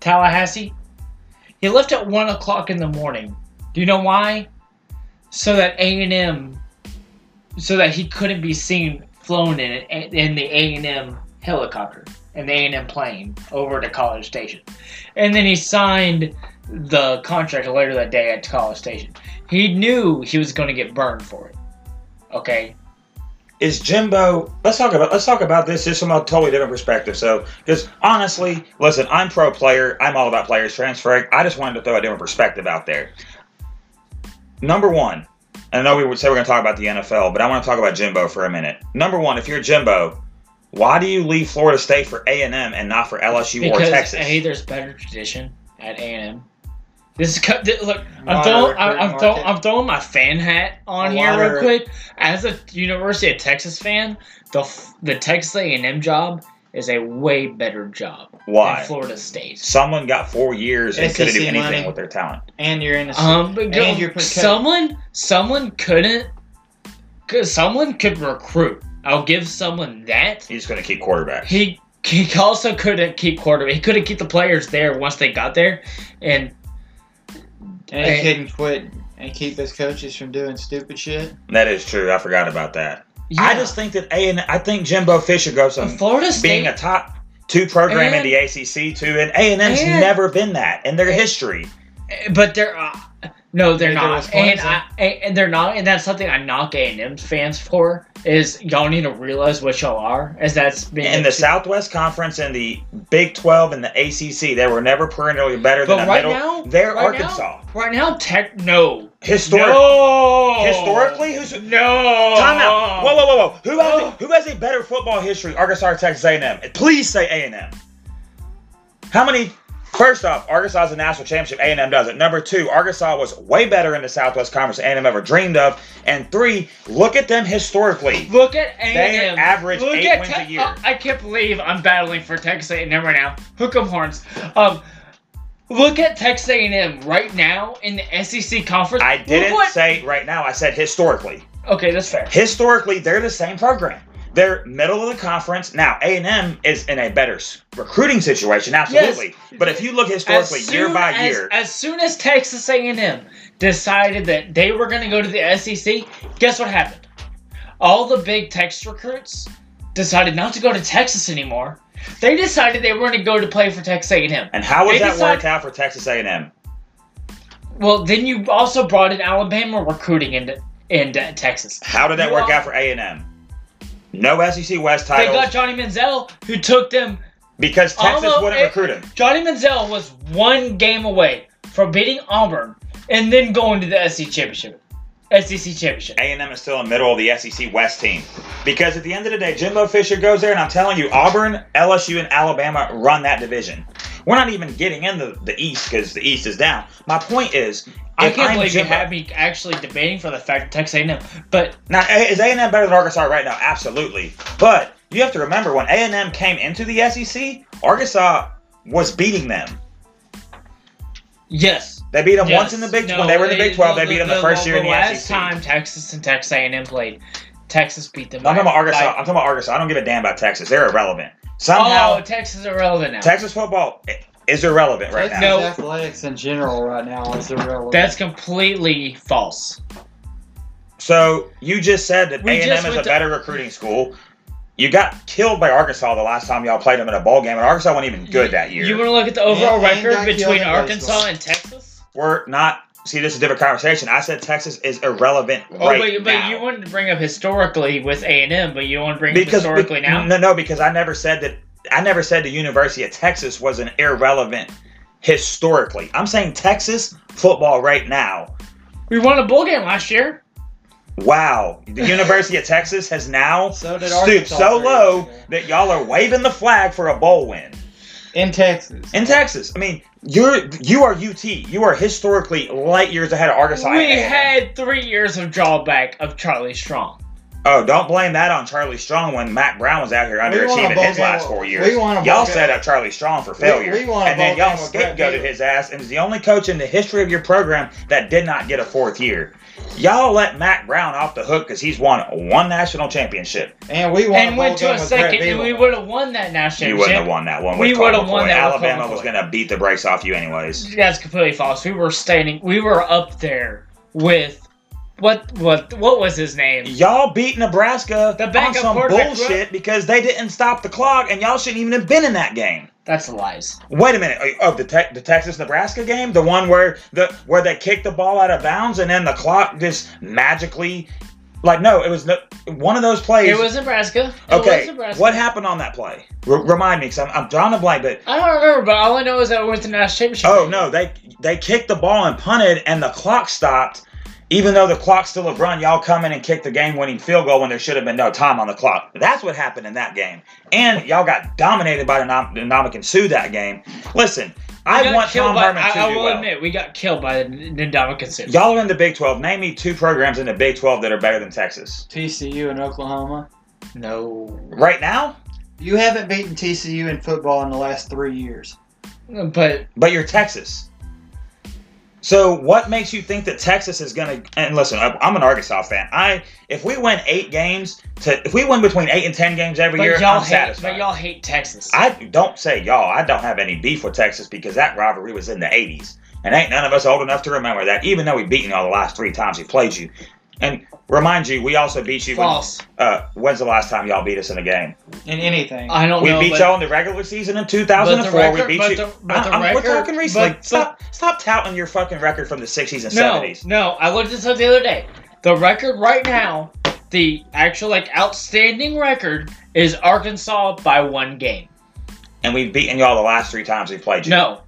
Speaker 2: Tallahassee? He left at one o'clock in the morning. Do you know why? So that A and M, so that he couldn't be seen flown in it- in the A and M helicopter and the A and M plane over to College Station, and then he signed the contract later that day at College Station. He knew he was going to get burned for it. Okay,
Speaker 1: is Jimbo. Let's talk about let's talk about this just from a totally different perspective. So, because honestly, listen, I'm pro player. I'm all about players transferring. I just wanted to throw a different perspective out there. Number one, and I know we would say we're going to talk about the NFL, but I want to talk about Jimbo for a minute. Number one, if you're Jimbo, why do you leave Florida State for A and M and not for LSU or
Speaker 2: because
Speaker 1: Texas?
Speaker 2: a there's better tradition at A and M. This is co- th- look. I'm
Speaker 3: Modern
Speaker 2: throwing. I-
Speaker 3: recruiting
Speaker 2: I'm throwing.
Speaker 3: market.
Speaker 2: I'm throwing my fan hat on
Speaker 3: A
Speaker 2: here
Speaker 3: lot
Speaker 2: real
Speaker 3: of-
Speaker 2: quick. As a University of Texas fan, the f- the Texas A and M job is a way better job than
Speaker 1: why?
Speaker 2: Florida E State.
Speaker 1: Someone got four years and couldn't do
Speaker 3: SEC
Speaker 1: anything
Speaker 3: money.
Speaker 1: with their talent.
Speaker 3: And you're in a
Speaker 2: Um, but
Speaker 3: And you're
Speaker 2: go,
Speaker 3: pro-
Speaker 2: someone, someone couldn't. Cause someone could recruit. I'll give someone that.
Speaker 1: He's going to keep quarterbacks.
Speaker 2: He he also couldn't keep quarterback. He couldn't keep the players there once they got there, and
Speaker 3: and he
Speaker 2: and-
Speaker 3: couldn't quit and keep his coaches from doing stupid shit.
Speaker 1: that is true. I forgot about that. I
Speaker 2: Yeah.
Speaker 1: just think that A and I think Jimbo Fisher goes
Speaker 2: But
Speaker 1: from
Speaker 2: Florida State.
Speaker 1: being a top two program in
Speaker 2: And-
Speaker 1: the ACC to an A and M's
Speaker 2: and-
Speaker 1: never been that in their
Speaker 2: and-
Speaker 1: history.
Speaker 2: but they're uh, no, they're
Speaker 3: Neither
Speaker 2: not,
Speaker 3: was
Speaker 2: and,
Speaker 3: Clemson.
Speaker 2: I, and and they're not, and that's something I knock A and M fans for is y'all need to realize what y'all are, as that's being
Speaker 1: In the Southwest Conference and the Big Twelve and the ACC, they were never perennially better than
Speaker 2: But
Speaker 1: a
Speaker 2: right
Speaker 1: middle.
Speaker 2: now-
Speaker 1: they're
Speaker 2: right now-
Speaker 1: Arkansas.
Speaker 2: right now. Tech no,
Speaker 1: Historic,
Speaker 2: no,
Speaker 1: historically, who's time
Speaker 2: no
Speaker 1: out? Whoa, whoa, whoa, whoa! Who has,
Speaker 2: Oh.
Speaker 1: who has a better football history? Arkansas, or Texas A and M. Please say A and M. How many First off, Arkansas is a national championship. A&M doesn't. Number two, Arkansas was way better in the Southwest Conference than A&M ever dreamed of. And three, look at them historically.
Speaker 2: Look at A&M.
Speaker 1: They average
Speaker 2: Look
Speaker 1: eight
Speaker 2: at
Speaker 1: wins
Speaker 2: Te-
Speaker 1: a year.
Speaker 2: uh, I can't believe I'm battling for Texas A&M right now. Hook 'em horns. Um, look at Texas A&M right now in the SEC conference.
Speaker 1: I
Speaker 2: Look
Speaker 1: didn't
Speaker 2: what-
Speaker 1: say right now. I said historically.
Speaker 2: Okay, that's fair.
Speaker 1: Historically, they're the same program. They're middle of the conference now. A and M is in a better s- recruiting situation, absolutely. But if you look historically,
Speaker 2: As
Speaker 1: year
Speaker 2: soon
Speaker 1: by
Speaker 2: as-
Speaker 1: year,
Speaker 2: As soon as Texas A&M decided that they were going to go to the SEC, guess what happened? All the big Texas recruits decided not to go to Texas anymore. They decided they were going to go to play for Texas A&M.
Speaker 1: and how would
Speaker 2: they
Speaker 1: that
Speaker 2: decide-
Speaker 1: work out for Texas A and M?
Speaker 2: Well, then you also brought in Alabama recruiting into into Texas.
Speaker 1: How did that
Speaker 2: You
Speaker 1: work
Speaker 2: all-
Speaker 1: out for A and M? No SEC West
Speaker 2: They
Speaker 1: titles
Speaker 2: got Johnny Manziel, who took them.
Speaker 1: because Texas
Speaker 2: all o-
Speaker 1: wouldn't
Speaker 2: it-
Speaker 1: recruit him.
Speaker 2: Johnny Manziel was one game away from beating Auburn and then going to the SEC championship. SEC championship.
Speaker 1: A and M is still in the middle of the SEC West team because at the end of the day, Jimbo Fisher goes there, and I'm telling you, Auburn, LSU, and Alabama run that division. We're not even getting into the East because the East is down. My point is,
Speaker 2: I
Speaker 1: if
Speaker 2: can't
Speaker 1: I'm
Speaker 2: believe you
Speaker 1: Jimbo-
Speaker 2: had me actually debating for the fact that Texas A&M, but
Speaker 1: Now, A- is A&M better than Arkansas right now? Absolutely. But you have to remember when A&M came into the SEC, Arkansas was beating them.
Speaker 2: yes.
Speaker 1: They beat them
Speaker 2: yes,
Speaker 1: once in the Big
Speaker 2: no,
Speaker 1: when they were in the Big 12. They beat them the first year in the E
Speaker 2: last
Speaker 1: SEC.
Speaker 2: time Texas and Texas A&M played, Texas beat them.
Speaker 1: I'm talking
Speaker 2: by-
Speaker 1: about Arkansas.
Speaker 2: by-
Speaker 1: I'm talking about Arkansas. I don't give a damn about Texas. They're irrelevant. Somehow
Speaker 2: oh, Texas is irrelevant now.
Speaker 1: Texas football i- is irrelevant right
Speaker 3: Texas
Speaker 1: now.
Speaker 2: No.
Speaker 3: athletics in general right now is irrelevant.
Speaker 2: That's completely false.
Speaker 1: So you just said that
Speaker 2: We
Speaker 1: A&M
Speaker 2: just
Speaker 1: is
Speaker 2: went
Speaker 1: a
Speaker 2: to-
Speaker 1: better recruiting school. You got killed by Arkansas the last time y'all played them in a bowl game, and Arkansas wasn't even good that year.
Speaker 2: You want to look at the overall
Speaker 3: Yeah, and
Speaker 2: record
Speaker 3: Dunky
Speaker 2: between
Speaker 3: on the
Speaker 2: Arkansas
Speaker 3: baseball.
Speaker 2: and Texas?
Speaker 1: we're not. See, this is a different conversation. I said Texas is irrelevant
Speaker 2: Oh,
Speaker 1: right
Speaker 2: but, but
Speaker 1: now.
Speaker 2: you wanted to bring up historically with A and M, but you want to bring up
Speaker 1: because
Speaker 2: historically
Speaker 1: be-
Speaker 2: now.
Speaker 1: No, no, because I never said that. I never said the University of Texas was an irrelevant historically. I'm saying Texas football right now.
Speaker 2: We won a bowl game last year.
Speaker 1: Wow, the University of Texas has now
Speaker 3: So did
Speaker 1: stooped
Speaker 3: Arkansas
Speaker 1: so
Speaker 3: three
Speaker 1: low
Speaker 3: years ago.
Speaker 1: that y'all are waving the flag for a bowl win
Speaker 3: in Texas.
Speaker 1: in Texas. I mean, you're you are UT. You are historically light years ahead of Arkansas. and
Speaker 2: we
Speaker 1: A&M.
Speaker 2: had three years of drawback of Charlie Strong.
Speaker 1: Oh, don't blame that on Charlie Strong when Mac Brown was out here
Speaker 3: We won a
Speaker 1: underachieving
Speaker 3: bowl
Speaker 1: his
Speaker 3: game
Speaker 1: last
Speaker 3: with-
Speaker 1: four
Speaker 3: we
Speaker 1: years.
Speaker 3: won a bowl
Speaker 1: Y'all
Speaker 3: game
Speaker 1: set
Speaker 3: with-
Speaker 1: up Charlie Strong for failure.
Speaker 3: we won a
Speaker 1: and then
Speaker 3: bowl
Speaker 1: y'all
Speaker 3: game with Brett
Speaker 1: scapegoated
Speaker 3: Beaver.
Speaker 1: his ass and was the only coach in the history of your program that did not get a fourth year. Y'all let Mac Brown off the hook because he's won one national championship.
Speaker 3: And we won
Speaker 2: and
Speaker 3: a bowl
Speaker 2: went
Speaker 3: game
Speaker 2: to a
Speaker 3: with
Speaker 2: second,
Speaker 3: Brett
Speaker 2: and we
Speaker 3: Bielema.
Speaker 2: would have won that national
Speaker 1: You wouldn't have
Speaker 2: championship.
Speaker 1: won that one.
Speaker 2: We
Speaker 1: With
Speaker 2: would've
Speaker 1: Colin
Speaker 2: won
Speaker 1: McCoy.
Speaker 2: that with
Speaker 1: Alabama
Speaker 2: Colin
Speaker 1: was
Speaker 2: McCoy.
Speaker 1: going to beat the brakes off you anyways.
Speaker 2: That's completely false. We were standing. We were up there with what? What? What was his name?
Speaker 1: Y'all beat Nebraska
Speaker 2: The
Speaker 1: on
Speaker 2: backup
Speaker 1: some
Speaker 2: quarterback, right?
Speaker 1: bullshit because they didn't stop the clock, and y'all shouldn't even have been in that game.
Speaker 2: That's lies.
Speaker 1: Wait a minute. Of oh, the te- the Texas Nebraska game, the one where the where they kicked the ball out of bounds and then the clock just magically, like no, it was no, one of those plays.
Speaker 2: It was Nebraska. It
Speaker 1: okay.
Speaker 2: was Nebraska.
Speaker 1: What happened on that play? R- remind me, because I'm, I'm drawing a blank. But
Speaker 2: I don't remember, but all I know is that we went to the national championship.
Speaker 1: oh no, they they kicked the ball and punted, and the clock stopped. Even though the clock still have run, y'all come in and kick the game-winning field goal when there should have been no time on the clock. That's what happened in that game, and y'all got dominated by the Nam- the Namakan Sue that game. Listen,
Speaker 2: We
Speaker 1: I
Speaker 2: got
Speaker 1: want
Speaker 2: killed
Speaker 1: Tom
Speaker 2: by-
Speaker 1: Herman
Speaker 2: I,
Speaker 1: to
Speaker 2: I
Speaker 1: do
Speaker 2: will
Speaker 1: well.
Speaker 2: admit, we got killed by the Ndama Kinsu.
Speaker 1: Y'all are in the Big 12. Name me two programs in the Big 12 that are better than Texas.
Speaker 3: TCU and Oklahoma.
Speaker 2: No.
Speaker 1: Right now?
Speaker 3: You haven't beaten TCU in football in the last three years.
Speaker 2: But
Speaker 1: But you're Texas. So what makes you think that Texas is going to and listen, I- I'm an Arkansas fan. I if we win 8 games to if we win between 8 and 10 games every
Speaker 2: but
Speaker 1: year,
Speaker 2: y'all
Speaker 1: I'm
Speaker 2: hate
Speaker 1: satisfied.
Speaker 2: but y'all hate Texas.
Speaker 1: I don't say y'all. I don't have any beef with Texas because that rivalry was in the 80s. And ain't none of us old enough to remember that, even though we beaten y'all the last three times we played you. And remind you, we also beat you when,
Speaker 2: False.
Speaker 1: uh, when's the last time y'all beat us in a game?
Speaker 3: In anything.
Speaker 2: I don't
Speaker 1: We
Speaker 2: know.
Speaker 1: beat
Speaker 2: but,
Speaker 1: y'all in the regular season in 2004.
Speaker 2: But the record-
Speaker 1: we beat
Speaker 2: but
Speaker 1: you.
Speaker 2: the- but the
Speaker 1: I- I'm-
Speaker 2: record-
Speaker 1: we're talking recently.
Speaker 2: but-
Speaker 1: stop, stop touting your fucking record from the 60s and
Speaker 2: no,
Speaker 1: 70s.
Speaker 2: no. I looked this up the other day. The record right now, the actual like outstanding record is Arkansas by one game.
Speaker 1: And we've beaten y'all the last three times we played you.
Speaker 2: No.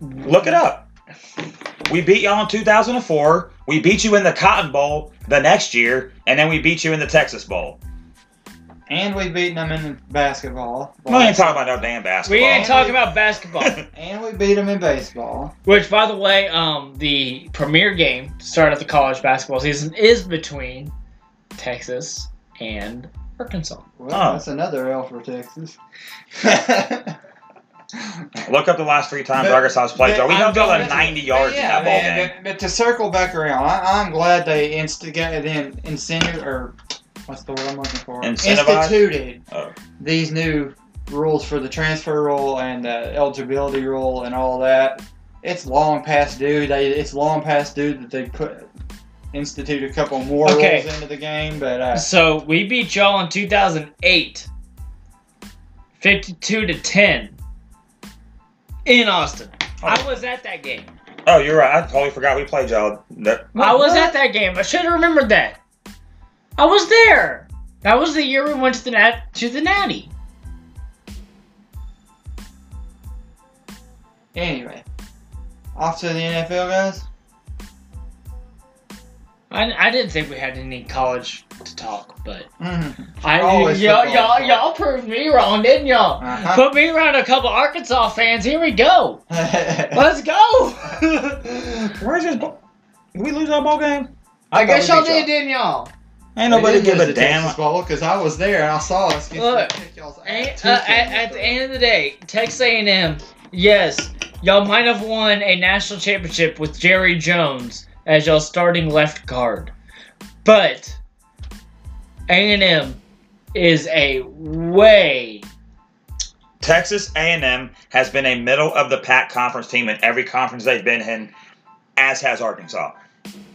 Speaker 1: Look it up. We beat y'all in 2004. We beat you in the Cotton Bowl the next year, and then we beat you in the Texas Bowl.
Speaker 3: And we've beaten them in basketball.
Speaker 1: We ain't talking about no damn
Speaker 2: We
Speaker 1: basketball.
Speaker 2: ain't talking about basketball.
Speaker 3: And we beat them in baseball.
Speaker 2: Which, by the way, um, the premier game to start of the college basketball season is between Texas and Arkansas.
Speaker 3: Well,
Speaker 1: Oh.
Speaker 3: that's another L for Texas.
Speaker 1: Look up the last three times
Speaker 3: But-
Speaker 1: Arkansas's played.
Speaker 3: but
Speaker 1: y'all. We
Speaker 2: I'm
Speaker 1: held y'all
Speaker 2: going
Speaker 1: like
Speaker 2: to-
Speaker 1: 90 yards
Speaker 3: yeah,
Speaker 1: in that ball
Speaker 3: man,
Speaker 1: game.
Speaker 3: But, but to circle back around, I, I'm glad they instigated and insinuated, or what's the word I'm looking for?
Speaker 1: Incentivized?
Speaker 3: Instituted
Speaker 1: Oh.
Speaker 3: these new rules for the transfer rule and the eligibility rule and all that. It's long past due. They it's long past due that they put institute a couple more
Speaker 2: Okay.
Speaker 3: rules into the game, but uh,
Speaker 2: So we beat y'all in 2008, 52 to 10, in Austin. I was at that game.
Speaker 1: oh, you're right. I totally forgot we played y'all. That,
Speaker 2: I was at that game. I should have remembered that. I was there. That was the year we went to the nat- to the Natty.
Speaker 3: anyway, off to the NFL guys.
Speaker 2: I, I didn't think we had any college to talk, but
Speaker 3: Mhm.
Speaker 2: I
Speaker 3: Always
Speaker 2: y'all
Speaker 3: football
Speaker 2: y'all,
Speaker 3: talk.
Speaker 2: y'all proved me wrong, didn't y'all?
Speaker 3: Uh-huh.
Speaker 2: Put me around a couple Arkansas fans. Here we go. Let's go.
Speaker 1: where's this ball? Did we lose that ball game?
Speaker 2: I,
Speaker 3: thought
Speaker 2: guess
Speaker 3: we
Speaker 2: y'all
Speaker 3: beat y'all.
Speaker 2: did, didn't y'all?
Speaker 1: Ain't nobody
Speaker 3: It is
Speaker 1: give a
Speaker 3: the
Speaker 1: damn.
Speaker 3: Texas Bowl because I was there and I saw us get
Speaker 2: Look,
Speaker 3: kicked y'all's
Speaker 2: And,
Speaker 3: ass
Speaker 2: uh, at, at the end of the day, Texas A&M, yes, y'all might have won a national championship with Jerry Jones as y'all starting left guard, but A&M is a way.
Speaker 1: Texas A&M has been a middle of the pack conference team in every conference they've been in, as has Arkansas.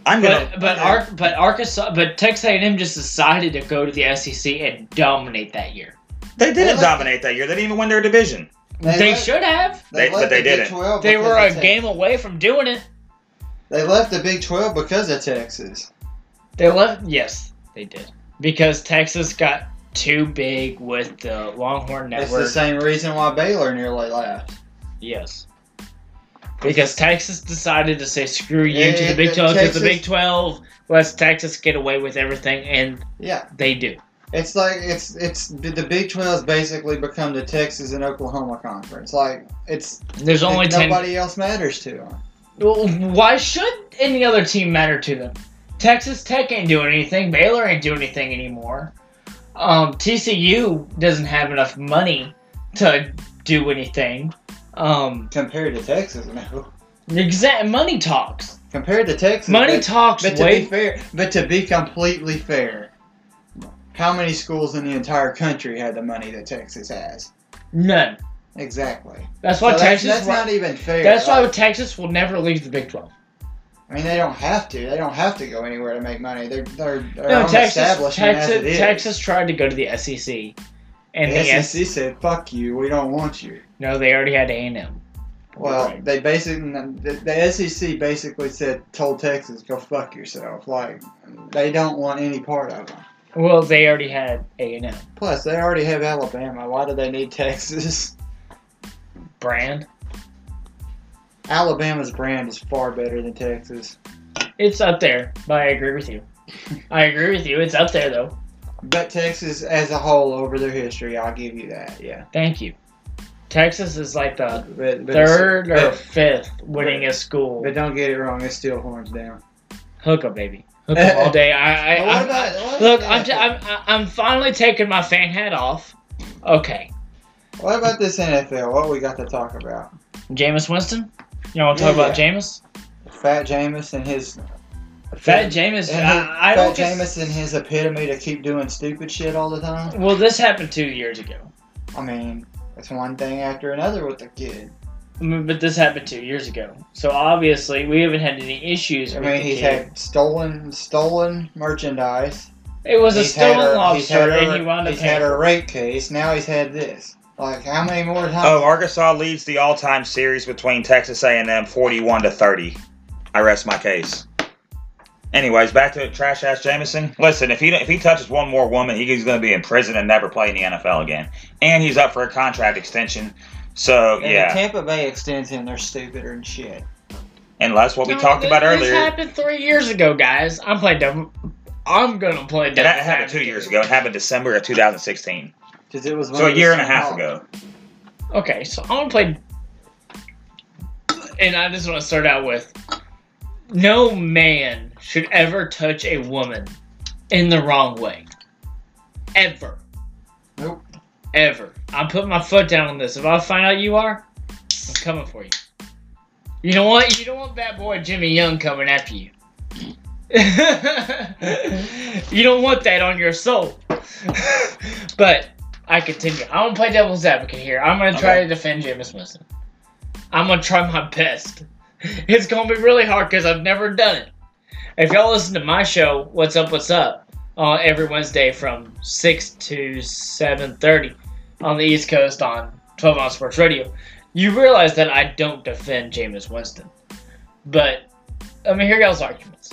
Speaker 1: I'm gonna.
Speaker 2: But but Ar- but Arkansas but Texas A&M just decided to go to the SEC and dominate that year.
Speaker 1: they didn't
Speaker 3: They-
Speaker 1: dominate that year. They didn't even win their division.
Speaker 2: They
Speaker 3: left-
Speaker 2: should have.
Speaker 1: they- but
Speaker 3: left
Speaker 1: they
Speaker 3: the Big
Speaker 1: didn't.
Speaker 3: 12
Speaker 2: They
Speaker 3: because
Speaker 2: were
Speaker 3: of
Speaker 2: a
Speaker 3: Tex-
Speaker 2: game away from doing it.
Speaker 3: They left the Big Twelve because of Texas.
Speaker 2: They left. Yes, they did because Texas got too big with the Longhorn
Speaker 3: That's
Speaker 2: network.
Speaker 3: the same reason why Baylor nearly left.
Speaker 2: Yes. Because Texas decided to say screw you to
Speaker 3: Yeah,
Speaker 2: the Big
Speaker 3: the
Speaker 2: 12 because the
Speaker 3: Texas-
Speaker 2: Big 12 lets Texas get away with everything, and
Speaker 3: Yeah,
Speaker 2: they do.
Speaker 3: it's like it's it's the Big Twelve's basically become the Texas and Oklahoma conference. Like it's
Speaker 2: There's only 10.
Speaker 3: nobody else matters to them.
Speaker 2: Well, Why should any other team matter to them? Texas Tech ain't doing anything. Baylor ain't doing anything anymore. Um, TCU doesn't have enough money to do anything. Um,
Speaker 3: Compared to Texas, no.
Speaker 2: exact money talks.
Speaker 3: Compared to Texas,
Speaker 2: Money
Speaker 3: but-
Speaker 2: talks
Speaker 3: But to
Speaker 2: way
Speaker 3: be fair, but to be completely fair, how many schools in the entire country had the money that Texas has?
Speaker 2: none.
Speaker 3: Exactly.
Speaker 2: That's why
Speaker 3: So that's,
Speaker 2: Texas.
Speaker 3: that's not even fair.
Speaker 2: That's why
Speaker 3: Like,
Speaker 2: Texas will never leave the Big 12.
Speaker 3: I mean, they don't have to. They don't have to go anywhere to make money. They're they're, they're
Speaker 2: No,
Speaker 3: own
Speaker 2: Texas,
Speaker 3: establishment as it
Speaker 2: Texas,
Speaker 3: is.
Speaker 2: Texas tried to go to the SEC, and the
Speaker 3: The E
Speaker 2: S- E
Speaker 3: SEC said, "Fuck you. We don't want you."
Speaker 2: no, they already had A and M.
Speaker 3: Well,
Speaker 2: Right.
Speaker 3: they basically the, the SEC basically said, "Told Texas, go fuck yourself." Like they don't want any part of them.
Speaker 2: Well, they already had A and M
Speaker 3: Plus, they already have Alabama. Why do they need Texas?
Speaker 2: brand.
Speaker 3: Alabama's brand is far better than Texas.
Speaker 2: It's up there, but I agree with you. I agree with you. It's up there though.
Speaker 3: But Texas as a whole over their history, I'll give you that, yeah.
Speaker 2: Thank you. Texas is like the
Speaker 3: But, but
Speaker 2: third or
Speaker 3: but,
Speaker 2: fifth winningest school.
Speaker 3: but don't get it wrong, it's still horns down.
Speaker 2: Hook 'em, baby. Hook 'em all day. I, I,
Speaker 3: But what
Speaker 2: I-
Speaker 3: about- what about
Speaker 2: look.
Speaker 3: the
Speaker 2: I'm, t-
Speaker 3: NFL?
Speaker 2: I'm, I'm finally taking my fan hat off. Okay,
Speaker 3: What about this NFL? What we got to talk about?
Speaker 2: Jameis Winston. You want to talk
Speaker 3: Yeah,
Speaker 2: about Jameis?
Speaker 3: Fat Jameis and his
Speaker 2: Fat Jameis.
Speaker 3: and his-
Speaker 2: I, I
Speaker 3: Fat
Speaker 2: don't.
Speaker 3: Jameis
Speaker 2: guess-
Speaker 3: and his epitome to keep doing stupid shit all the time.
Speaker 2: Well, this happened two years ago.
Speaker 3: I mean, it's one thing after another with the kid.
Speaker 2: I mean, but this happened two years ago. So obviously, we haven't had any issues.
Speaker 3: I
Speaker 2: With
Speaker 3: mean,
Speaker 2: the
Speaker 3: he's
Speaker 2: kid.
Speaker 3: had stolen stolen merchandise.
Speaker 2: it was a
Speaker 3: He's had
Speaker 2: stolen
Speaker 3: a- he's
Speaker 2: lobster,
Speaker 3: had a-
Speaker 2: and he wound up
Speaker 3: He's had
Speaker 2: paying.
Speaker 3: a rape case. Now he's had this. Like how many more times?
Speaker 1: Oh, Arkansas leads the all-time series between Texas A&M 41 to 30. I rest my case. Anyways, back to trash ass Jameson. Listen, if he if he touches one more woman, he's going to be in prison and never play in the NFL again. And he's up for a contract extension. So
Speaker 3: And
Speaker 1: yeah,
Speaker 3: if Tampa Bay extends him. They're stupider and shit.
Speaker 1: and that's what we
Speaker 2: No,
Speaker 1: talked
Speaker 2: th-
Speaker 1: about
Speaker 2: this
Speaker 1: earlier.
Speaker 2: happened three years ago, guys. I'm playing dumb. I'm gonna play.
Speaker 1: And that happened two years ago. It happened December of 2016.
Speaker 3: Because it was
Speaker 1: So a year and a half ago.
Speaker 2: Okay, so I'm gonna play. And I just want to start out with: no man should ever touch a woman in the wrong way, ever.
Speaker 3: Nope.
Speaker 2: Ever. I'm putting my foot down on this. If I find out you are, I'm coming for you. You know what? You don't want bad boy Jimmy Young coming after you. you don't want that on your soul. but I continue. I'm gonna play devil's advocate here. I'm gonna try
Speaker 1: Okay.
Speaker 2: to defend Jameis Winston. I'm gonna try my best. It's gonna be really hard because I've never done it. If y'all listen to my show, what's up? What's up? Uh, every Wednesday from six to seven thirty on the East Coast on Twelve On Sports Radio. You realize that I don't defend Jameis Winston, but I mean, here y'all's arguments.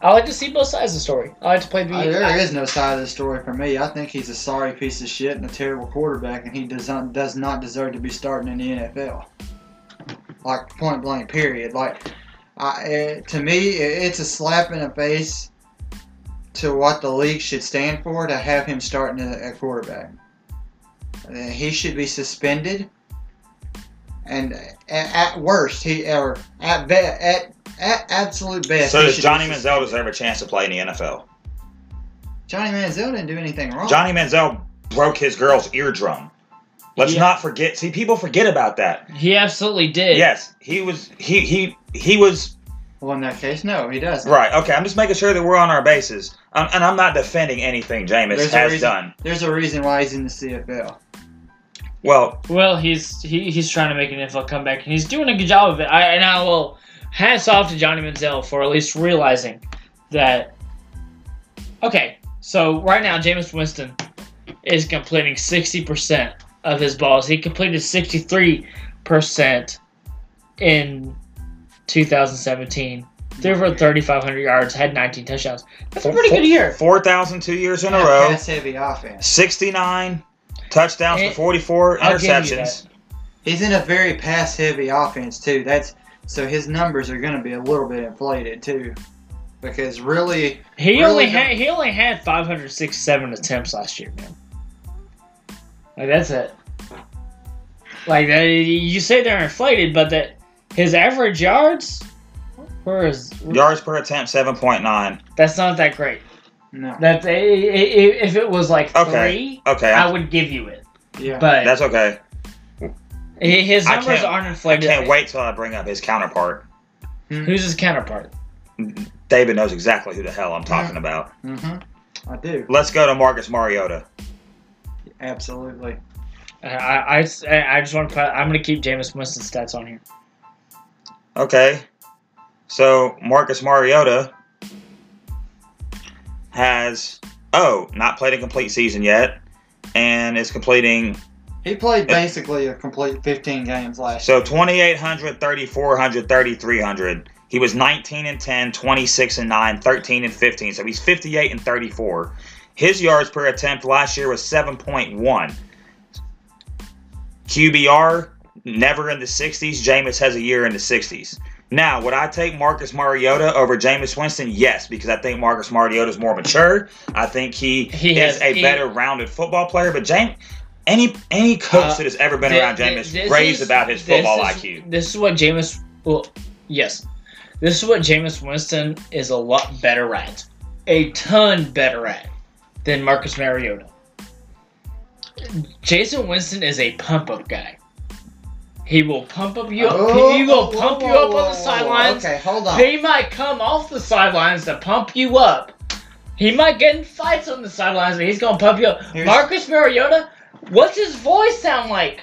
Speaker 2: I like to see both sides of the story. I like to play the. I-
Speaker 3: there is no side of the story for me. I think he's a sorry piece of shit and a terrible quarterback, and he does not does not deserve to be starting in the NFL. Like point blank, period. Like, I eh, to me, it, it's a slap in the face to what the league should stand for to have him starting a, a quarterback. Eh, he should be suspended, and eh, at, at worst, he or at be, at at absolute best.
Speaker 1: So
Speaker 3: he
Speaker 1: does
Speaker 3: should be
Speaker 1: Johnny
Speaker 3: sus-
Speaker 1: Manziel deserve a chance to play in the NFL?
Speaker 3: Johnny Manziel didn't do anything
Speaker 2: Oh.
Speaker 3: wrong.
Speaker 1: Johnny Manziel broke his girl's eardrum. Let's
Speaker 2: Yeah.
Speaker 1: not forget. See, people forget about that.
Speaker 2: he absolutely did.
Speaker 1: Yes, he was. He he he was
Speaker 3: Well, in that case, no, he doesn't.
Speaker 1: right. Okay, I'm just making sure that we're on our bases, um, and I'm not defending anything Jameis
Speaker 3: There's a
Speaker 1: has
Speaker 3: reason-
Speaker 1: done.
Speaker 3: There's a reason why he's in the CFL.
Speaker 1: Well,
Speaker 2: Well, he's he, he's trying to make an NFL comeback, and he's doing a good job of it. I and I will hats off to Johnny Manziel for at least realizing that. Okay, so right now Jameis Winston is completing sixty percent of his balls. He completed sixty three percent in two thousand seventeen. Threw for thirty five hundred yards, had nineteen touchdowns. That's a pretty good year.
Speaker 1: four thousand two years in a
Speaker 3: Yeah,
Speaker 1: row,
Speaker 3: Pass heavy offense.
Speaker 1: sixty nine touchdowns
Speaker 2: Eh,
Speaker 1: to forty four
Speaker 2: I'll give you
Speaker 1: interceptions.
Speaker 3: He's in a very pass heavy offense too. That's so his numbers are going to be a little bit inflated too, because really,
Speaker 2: He
Speaker 3: Really
Speaker 2: only
Speaker 3: don't-
Speaker 2: had he only had 567 attempts last year, man. Like that's it. Like that, you say they're inflated, but that his average yards, where is
Speaker 1: Yards per attempt seven point nine.
Speaker 2: that's not that great.
Speaker 3: no,
Speaker 2: That i- i- i- if it was like
Speaker 1: Okay.
Speaker 2: three,
Speaker 1: Okay,
Speaker 2: I would give you it.
Speaker 3: yeah,
Speaker 2: But
Speaker 1: that's okay.
Speaker 2: hi- his
Speaker 1: I
Speaker 2: numbers
Speaker 1: can't-
Speaker 2: aren't
Speaker 1: I
Speaker 2: inflated.
Speaker 1: can't wait till I bring up his counterpart.
Speaker 2: Who's his counterpart?
Speaker 1: David knows exactly who the hell I'm talking about.
Speaker 3: mm-hmm. I do
Speaker 1: Let's go to Marcus Mariota.
Speaker 3: absolutely.
Speaker 2: I I, I s- I just want to put. I'm gonna keep Jameis Winston's stats on here.
Speaker 1: Okay. So Marcus Mariota has oh, not played a complete season yet. And is completing
Speaker 3: He played basically a complete 15 games last.
Speaker 1: so 2800, 3400, 3300. He was 19 and 10, 26 and 9, 13 and 15. So he's 58 and 34. His yards per attempt last year was 7.1. QBR never in the 60s. Jameis has a year in the 60s. Now, would I take Marcus Mariota over Jameis Winston? Yes, because I think Marcus Mariota is more mature. I think he,
Speaker 2: He
Speaker 1: is
Speaker 2: has-
Speaker 1: a
Speaker 2: he-
Speaker 1: better rounded football player. But James, any any coach
Speaker 2: Uh,
Speaker 1: that has ever been
Speaker 2: Th-
Speaker 1: around
Speaker 2: th-
Speaker 1: Jameis
Speaker 2: this
Speaker 1: raves
Speaker 2: is-
Speaker 1: about his
Speaker 2: this
Speaker 1: football
Speaker 2: is-
Speaker 1: IQ.
Speaker 2: This is what Jameis. Well, yes, this is what Jameis Winston is a lot better at, a ton better at than Marcus Mariota. Jason Winston is a pump up guy. He will pump up you.
Speaker 3: Oh,
Speaker 2: he will
Speaker 3: whoa,
Speaker 2: pump
Speaker 3: whoa,
Speaker 2: you up on
Speaker 3: whoa,
Speaker 2: the
Speaker 3: whoa, whoa.
Speaker 2: sidelines.
Speaker 3: Okay, hold on.
Speaker 2: They might come off the sidelines to pump you up. He might get in fights on the sidelines, but he's gonna pump you up.
Speaker 3: Here's-
Speaker 2: Marcus Mariota, what's his voice sound like?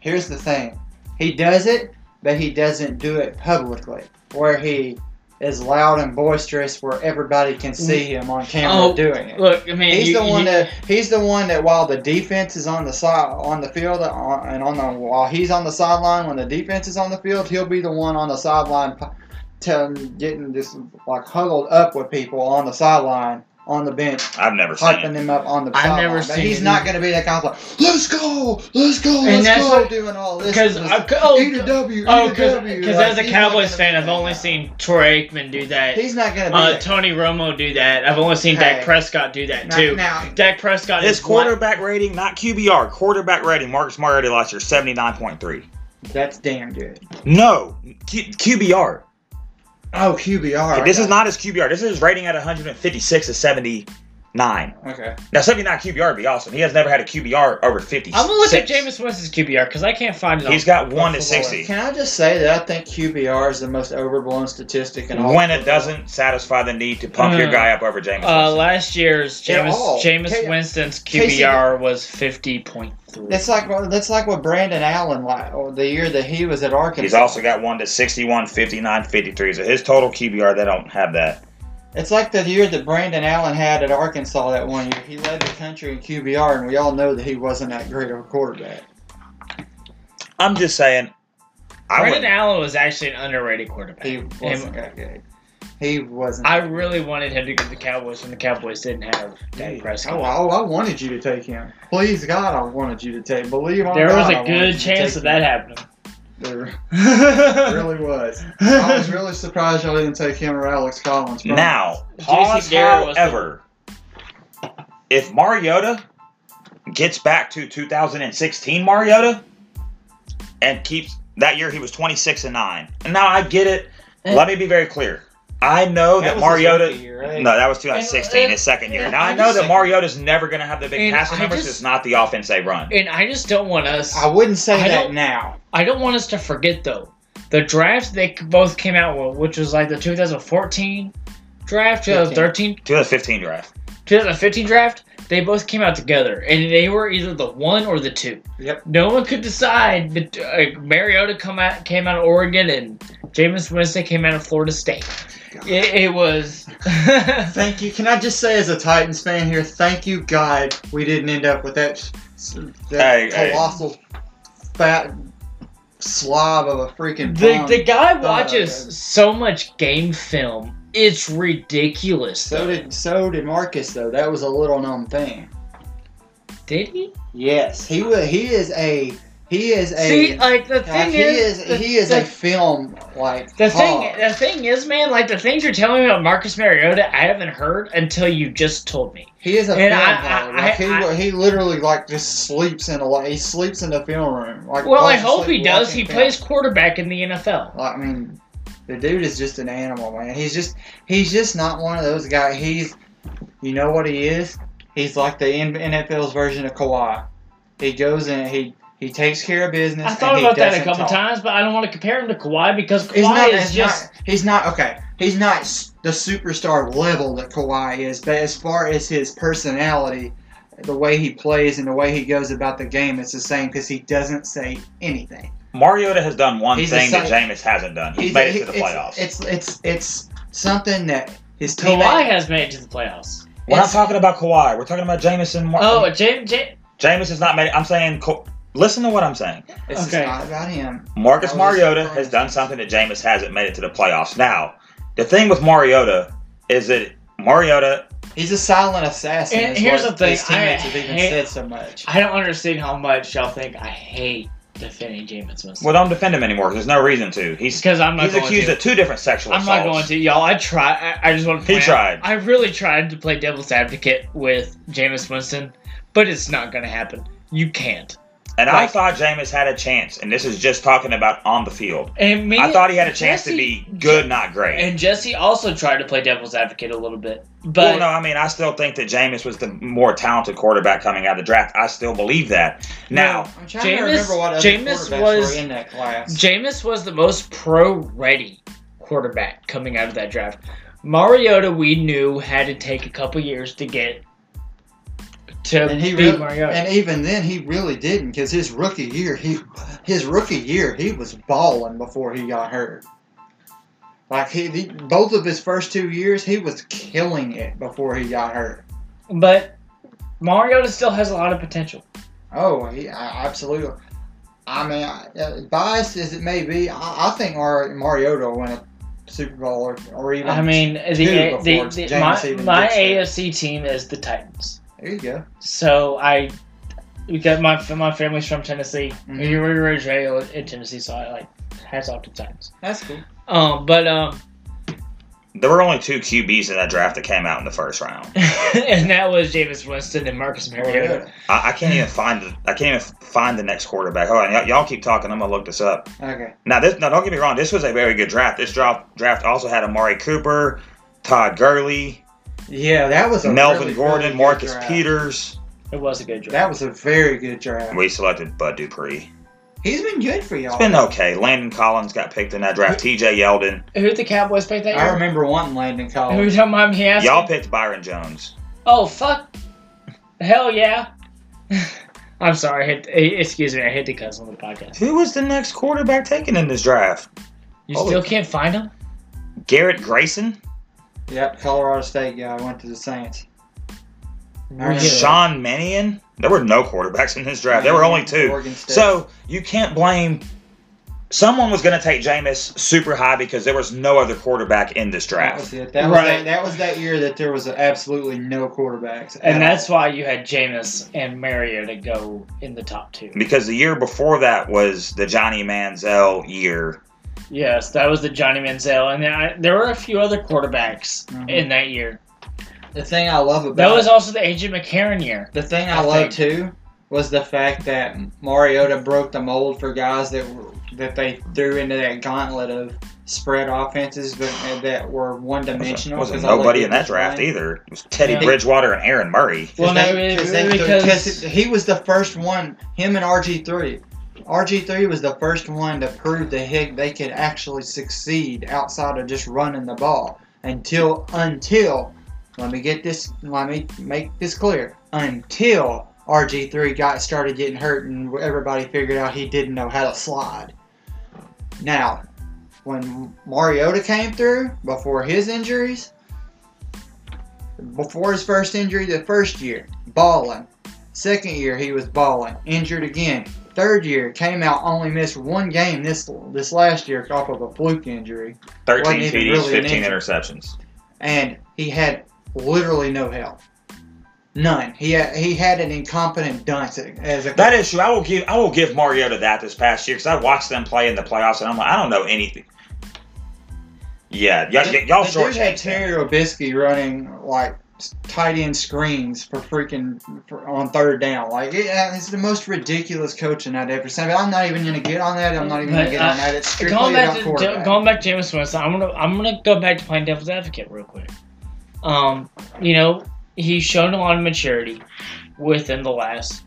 Speaker 3: Here's the thing. He does it, but he doesn't do it publicly, where he is loud and boisterous, where everybody can see him on camera
Speaker 2: Oh,
Speaker 3: doing it.
Speaker 2: Look, I mean,
Speaker 3: He's
Speaker 2: you-
Speaker 3: the one
Speaker 2: you-
Speaker 3: that he's the one that while the defense is on the side on the field on, and on the while he's on the sideline when the defense is on the field, he'll be the one on the sideline, p- telling getting just like huddled up with people on the sideline on the bench,
Speaker 1: I've never seen
Speaker 3: hyping
Speaker 1: it.
Speaker 3: him up on the
Speaker 2: I've
Speaker 3: sideline.
Speaker 2: never
Speaker 3: But
Speaker 2: seen
Speaker 3: he's
Speaker 2: it
Speaker 3: not going to be that guy. who's Like, let's go, let's go,
Speaker 2: And
Speaker 3: let's
Speaker 2: that's
Speaker 3: go,
Speaker 2: what-
Speaker 3: doing all this.
Speaker 2: Because
Speaker 3: this-
Speaker 2: I- oh,
Speaker 3: eat a W,
Speaker 2: Oh,
Speaker 3: eat a W.
Speaker 2: because
Speaker 3: Like,
Speaker 2: as a
Speaker 3: he's not
Speaker 2: Cowboys
Speaker 3: gonna
Speaker 2: fan,
Speaker 3: be
Speaker 2: I've
Speaker 3: that
Speaker 2: only
Speaker 3: guy.
Speaker 2: seen Troy Aikman do that.
Speaker 3: He's not going to be.
Speaker 2: Uh,
Speaker 3: that-
Speaker 2: Tony Romo do that. I've only seen Dak
Speaker 3: Hey.
Speaker 2: Prescott do that
Speaker 3: now-
Speaker 2: too.
Speaker 3: now,
Speaker 2: Dak Prescott
Speaker 1: His
Speaker 2: is one-
Speaker 1: quarterback rating, not QBR, quarterback rating, Marcus Mariota last year, 79.3.
Speaker 3: that's damn good.
Speaker 1: No, Q- QBR.
Speaker 3: Oh, QBR.
Speaker 1: this is
Speaker 3: okay.
Speaker 1: not his QBR. This is his rating at 156 to 79.
Speaker 3: okay.
Speaker 1: Now, 79 QBR would be awesome. He has never had a QBR over 50.
Speaker 2: I'm gonna look at Jameis Winston's QBR because I can't find it.
Speaker 1: He's
Speaker 2: on
Speaker 1: got 1 to
Speaker 2: Buffalo.
Speaker 1: 60.
Speaker 3: Can I just say that I think QBR is the most overblown statistic in all.
Speaker 1: When it
Speaker 3: football.
Speaker 1: doesn't satisfy the need to pump your
Speaker 2: Mm.
Speaker 1: guy up over Jameis
Speaker 2: Uh,
Speaker 1: Winston.
Speaker 2: last year's
Speaker 3: At
Speaker 2: Jameis
Speaker 3: all.
Speaker 2: Jameis
Speaker 3: K-
Speaker 2: Winston's
Speaker 3: Casey-
Speaker 2: QBR was fifty point three.
Speaker 3: That's like what- that's like what Brandon Allen like or the year that he was at Arkansas.
Speaker 1: He's also got 1 to 61, 59, 53. So his total QBR, they don't have that.
Speaker 3: It's like the year that Brandon Allen had at Arkansas that one year. He led the country in QBR, and we all know that he wasn't that great of a quarterback.
Speaker 1: I'm just saying. I
Speaker 2: Brandon
Speaker 1: wouldn't.
Speaker 2: Allen was actually an underrated quarterback.
Speaker 3: He wasn't that good. He wasn't.
Speaker 2: I really wanted him to go to the Cowboys when the Cowboys didn't have Dak Prescott.
Speaker 3: Oh, I, I wanted you to take him. Please God, I wanted you to take. Believe on
Speaker 2: there
Speaker 3: God,
Speaker 2: was
Speaker 3: I
Speaker 2: a
Speaker 3: wanted you
Speaker 2: good
Speaker 3: to
Speaker 2: chance
Speaker 3: take
Speaker 2: of that
Speaker 3: him.
Speaker 2: happening.
Speaker 3: There really was. I was really surprised y'all didn't take him or Alex Collins. bro.
Speaker 1: Now,
Speaker 2: JC
Speaker 1: pause
Speaker 2: Garrett was the-
Speaker 1: however. If Mariota gets back to 2016 Mariota and keeps that year he was 26 and 9. And now I get it.
Speaker 3: And-
Speaker 1: Let me be very clear. I know that,
Speaker 3: was his
Speaker 1: Mariota
Speaker 3: rookie year, right?
Speaker 1: No, that was 2016, his second year. Now I
Speaker 3: I'm
Speaker 1: know
Speaker 3: just
Speaker 1: that
Speaker 3: saying-
Speaker 1: Mariota's never going to have the big
Speaker 2: And
Speaker 1: passing
Speaker 2: I
Speaker 1: numbers. 'cause
Speaker 2: just-
Speaker 1: it's not the offense they run.
Speaker 2: and I just don't want us.
Speaker 3: I wouldn't say
Speaker 2: I
Speaker 3: that
Speaker 2: don't-
Speaker 3: now.
Speaker 2: I don't want us to forget though the drafts they both came out with, which was like the 2014 draft, 2013,
Speaker 1: 2015 draft.
Speaker 2: 2015 draft. They both came out together, and they were either the one or the two.
Speaker 3: Yep.
Speaker 2: No one could decide. But uh, Mariota come out came out of Oregon, and Jameis Winston came out of Florida State. It, it was.
Speaker 3: Thank you. Can I just say, as a Titans fan here, thank you, God, we didn't end up with that,
Speaker 1: Hey,
Speaker 3: that
Speaker 1: hey.
Speaker 3: colossal, fat slob of a freaking.
Speaker 2: The,
Speaker 3: bum.
Speaker 2: the guy
Speaker 3: Thumb,
Speaker 2: watches
Speaker 3: yeah.
Speaker 2: so much game film. It's ridiculous.
Speaker 3: so did so did Marcus though. That was a little known thing.
Speaker 2: Did he?
Speaker 3: Yes, he was. He is a. He is a.
Speaker 2: See, like the
Speaker 3: like,
Speaker 2: thing
Speaker 3: he
Speaker 2: is,
Speaker 3: is.
Speaker 2: the,
Speaker 3: he is
Speaker 2: the,
Speaker 3: a film like.
Speaker 2: the
Speaker 3: hog.
Speaker 2: thing. The thing is, man, like the things you're telling me about Marcus Mariota, I haven't heard until you just told me.
Speaker 3: He is a
Speaker 2: And
Speaker 3: film
Speaker 2: I-
Speaker 3: hog.
Speaker 2: I-
Speaker 3: Like, he,
Speaker 2: I-
Speaker 3: he literally like just sleeps in a like he sleeps in the film room. Like
Speaker 2: Well, I
Speaker 3: falls
Speaker 2: hope he
Speaker 3: asleep
Speaker 2: does.
Speaker 3: watching
Speaker 2: He
Speaker 3: film.
Speaker 2: plays quarterback in the NFL.
Speaker 3: Like, I mean, the dude is just an animal, man. He's just he's just not one of those guys. He's you know what he is? He's like the N- NFL's version of Kawhi. He goes in, he he takes care of business.
Speaker 2: I thought
Speaker 3: and he
Speaker 2: about that a
Speaker 3: doesn't
Speaker 2: couple
Speaker 3: talk.
Speaker 2: times, but I don't want to compare him to Kawhi because Kawhi
Speaker 3: He's not,
Speaker 2: is
Speaker 3: he's
Speaker 2: just.
Speaker 3: not- he's not okay. He's not s- the superstar level that Kawhi is, but as far as his personality, the way he plays and the way he goes about the game, it's the same because he doesn't say anything.
Speaker 1: Mariota has done one
Speaker 3: He's
Speaker 1: thing
Speaker 3: the
Speaker 1: that
Speaker 3: same-
Speaker 1: Jameis hasn't done. He's
Speaker 3: He's-
Speaker 1: made it to the
Speaker 3: it's-
Speaker 1: playoffs.
Speaker 3: It's it's it's something that his
Speaker 2: Kawhi
Speaker 3: teammates-
Speaker 2: has made it to the playoffs.
Speaker 1: We're not
Speaker 3: It's-
Speaker 1: talking about Kawhi. We're talking about Jameson. Mar-
Speaker 2: Oh, James. Jam-
Speaker 1: Jameis has not made. it. I'm saying. Ka- Listen to what I'm saying.
Speaker 3: This
Speaker 2: Okay.
Speaker 3: is not about him.
Speaker 1: Marcus
Speaker 3: That was
Speaker 1: Mariota
Speaker 3: surprising.
Speaker 1: has done something that Jameis hasn't made it to the playoffs. Now, the thing with Mariota is that Mariota.
Speaker 3: He's a silent assassin.
Speaker 2: And
Speaker 3: is
Speaker 2: here's
Speaker 3: what
Speaker 2: the
Speaker 3: His
Speaker 2: thing, I
Speaker 3: teammates have even
Speaker 2: hate-
Speaker 3: said so much.
Speaker 2: I don't understand how much y'all think I hate defending Jameis Winston.
Speaker 1: Well, don't defend him anymore. 'cause There's no reason to. He's
Speaker 2: because I'm not
Speaker 1: he's
Speaker 2: going
Speaker 1: accused
Speaker 2: to.
Speaker 1: of two different sexual
Speaker 2: I'm not
Speaker 1: assaults.
Speaker 2: going to, y'all. I try. I, I just want to.
Speaker 1: He
Speaker 2: point out,
Speaker 1: tried.
Speaker 2: I really tried to play devil's advocate with Jameis Winston, but it's not going to happen. You can't.
Speaker 1: And I
Speaker 2: Like-
Speaker 1: thought Jameis had a chance, and this is just talking about on the field.
Speaker 2: And me,
Speaker 1: I thought he had a chance to
Speaker 2: Jesse-
Speaker 1: be good, not great.
Speaker 2: And Jesse also tried to play devil's advocate a little bit,
Speaker 1: well,
Speaker 2: but
Speaker 1: no, I mean, I still think that Jameis was the more talented quarterback coming out of the draft. I still believe that. Now,
Speaker 3: I'm trying
Speaker 2: Jameis-
Speaker 3: to remember what other
Speaker 2: Jameis
Speaker 3: quarterbacks
Speaker 2: was-
Speaker 3: were in that class.
Speaker 2: Jameis was the most pro-ready quarterback coming out of that draft. Mariota, we knew had to take a couple years to get to
Speaker 3: and he
Speaker 2: be
Speaker 3: really,
Speaker 2: Mariota.
Speaker 3: and even then he really didn't because his rookie year he his rookie year he was balling before he got hurt. Like he, he both of his first two years he was killing it before he got hurt.
Speaker 2: but Mariota still has a lot of potential.
Speaker 3: Oh, he I, absolutely. I mean, I, uh, biased as it may be, I, I think Mar- Mariota will win a Super Bowl or, or even.
Speaker 2: I mean, the,
Speaker 3: Dude,
Speaker 2: the,
Speaker 3: before
Speaker 2: the-
Speaker 3: James
Speaker 2: my,
Speaker 3: even
Speaker 2: my
Speaker 3: gets there.
Speaker 2: AFC team is the Titans.
Speaker 3: there you go.
Speaker 2: So I, because my my family's from Tennessee,
Speaker 3: Mhm.
Speaker 2: we were raised in Tennessee, so I like hats off to Titans.
Speaker 3: That's cool.
Speaker 2: Um, but um,
Speaker 1: There were only two QBs in that draft that came out in the first round.
Speaker 2: and that was Jameis Winston and Marcus Mariota.
Speaker 1: I, I can't even find the I can't even find the next quarterback. Hold on, y'all, y'all keep talking. I'm gonna look this up.
Speaker 3: Okay.
Speaker 1: Now this now don't get me wrong. This was a very good draft. This draft draft also had Amari Cooper, Todd Gurley,
Speaker 3: Yeah, that was a
Speaker 1: Melvin
Speaker 3: really,
Speaker 1: Gordon,
Speaker 3: really good
Speaker 1: Marcus
Speaker 3: draft.
Speaker 1: Peters.
Speaker 2: It was a good
Speaker 3: That
Speaker 2: draft.
Speaker 3: was a very good draft.
Speaker 1: We selected Bud Dupree.
Speaker 3: He's been good for y'all.
Speaker 1: It's been okay. Landon Collins got picked in that draft. T.J. Yeldon.
Speaker 2: Who did the Cowboys pick that
Speaker 3: I
Speaker 2: year?
Speaker 3: remember wanting Landon
Speaker 2: Who
Speaker 3: Collins.
Speaker 2: don't mind me asking?
Speaker 1: Y'all picked Byron Jones.
Speaker 2: Oh fuck! Hell yeah! I'm sorry. I hit, eh, excuse me. I hit the cuss on the podcast.
Speaker 1: Who was the next quarterback taken in this draft?
Speaker 2: You
Speaker 1: Holy-
Speaker 2: still can't find him.
Speaker 1: Garrett Grayson,
Speaker 3: Yep, Colorado State guy went to the Saints.
Speaker 2: Really?
Speaker 3: Yeah.
Speaker 1: Sean Mannion. There were no quarterbacks in this draft. There were only two.
Speaker 3: Oregon State.
Speaker 1: So you can't blame. Someone was going to take Jameis super high because there was no other quarterback in this
Speaker 3: that
Speaker 1: draft.
Speaker 3: was it. That was,
Speaker 2: Right.
Speaker 3: that, that was that year that there was absolutely no quarterbacks. at
Speaker 2: And that's
Speaker 3: all.
Speaker 2: why you had Jameis and Mariota go in the top two.
Speaker 1: Because the year before that was the Johnny Manziel year.
Speaker 2: Yes, that was the Johnny Manziel, and then I, there were a few other quarterbacks
Speaker 3: Mhm.
Speaker 2: in that year.
Speaker 3: the thing I love about
Speaker 2: That was also the AJ McCarron year.
Speaker 3: The thing I,
Speaker 2: I
Speaker 3: love
Speaker 2: think-
Speaker 3: too was the fact that Mariota broke the mold for guys that were that they threw into that gauntlet of spread offenses that, that were one
Speaker 1: There
Speaker 3: dimensional.
Speaker 1: wasn't nobody in that draft either. It was Teddy
Speaker 2: Yeah.
Speaker 1: Bridgewater and Aaron Murray.
Speaker 2: Well, no, it- because-
Speaker 3: he was the first one, him and RG three. RG three was the first one to prove that heck they could actually succeed outside of just running the ball until until let me get this let me make this clear until RG3 got started getting hurt and everybody figured out he didn't know how to slide. Now, when Mariota came through before his injuries, before his first injury the first year, balling. Second year he was balling, injured again. Third year came out only missed one game this this last year off of a fluke injury.
Speaker 1: 13
Speaker 3: Wasn't even
Speaker 1: TDs,
Speaker 3: really an
Speaker 1: 15
Speaker 3: injury.
Speaker 1: interceptions.
Speaker 3: and he had literally no help. None. He had, he had an incompetent dunce as a
Speaker 1: That is true. I will give I will give Mariota that this past year because I watched them play in the playoffs and I'm like I don't know anything. Yeah, y- y- y'all
Speaker 3: The dude had
Speaker 1: shortchanged him.
Speaker 3: Terry Obisky running like tight end screens for freaking for, on third down. Like it, uh, it's the most ridiculous coaching I'd ever seen. But I'm not even gonna get on that. I'm not even gonna
Speaker 2: But,
Speaker 3: get
Speaker 2: uh,
Speaker 3: on that. It's strictly
Speaker 2: Going back
Speaker 3: about
Speaker 2: to
Speaker 3: quarterback.
Speaker 2: going back to Jameis Winston, I'm gonna I'm gonna go back to playing devil's advocate real quick. Um, you know, he's shown a lot of maturity within the last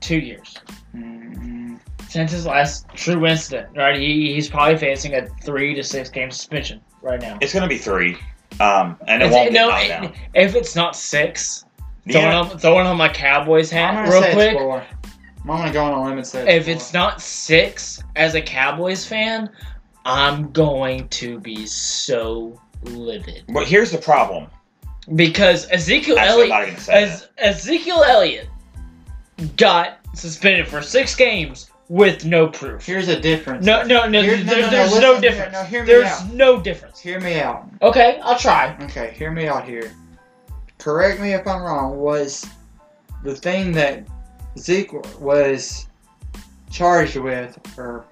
Speaker 2: two years.
Speaker 3: Mm,
Speaker 2: since his last true incident, right? He, he's probably facing a three to six game suspension right now.
Speaker 1: It's gonna be three, um, and it
Speaker 2: If-
Speaker 1: won't get
Speaker 2: no,
Speaker 1: knocked down.
Speaker 2: if it's not six,
Speaker 1: The
Speaker 2: throwing,
Speaker 1: N-
Speaker 2: on, throwing on my Cowboys
Speaker 3: I'm
Speaker 2: hat
Speaker 3: gonna
Speaker 2: real
Speaker 3: say
Speaker 2: quick.
Speaker 3: It's four. I'm gonna go on a limb and say
Speaker 2: If
Speaker 3: four.
Speaker 2: it's not six, as a Cowboys fan, I'm going to be so livid
Speaker 1: But here's the problem.
Speaker 2: because Ezekiel
Speaker 1: Actually, I'm
Speaker 2: Elliott,
Speaker 1: not gonna say that.
Speaker 2: as, Ezekiel Elliott, got suspended for six games with no proof.
Speaker 3: here's a difference.
Speaker 2: No, no, no.
Speaker 3: Here-
Speaker 2: there- there's
Speaker 3: listen
Speaker 2: no,
Speaker 3: here.
Speaker 2: difference.
Speaker 3: No, hear me
Speaker 2: there's
Speaker 3: out.
Speaker 2: no difference.
Speaker 3: Hear me out.
Speaker 2: Okay, I'll try.
Speaker 3: Okay, hear me out here. Correct me if I'm wrong. Was the thing that Zeke was charged with, or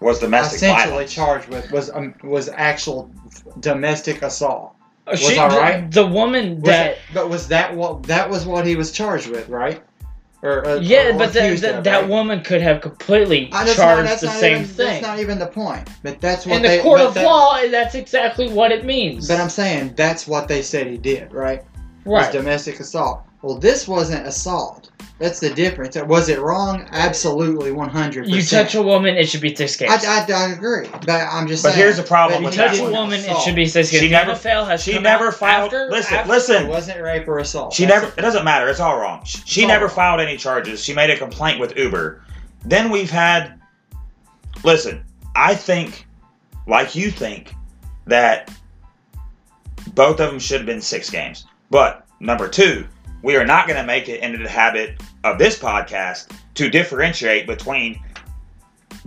Speaker 1: was domestic
Speaker 3: essentially
Speaker 1: violence.
Speaker 3: charged with, was um, was actual domestic assault.
Speaker 2: Was
Speaker 3: I right?
Speaker 2: The, woman
Speaker 3: Was
Speaker 2: that.
Speaker 3: it- but was that what that was what he was charged with, right? Or, uh, or
Speaker 2: yeah,
Speaker 3: or
Speaker 2: but that
Speaker 3: accused
Speaker 2: that
Speaker 3: of,
Speaker 2: that
Speaker 3: right?
Speaker 2: woman could have completely
Speaker 3: I-
Speaker 2: charged
Speaker 3: that's not- that's
Speaker 2: the
Speaker 3: not
Speaker 2: same
Speaker 3: even-
Speaker 2: thing.
Speaker 3: That's not even the point. But that's what
Speaker 2: In the
Speaker 3: they,
Speaker 2: court
Speaker 3: but
Speaker 2: of
Speaker 3: that-
Speaker 2: law, that's exactly what it means.
Speaker 3: But I'm saying that's what they said he did, right? was
Speaker 2: right.
Speaker 3: domestic assault. Well, this wasn't assault. That's the difference. Was it wrong? Absolutely, one hundred.
Speaker 2: You touch a woman, it should be six games.
Speaker 3: I, I, I agree, but I'm just.
Speaker 1: But
Speaker 3: saying,
Speaker 1: here's the problem
Speaker 2: you
Speaker 1: with
Speaker 3: he
Speaker 1: that
Speaker 2: touch a
Speaker 3: didn't
Speaker 1: one.
Speaker 2: woman, it
Speaker 3: assault.
Speaker 2: should be six
Speaker 1: She
Speaker 2: games.
Speaker 1: never-
Speaker 2: the NFL has
Speaker 1: She
Speaker 2: come
Speaker 1: never
Speaker 2: out
Speaker 1: filed.
Speaker 2: after-
Speaker 1: listen,
Speaker 2: after-
Speaker 3: It
Speaker 1: listen.
Speaker 3: wasn't rape or assault.
Speaker 1: She
Speaker 3: That's
Speaker 1: never. It doesn't matter. It's all wrong. She, she
Speaker 3: all
Speaker 1: never
Speaker 3: wrong.
Speaker 1: filed any charges. She made a complaint with Uber. Then we've had. Listen, I think, like you think, that both of them should have been six games. But number two, we are not going to make it into the habit of this podcast to differentiate between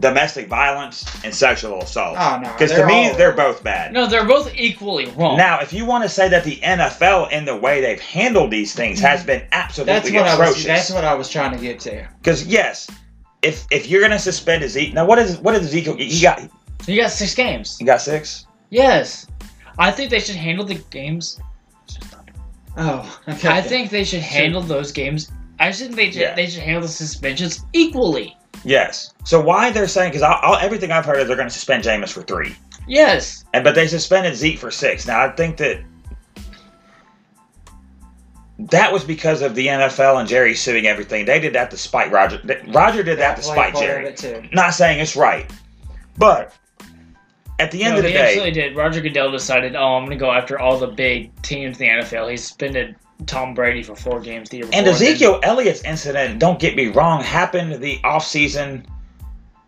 Speaker 1: domestic violence and sexual assault.
Speaker 3: Oh no,
Speaker 1: Because to
Speaker 3: they're
Speaker 1: me,
Speaker 3: all-
Speaker 1: they're both bad.
Speaker 2: No, they're both equally wrong.
Speaker 1: Now, if you want to say that the NFL and the way they've handled these things has been
Speaker 3: that's
Speaker 1: absolutely
Speaker 3: what I was. That's
Speaker 1: atrocious,
Speaker 3: what I was trying to get to.
Speaker 1: because yes, if if you're gonna suspend Ezekiel, now what is what is Ezekiel? He got
Speaker 2: you got six games.
Speaker 1: he got six.
Speaker 2: Yes, I think they should handle the games.
Speaker 3: Oh, okay.
Speaker 2: I think they should handle those games. I think they should,
Speaker 1: Yeah.
Speaker 2: they should handle the suspensions equally.
Speaker 1: Yes. So why they're saying? Because all, everything I've heard is they're gonna suspend Jameis for three,
Speaker 2: Yes,
Speaker 1: and but they suspended Zeke for six. Now I think that. That was because of the NFL and Jerry suing everything. They did that to spite Roger. Roger did that to spite Jerry. not saying it's right, but at the end
Speaker 2: no,
Speaker 1: of the
Speaker 2: they
Speaker 1: day,
Speaker 2: absolutely did. Roger Goodell decided, oh, I'm going to go after all the big teams in the NFL. He suspended Tom Brady for four games the year before.
Speaker 1: and
Speaker 2: then-
Speaker 1: Ezekiel Elliott's incident, don't get me wrong, happened the offseason.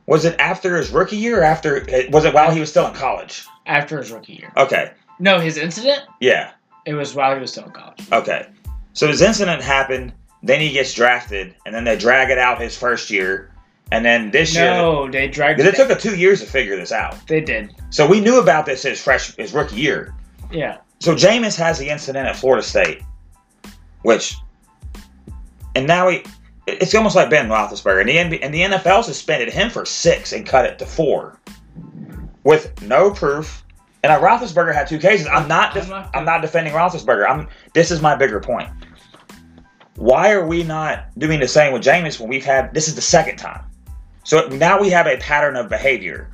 Speaker 1: Was it after his rookie year? Or after was it while he was still in college?
Speaker 2: after his rookie year.
Speaker 1: Okay,
Speaker 2: No, his incident.
Speaker 1: yeah,
Speaker 2: It was while he was still in college.
Speaker 1: okay. So his incident happened. Then he gets drafted, and then they drag it out his first year, and then this year
Speaker 2: No, they dragged.
Speaker 1: because it took a two years to figure this out.
Speaker 2: They did.
Speaker 1: So we knew about this his fresh his rookie year.
Speaker 2: Yeah.
Speaker 1: So Jameis has the incident at Florida State, which, and now he, it's almost like Ben Roethlisberger. And the, NB and the NFL suspended him for six and cut it to four, with no proof. And now Roethlisberger had two cases. I'm not, def-
Speaker 2: I'm
Speaker 1: I'm
Speaker 2: not-
Speaker 1: not, defending Roethlisberger. I'm. This is my bigger point. Why are we not doing the same with Jameis when we've had this is the second time? So now we have a pattern of behavior.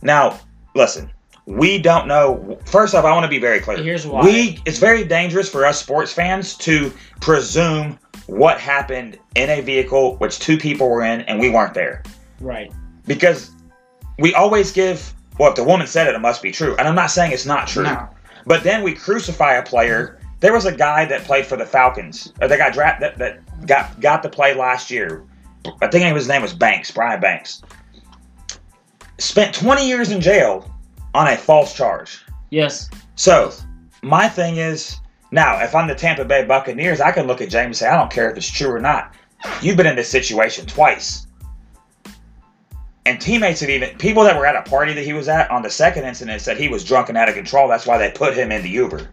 Speaker 1: Now, listen, we don't know. First off, I want to be very clear.
Speaker 2: Here's why.
Speaker 1: We it's very dangerous for us sports fans to presume what happened in a vehicle which two people were in and we weren't there
Speaker 2: Right.
Speaker 1: because we always give well if the woman said it it must be true and i'm not saying it's not true
Speaker 3: No.
Speaker 1: but then we crucify a player there was a guy that played for the falcons or that got draft that, that got got to play last year i think his name was banks brian banks spent 20 years in jail on a false charge
Speaker 2: Yes.
Speaker 1: so my thing is now if i'm the tampa bay buccaneers i can look at james and say i don't care if it's true or not you've been in this situation twice and teammates have even people that were at a party that he was at on the second incident said he was drunk and out of control. That's why they put him in the Uber.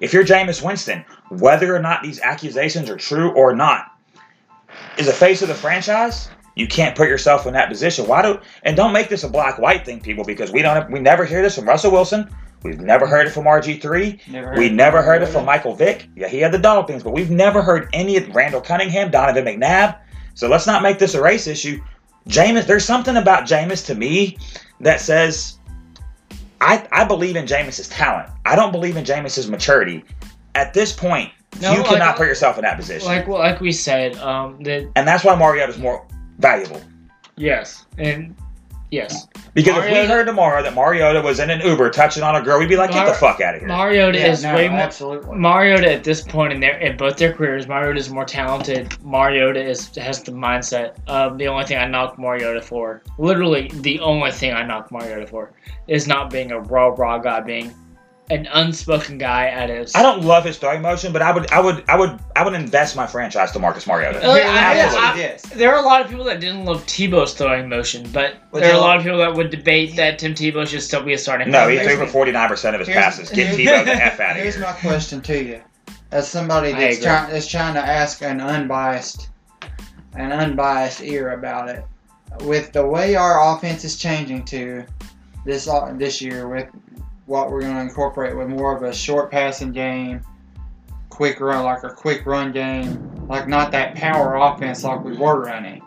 Speaker 1: If you're Jameis Winston, whether or not these accusations are true or not, is a face of the franchise. You can't put yourself in that position. Why do and don't make this a black white thing, people, because we don't we never hear this from Russell Wilson. We've never heard it from RG three.
Speaker 3: Never
Speaker 1: We never heard it from Michael Vick. Yeah, he had the dog things, but we've never heard any of Randall Cunningham, Donovan McNabb. So let's not make this a race issue. Jameis, there's something about Jameis to me that says I, I believe in Jameis's talent. I don't believe in Jameis's maturity. At this point,
Speaker 2: No,
Speaker 1: you
Speaker 2: like-
Speaker 1: cannot put yourself in that position.
Speaker 2: Like well, like we said, um, that
Speaker 1: and that's why Mariota's more valuable.
Speaker 2: yes, and yes,
Speaker 1: Because if we
Speaker 2: Mariota-
Speaker 1: heard tomorrow that Mariota was in an Uber touching on a girl, we'd be like, get the
Speaker 2: Mar-
Speaker 1: fuck out of here.
Speaker 2: Mariota
Speaker 3: Yeah,
Speaker 2: is
Speaker 3: no,
Speaker 2: way more.
Speaker 3: absolutely.
Speaker 2: Mariota at this point in their in both their careers, Mariota is more talented. Mariota is has the mindset. Um, the only thing I knock Mariota for, literally the only thing I knock Mariota for, is not being a raw raw guy, being an unspoken guy at his.
Speaker 1: I don't love his throwing motion, but I would, I would, I would, I would invest my franchise to Marcus Mariota.
Speaker 2: Uh,
Speaker 3: Here it
Speaker 2: I-
Speaker 1: I-
Speaker 3: is, yes.
Speaker 2: There are a lot of people that didn't love Tebow's throwing motion, but
Speaker 3: But
Speaker 2: there are a
Speaker 3: they'll-
Speaker 2: lot of people that would debate that Tim Tebow should still be a starting.
Speaker 1: No, he
Speaker 2: quarterback.
Speaker 1: threw for forty nine percent of his
Speaker 3: Here's-
Speaker 1: passes. Get
Speaker 3: here's-
Speaker 1: Tebow the f out of
Speaker 3: Here's
Speaker 1: here.
Speaker 3: my question to you, as somebody
Speaker 2: I
Speaker 3: that's
Speaker 2: agree.
Speaker 3: trying is trying to ask an unbiased, an unbiased ear about it, with the way our offense is changing to this o- this year, with what we're going to incorporate with more of a short passing game, quick run like a quick run game, like not that power offense like we were running.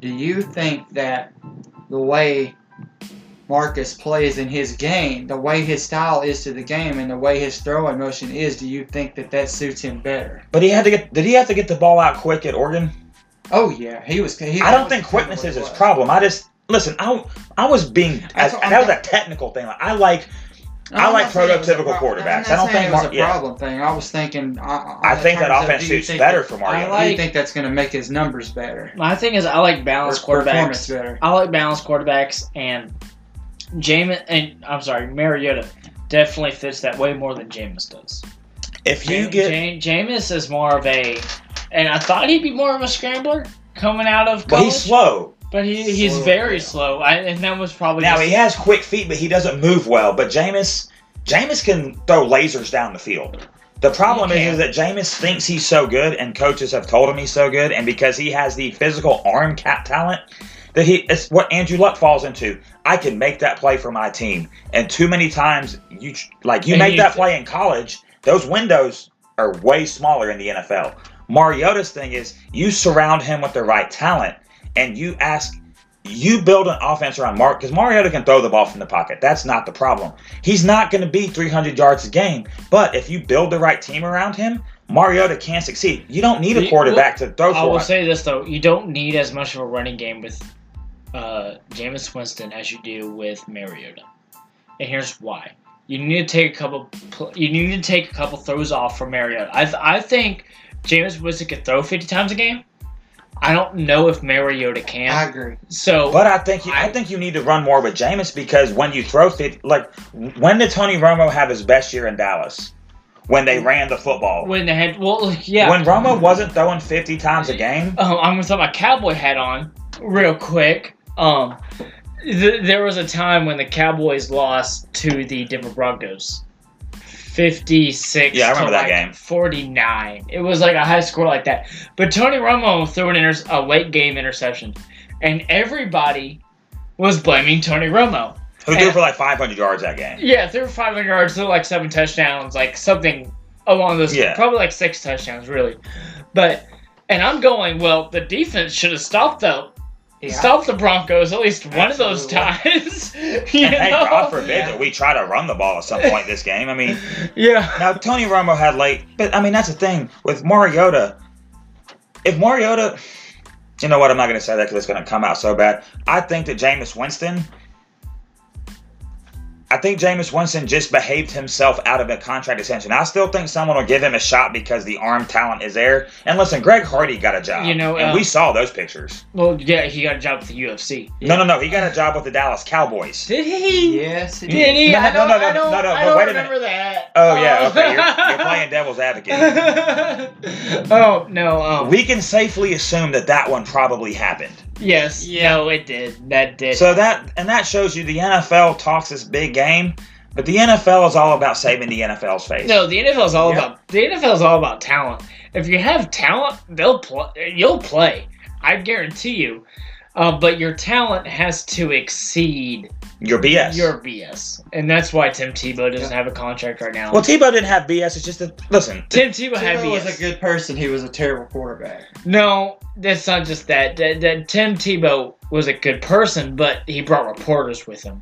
Speaker 3: Do you think that the way Marcus plays in his game, the way his style is to the game, and the way his throwing motion is, do you think that that suits him better?
Speaker 1: But he had to get. Did he have to get the ball out quick at Oregon?
Speaker 3: Oh yeah, he was. He
Speaker 1: I don't
Speaker 3: was
Speaker 1: think quickness is his
Speaker 3: was.
Speaker 1: problem. I just listen. I I was being.
Speaker 3: That's
Speaker 1: As,
Speaker 3: what I'm
Speaker 1: that was a technical thing. Like, I like. I
Speaker 3: I'm
Speaker 1: like
Speaker 3: not saying it was a
Speaker 1: prototypical
Speaker 3: problem.
Speaker 1: quarterbacks.
Speaker 3: I'm not
Speaker 1: I don't
Speaker 3: saying
Speaker 1: think
Speaker 3: it was
Speaker 1: Mar-
Speaker 3: a
Speaker 1: yeah.
Speaker 3: problem thing. I was thinking. I,
Speaker 1: I think that offense suits better for
Speaker 3: I
Speaker 1: Mariota.
Speaker 2: like-
Speaker 3: do you think that's going to make his numbers better?
Speaker 2: My thing is, I like balanced
Speaker 3: Or performance
Speaker 2: quarterbacks.
Speaker 3: better.
Speaker 2: I like balanced quarterbacks, and Jameis and I'm sorry, Mariota definitely fits that way more than Jameis does.
Speaker 1: If you
Speaker 2: Jame-
Speaker 1: get,
Speaker 2: Jame- Jameis is more of a, and I thought he'd be more of a scrambler coming out of
Speaker 1: but
Speaker 2: college.
Speaker 1: he's slow.
Speaker 2: But he, he's
Speaker 3: Slow
Speaker 2: very
Speaker 3: down.
Speaker 2: slow, I, and that was probably
Speaker 1: Now
Speaker 2: just-
Speaker 1: he has quick feet, but he doesn't move well. But Jameis, Jameis can throw lasers down the field. The problem
Speaker 2: He
Speaker 1: is,
Speaker 2: can.
Speaker 1: is that Jameis thinks he's so good, and coaches have told him he's so good, and because he has the physical arm cap talent, that he it's what Andrew Luck falls into. I can make that play for my team, and too many times you tr- like you
Speaker 2: And
Speaker 1: make
Speaker 2: you-
Speaker 1: that play in college, those windows are way smaller in the NFL. Mariota's thing is you surround him with the right talent, and you ask you build an offense around Mark because Mariota can throw the ball from the pocket. That's not the problem. He's not going to be 300 yards a game, but if you build the right team around him, Mariota can succeed. You don't need a
Speaker 2: You-
Speaker 1: quarterback to throw
Speaker 2: I
Speaker 1: for.
Speaker 2: will
Speaker 1: him.
Speaker 2: say this though: you don't need as much of a running game with uh, Jameis Winston as you do with Mariota, and here's why: you need to take a couple. pl- You need to take a couple throws off from Mariota. I, th- I think Jameis Winston could throw 50 times a game. I don't know if Mariota
Speaker 3: I
Speaker 2: can.
Speaker 3: agree.
Speaker 2: So
Speaker 1: But I think you, I think you need to run more with Jameis because when you throw fit, like when did Tony Romo have his best year in Dallas? When they ran the football.
Speaker 2: when they had, well, yeah.
Speaker 1: When Romo wasn't throwing 50 times a game,
Speaker 2: Um, I'm gonna throw my cowboy hat on real quick. Um, th- there was a time when the Cowboys lost to the Denver Broncos, fifty-six.
Speaker 1: Yeah, I remember
Speaker 2: to
Speaker 1: that
Speaker 2: like
Speaker 1: game.
Speaker 2: Forty-nine. It was like a high score like that. But Tony Romo threw an inter- a late game interception, and everybody was blaming Tony Romo.
Speaker 1: who threw for like 500 yards that game?
Speaker 2: Yeah, threw 500 yards, threw like seven touchdowns, like something along those.
Speaker 1: Yeah.
Speaker 2: Probably like six touchdowns, really. But, and I'm going, well, the defense should have stopped the
Speaker 3: Yeah.
Speaker 2: stopped the Broncos at least one of those
Speaker 3: Absolutely.
Speaker 2: times. you
Speaker 1: And hey,
Speaker 2: know?
Speaker 1: God forbid
Speaker 3: Yeah.
Speaker 1: that we try to run the ball at some point this game. I mean,
Speaker 2: Yeah.
Speaker 1: Now Tony Romo had late, but I mean that's the thing with Mariota. If Mariota, you know what? I'm not going to say that because it's going to come out so bad. I think that Jameis Winston. I think Jameis Winston just behaved himself out of a contract extension. I still think someone will give him a shot because the arm talent is there. And listen, Greg Hardy got a job.
Speaker 2: You know,
Speaker 1: and
Speaker 2: uh,
Speaker 1: we saw those pictures.
Speaker 2: Well, yeah, he got a job at the UFC.
Speaker 1: No, no, no. He got a job with the Dallas Cowboys.
Speaker 2: Did he?
Speaker 3: Yes, it
Speaker 2: Did
Speaker 3: is.
Speaker 2: he?
Speaker 1: No,
Speaker 2: I
Speaker 1: no,
Speaker 2: don't,
Speaker 1: no, no,
Speaker 2: I don't,
Speaker 1: no, no, but
Speaker 2: I don't
Speaker 1: wait a
Speaker 2: remember that.
Speaker 1: Oh yeah,
Speaker 2: Um,
Speaker 1: okay. You're, you're playing devil's advocate.
Speaker 2: oh no! Um,
Speaker 1: We can safely assume that that one probably happened.
Speaker 2: yes. No, it did. That did.
Speaker 1: So that and that shows you the NFL talks this big game, but the NFL is all about saving the NFL's face.
Speaker 2: No, the NFL is all
Speaker 3: Yeah.
Speaker 2: about the NFL is all about talent. If you have talent, they'll play. You'll play. I guarantee you. Uh, but your talent has to exceed
Speaker 1: Your BS.
Speaker 2: your BS, and that's why Tim Tebow doesn't have a contract right now.
Speaker 1: well, Tebow didn't have BS. It's just that listen,
Speaker 2: Tim Tebow had
Speaker 3: Tebow
Speaker 2: BS.
Speaker 3: was a good person. He was a terrible quarterback.
Speaker 2: no, that's not just that. that. That Tim Tebow was a good person, but he brought reporters with him,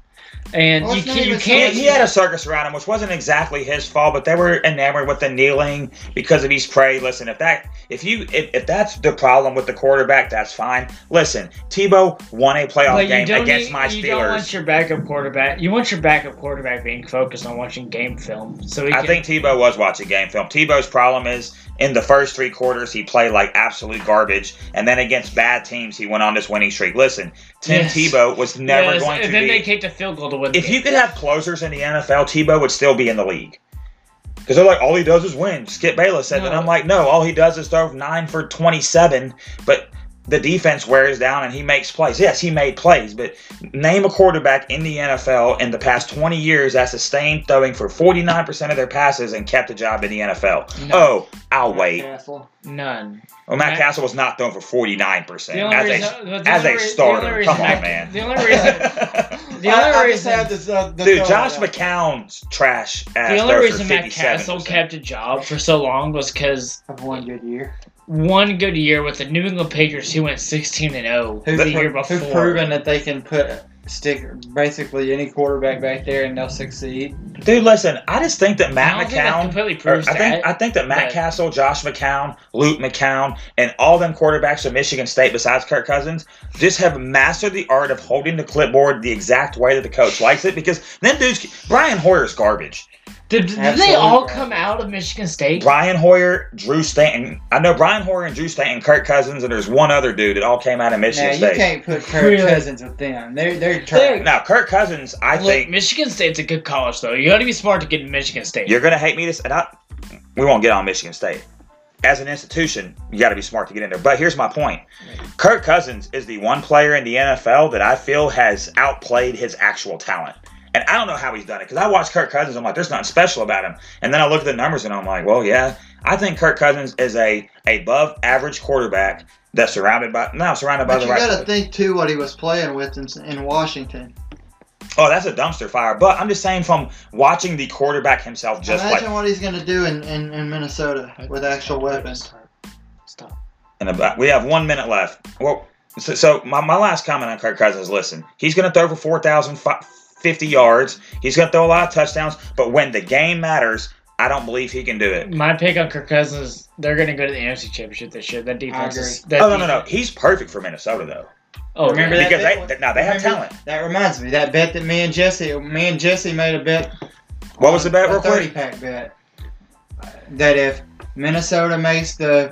Speaker 2: and
Speaker 3: Well,
Speaker 2: you
Speaker 3: it's not
Speaker 2: can't. You
Speaker 3: even
Speaker 1: he,
Speaker 2: can't.
Speaker 1: he had a circus around him, which wasn't exactly his fault, but they were enamored with the kneeling because of his prey. Listen, if that if you if, if that's the problem with the quarterback, that's fine. Listen, Tebow won a playoff
Speaker 2: But you
Speaker 1: game
Speaker 2: don't
Speaker 1: against
Speaker 2: need-
Speaker 1: my
Speaker 2: You don't
Speaker 1: Steelers.
Speaker 2: want your backup quarterback. You want your backup quarterback being focused on watching game film, so he
Speaker 1: I
Speaker 2: can
Speaker 1: think Tebow was watching game film. Tebow's problem is in the first three quarters he played like absolute garbage, and then against bad teams he went on this winning streak. Listen, Tim
Speaker 2: Yes.
Speaker 1: Tebow was never
Speaker 2: Yes,
Speaker 1: going to
Speaker 2: and then
Speaker 1: be.
Speaker 2: they kicked a field goal to win. the
Speaker 1: if
Speaker 2: game.
Speaker 1: you could have closers in the NFL, Tebow would still be in the league. Because they're like, all he does is win. Skip Bayless said that.
Speaker 2: No.
Speaker 1: I'm like, no, all he does is throw nine for 27, but the defense wears down and he makes plays. Yes, he made plays, but name a quarterback in the NFL in the past 20 years that sustained throwing for 49% of their passes and kept a job in the NFL.
Speaker 2: No.
Speaker 1: Oh, I'll wait.
Speaker 3: Castle.
Speaker 2: none.
Speaker 1: Well, Matt
Speaker 2: Matt-
Speaker 1: Castle was not throwing for 49%.
Speaker 2: The only
Speaker 1: As
Speaker 2: reason,
Speaker 1: a,
Speaker 2: but the
Speaker 1: as
Speaker 2: only
Speaker 1: a
Speaker 2: re- the only
Speaker 1: starter.
Speaker 2: reason
Speaker 1: Come
Speaker 2: I-
Speaker 1: on, man.
Speaker 2: The only reason, the
Speaker 3: I-
Speaker 2: only
Speaker 3: I just
Speaker 2: reason,
Speaker 3: had this, uh, the
Speaker 1: Dude,
Speaker 3: throw
Speaker 1: Josh
Speaker 3: out.
Speaker 1: McCown's trash ass.
Speaker 2: the only
Speaker 1: throws for
Speaker 2: reason Matt
Speaker 1: 57%.
Speaker 2: Castle kept a job for so long was because
Speaker 3: Have one good year.
Speaker 2: one good year with the New England Patriots, he went sixteen and zero
Speaker 3: Who've,
Speaker 2: the year before.
Speaker 3: who've proven that they can put stick basically any quarterback back there and they'll succeed.
Speaker 1: Dude, listen, I just think that
Speaker 2: I
Speaker 1: Matt
Speaker 2: don't think that
Speaker 1: McCown.
Speaker 2: completely
Speaker 1: or I
Speaker 2: proves
Speaker 1: think I
Speaker 2: that.
Speaker 1: think that Matt
Speaker 2: but-
Speaker 1: Castle, Josh McCown, Luke McCown, and all them quarterbacks of Michigan State besides Kirk Cousins just have mastered the art of holding the clipboard the exact way that the coach likes it because then dudes Brian Hoyer's garbage.
Speaker 2: Did, did they
Speaker 3: Absolutely.
Speaker 2: all come out of Michigan State?
Speaker 1: Brian Hoyer, Drew Stanton. I know Brian Hoyer and Drew Stanton, Kirk Cousins, and there's one other dude that all came out of
Speaker 3: Now
Speaker 1: Michigan
Speaker 3: you
Speaker 1: State.
Speaker 3: can't put Kirk
Speaker 2: Really?
Speaker 3: Cousins with them. They're they're trash.
Speaker 1: Now Kirk Cousins, I
Speaker 2: Look,
Speaker 1: think
Speaker 2: Michigan State's a good college though. You got to be smart to get in Michigan State.
Speaker 1: You're gonna hate me this, and I. We won't get on Michigan State, as an institution, you got to be smart to get in there. But here's my point: Kirk Cousins is the one player in the NFL that I feel has outplayed his actual talent. And I don't know how he's done it because I watch Kirk Cousins. I'm like, there's nothing special about him. And then I look at the numbers and I'm like, well, yeah, I think Kirk Cousins is a above average quarterback that's surrounded by no surrounded by
Speaker 3: But
Speaker 1: the
Speaker 3: you
Speaker 1: right.
Speaker 3: got to think too what he was playing with in, in Washington.
Speaker 1: Oh, that's a dumpster fire. But I'm just saying from watching the quarterback himself just
Speaker 3: Imagine
Speaker 1: like
Speaker 3: what he's going to do in, in, in Minnesota with actual weapons.
Speaker 2: Stop.
Speaker 1: and about, we have one minute left. Well, so, so my, my last comment on Kirk Cousins, listen, he's going to throw for 4,050 yards. He's going to throw a lot of touchdowns. But when the game matters, I don't believe he can do it.
Speaker 2: My pick on Kirk Cousins, they're going to go to the NFC Championship this year. That defense is. That
Speaker 1: Oh, no, no, no.
Speaker 2: defense-
Speaker 1: He's perfect for Minnesota, though.
Speaker 2: Oh,
Speaker 3: Remember
Speaker 2: yeah.
Speaker 3: that
Speaker 1: Because
Speaker 3: big
Speaker 1: they,
Speaker 3: one?
Speaker 1: they, now they have
Speaker 3: Remember-
Speaker 1: talent.
Speaker 3: That reminds me that bet that me and Jesse me and Jesse made a bet.
Speaker 1: What was the bet,
Speaker 3: A
Speaker 1: real
Speaker 3: Thirty
Speaker 1: quick?
Speaker 3: pack bet. That if Minnesota makes the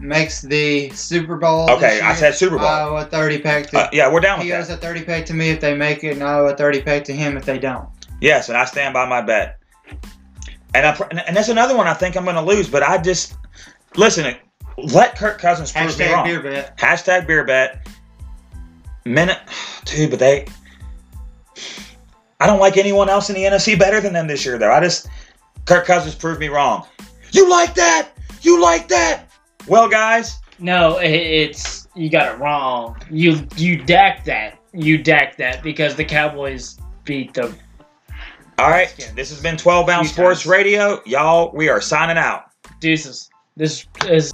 Speaker 3: makes the Super Bowl.
Speaker 1: Okay,
Speaker 3: this
Speaker 1: I
Speaker 3: year,
Speaker 1: said Super Bowl.
Speaker 3: I owe a thirty pack to.
Speaker 1: Uh, yeah, we're down with
Speaker 3: he
Speaker 1: that.
Speaker 3: owes a thirty pack to me if they make it, and I owe a thirty pack to him if they don't.
Speaker 1: Yes, and I stand by my bet. And I pr- and and that's another one I think I'm going to lose. But I just listen. Let Kirk Cousins prove me
Speaker 3: Hashtag
Speaker 1: wrong.
Speaker 3: beer bet.
Speaker 1: Hashtag beer bet. Minute, dude. But they. I don't like anyone else in the NFC better than them this year, though. I just Kirk Cousins proved me wrong. You like that? You like that? Well, guys,
Speaker 2: No, it, it's you got it wrong. You you dacked that. You dacked that because the Cowboys beat the
Speaker 1: all right. This has been 12 Bound
Speaker 2: Few
Speaker 1: Sports
Speaker 2: times.
Speaker 1: Radio, y'all. We are signing out.
Speaker 2: Deuces. This is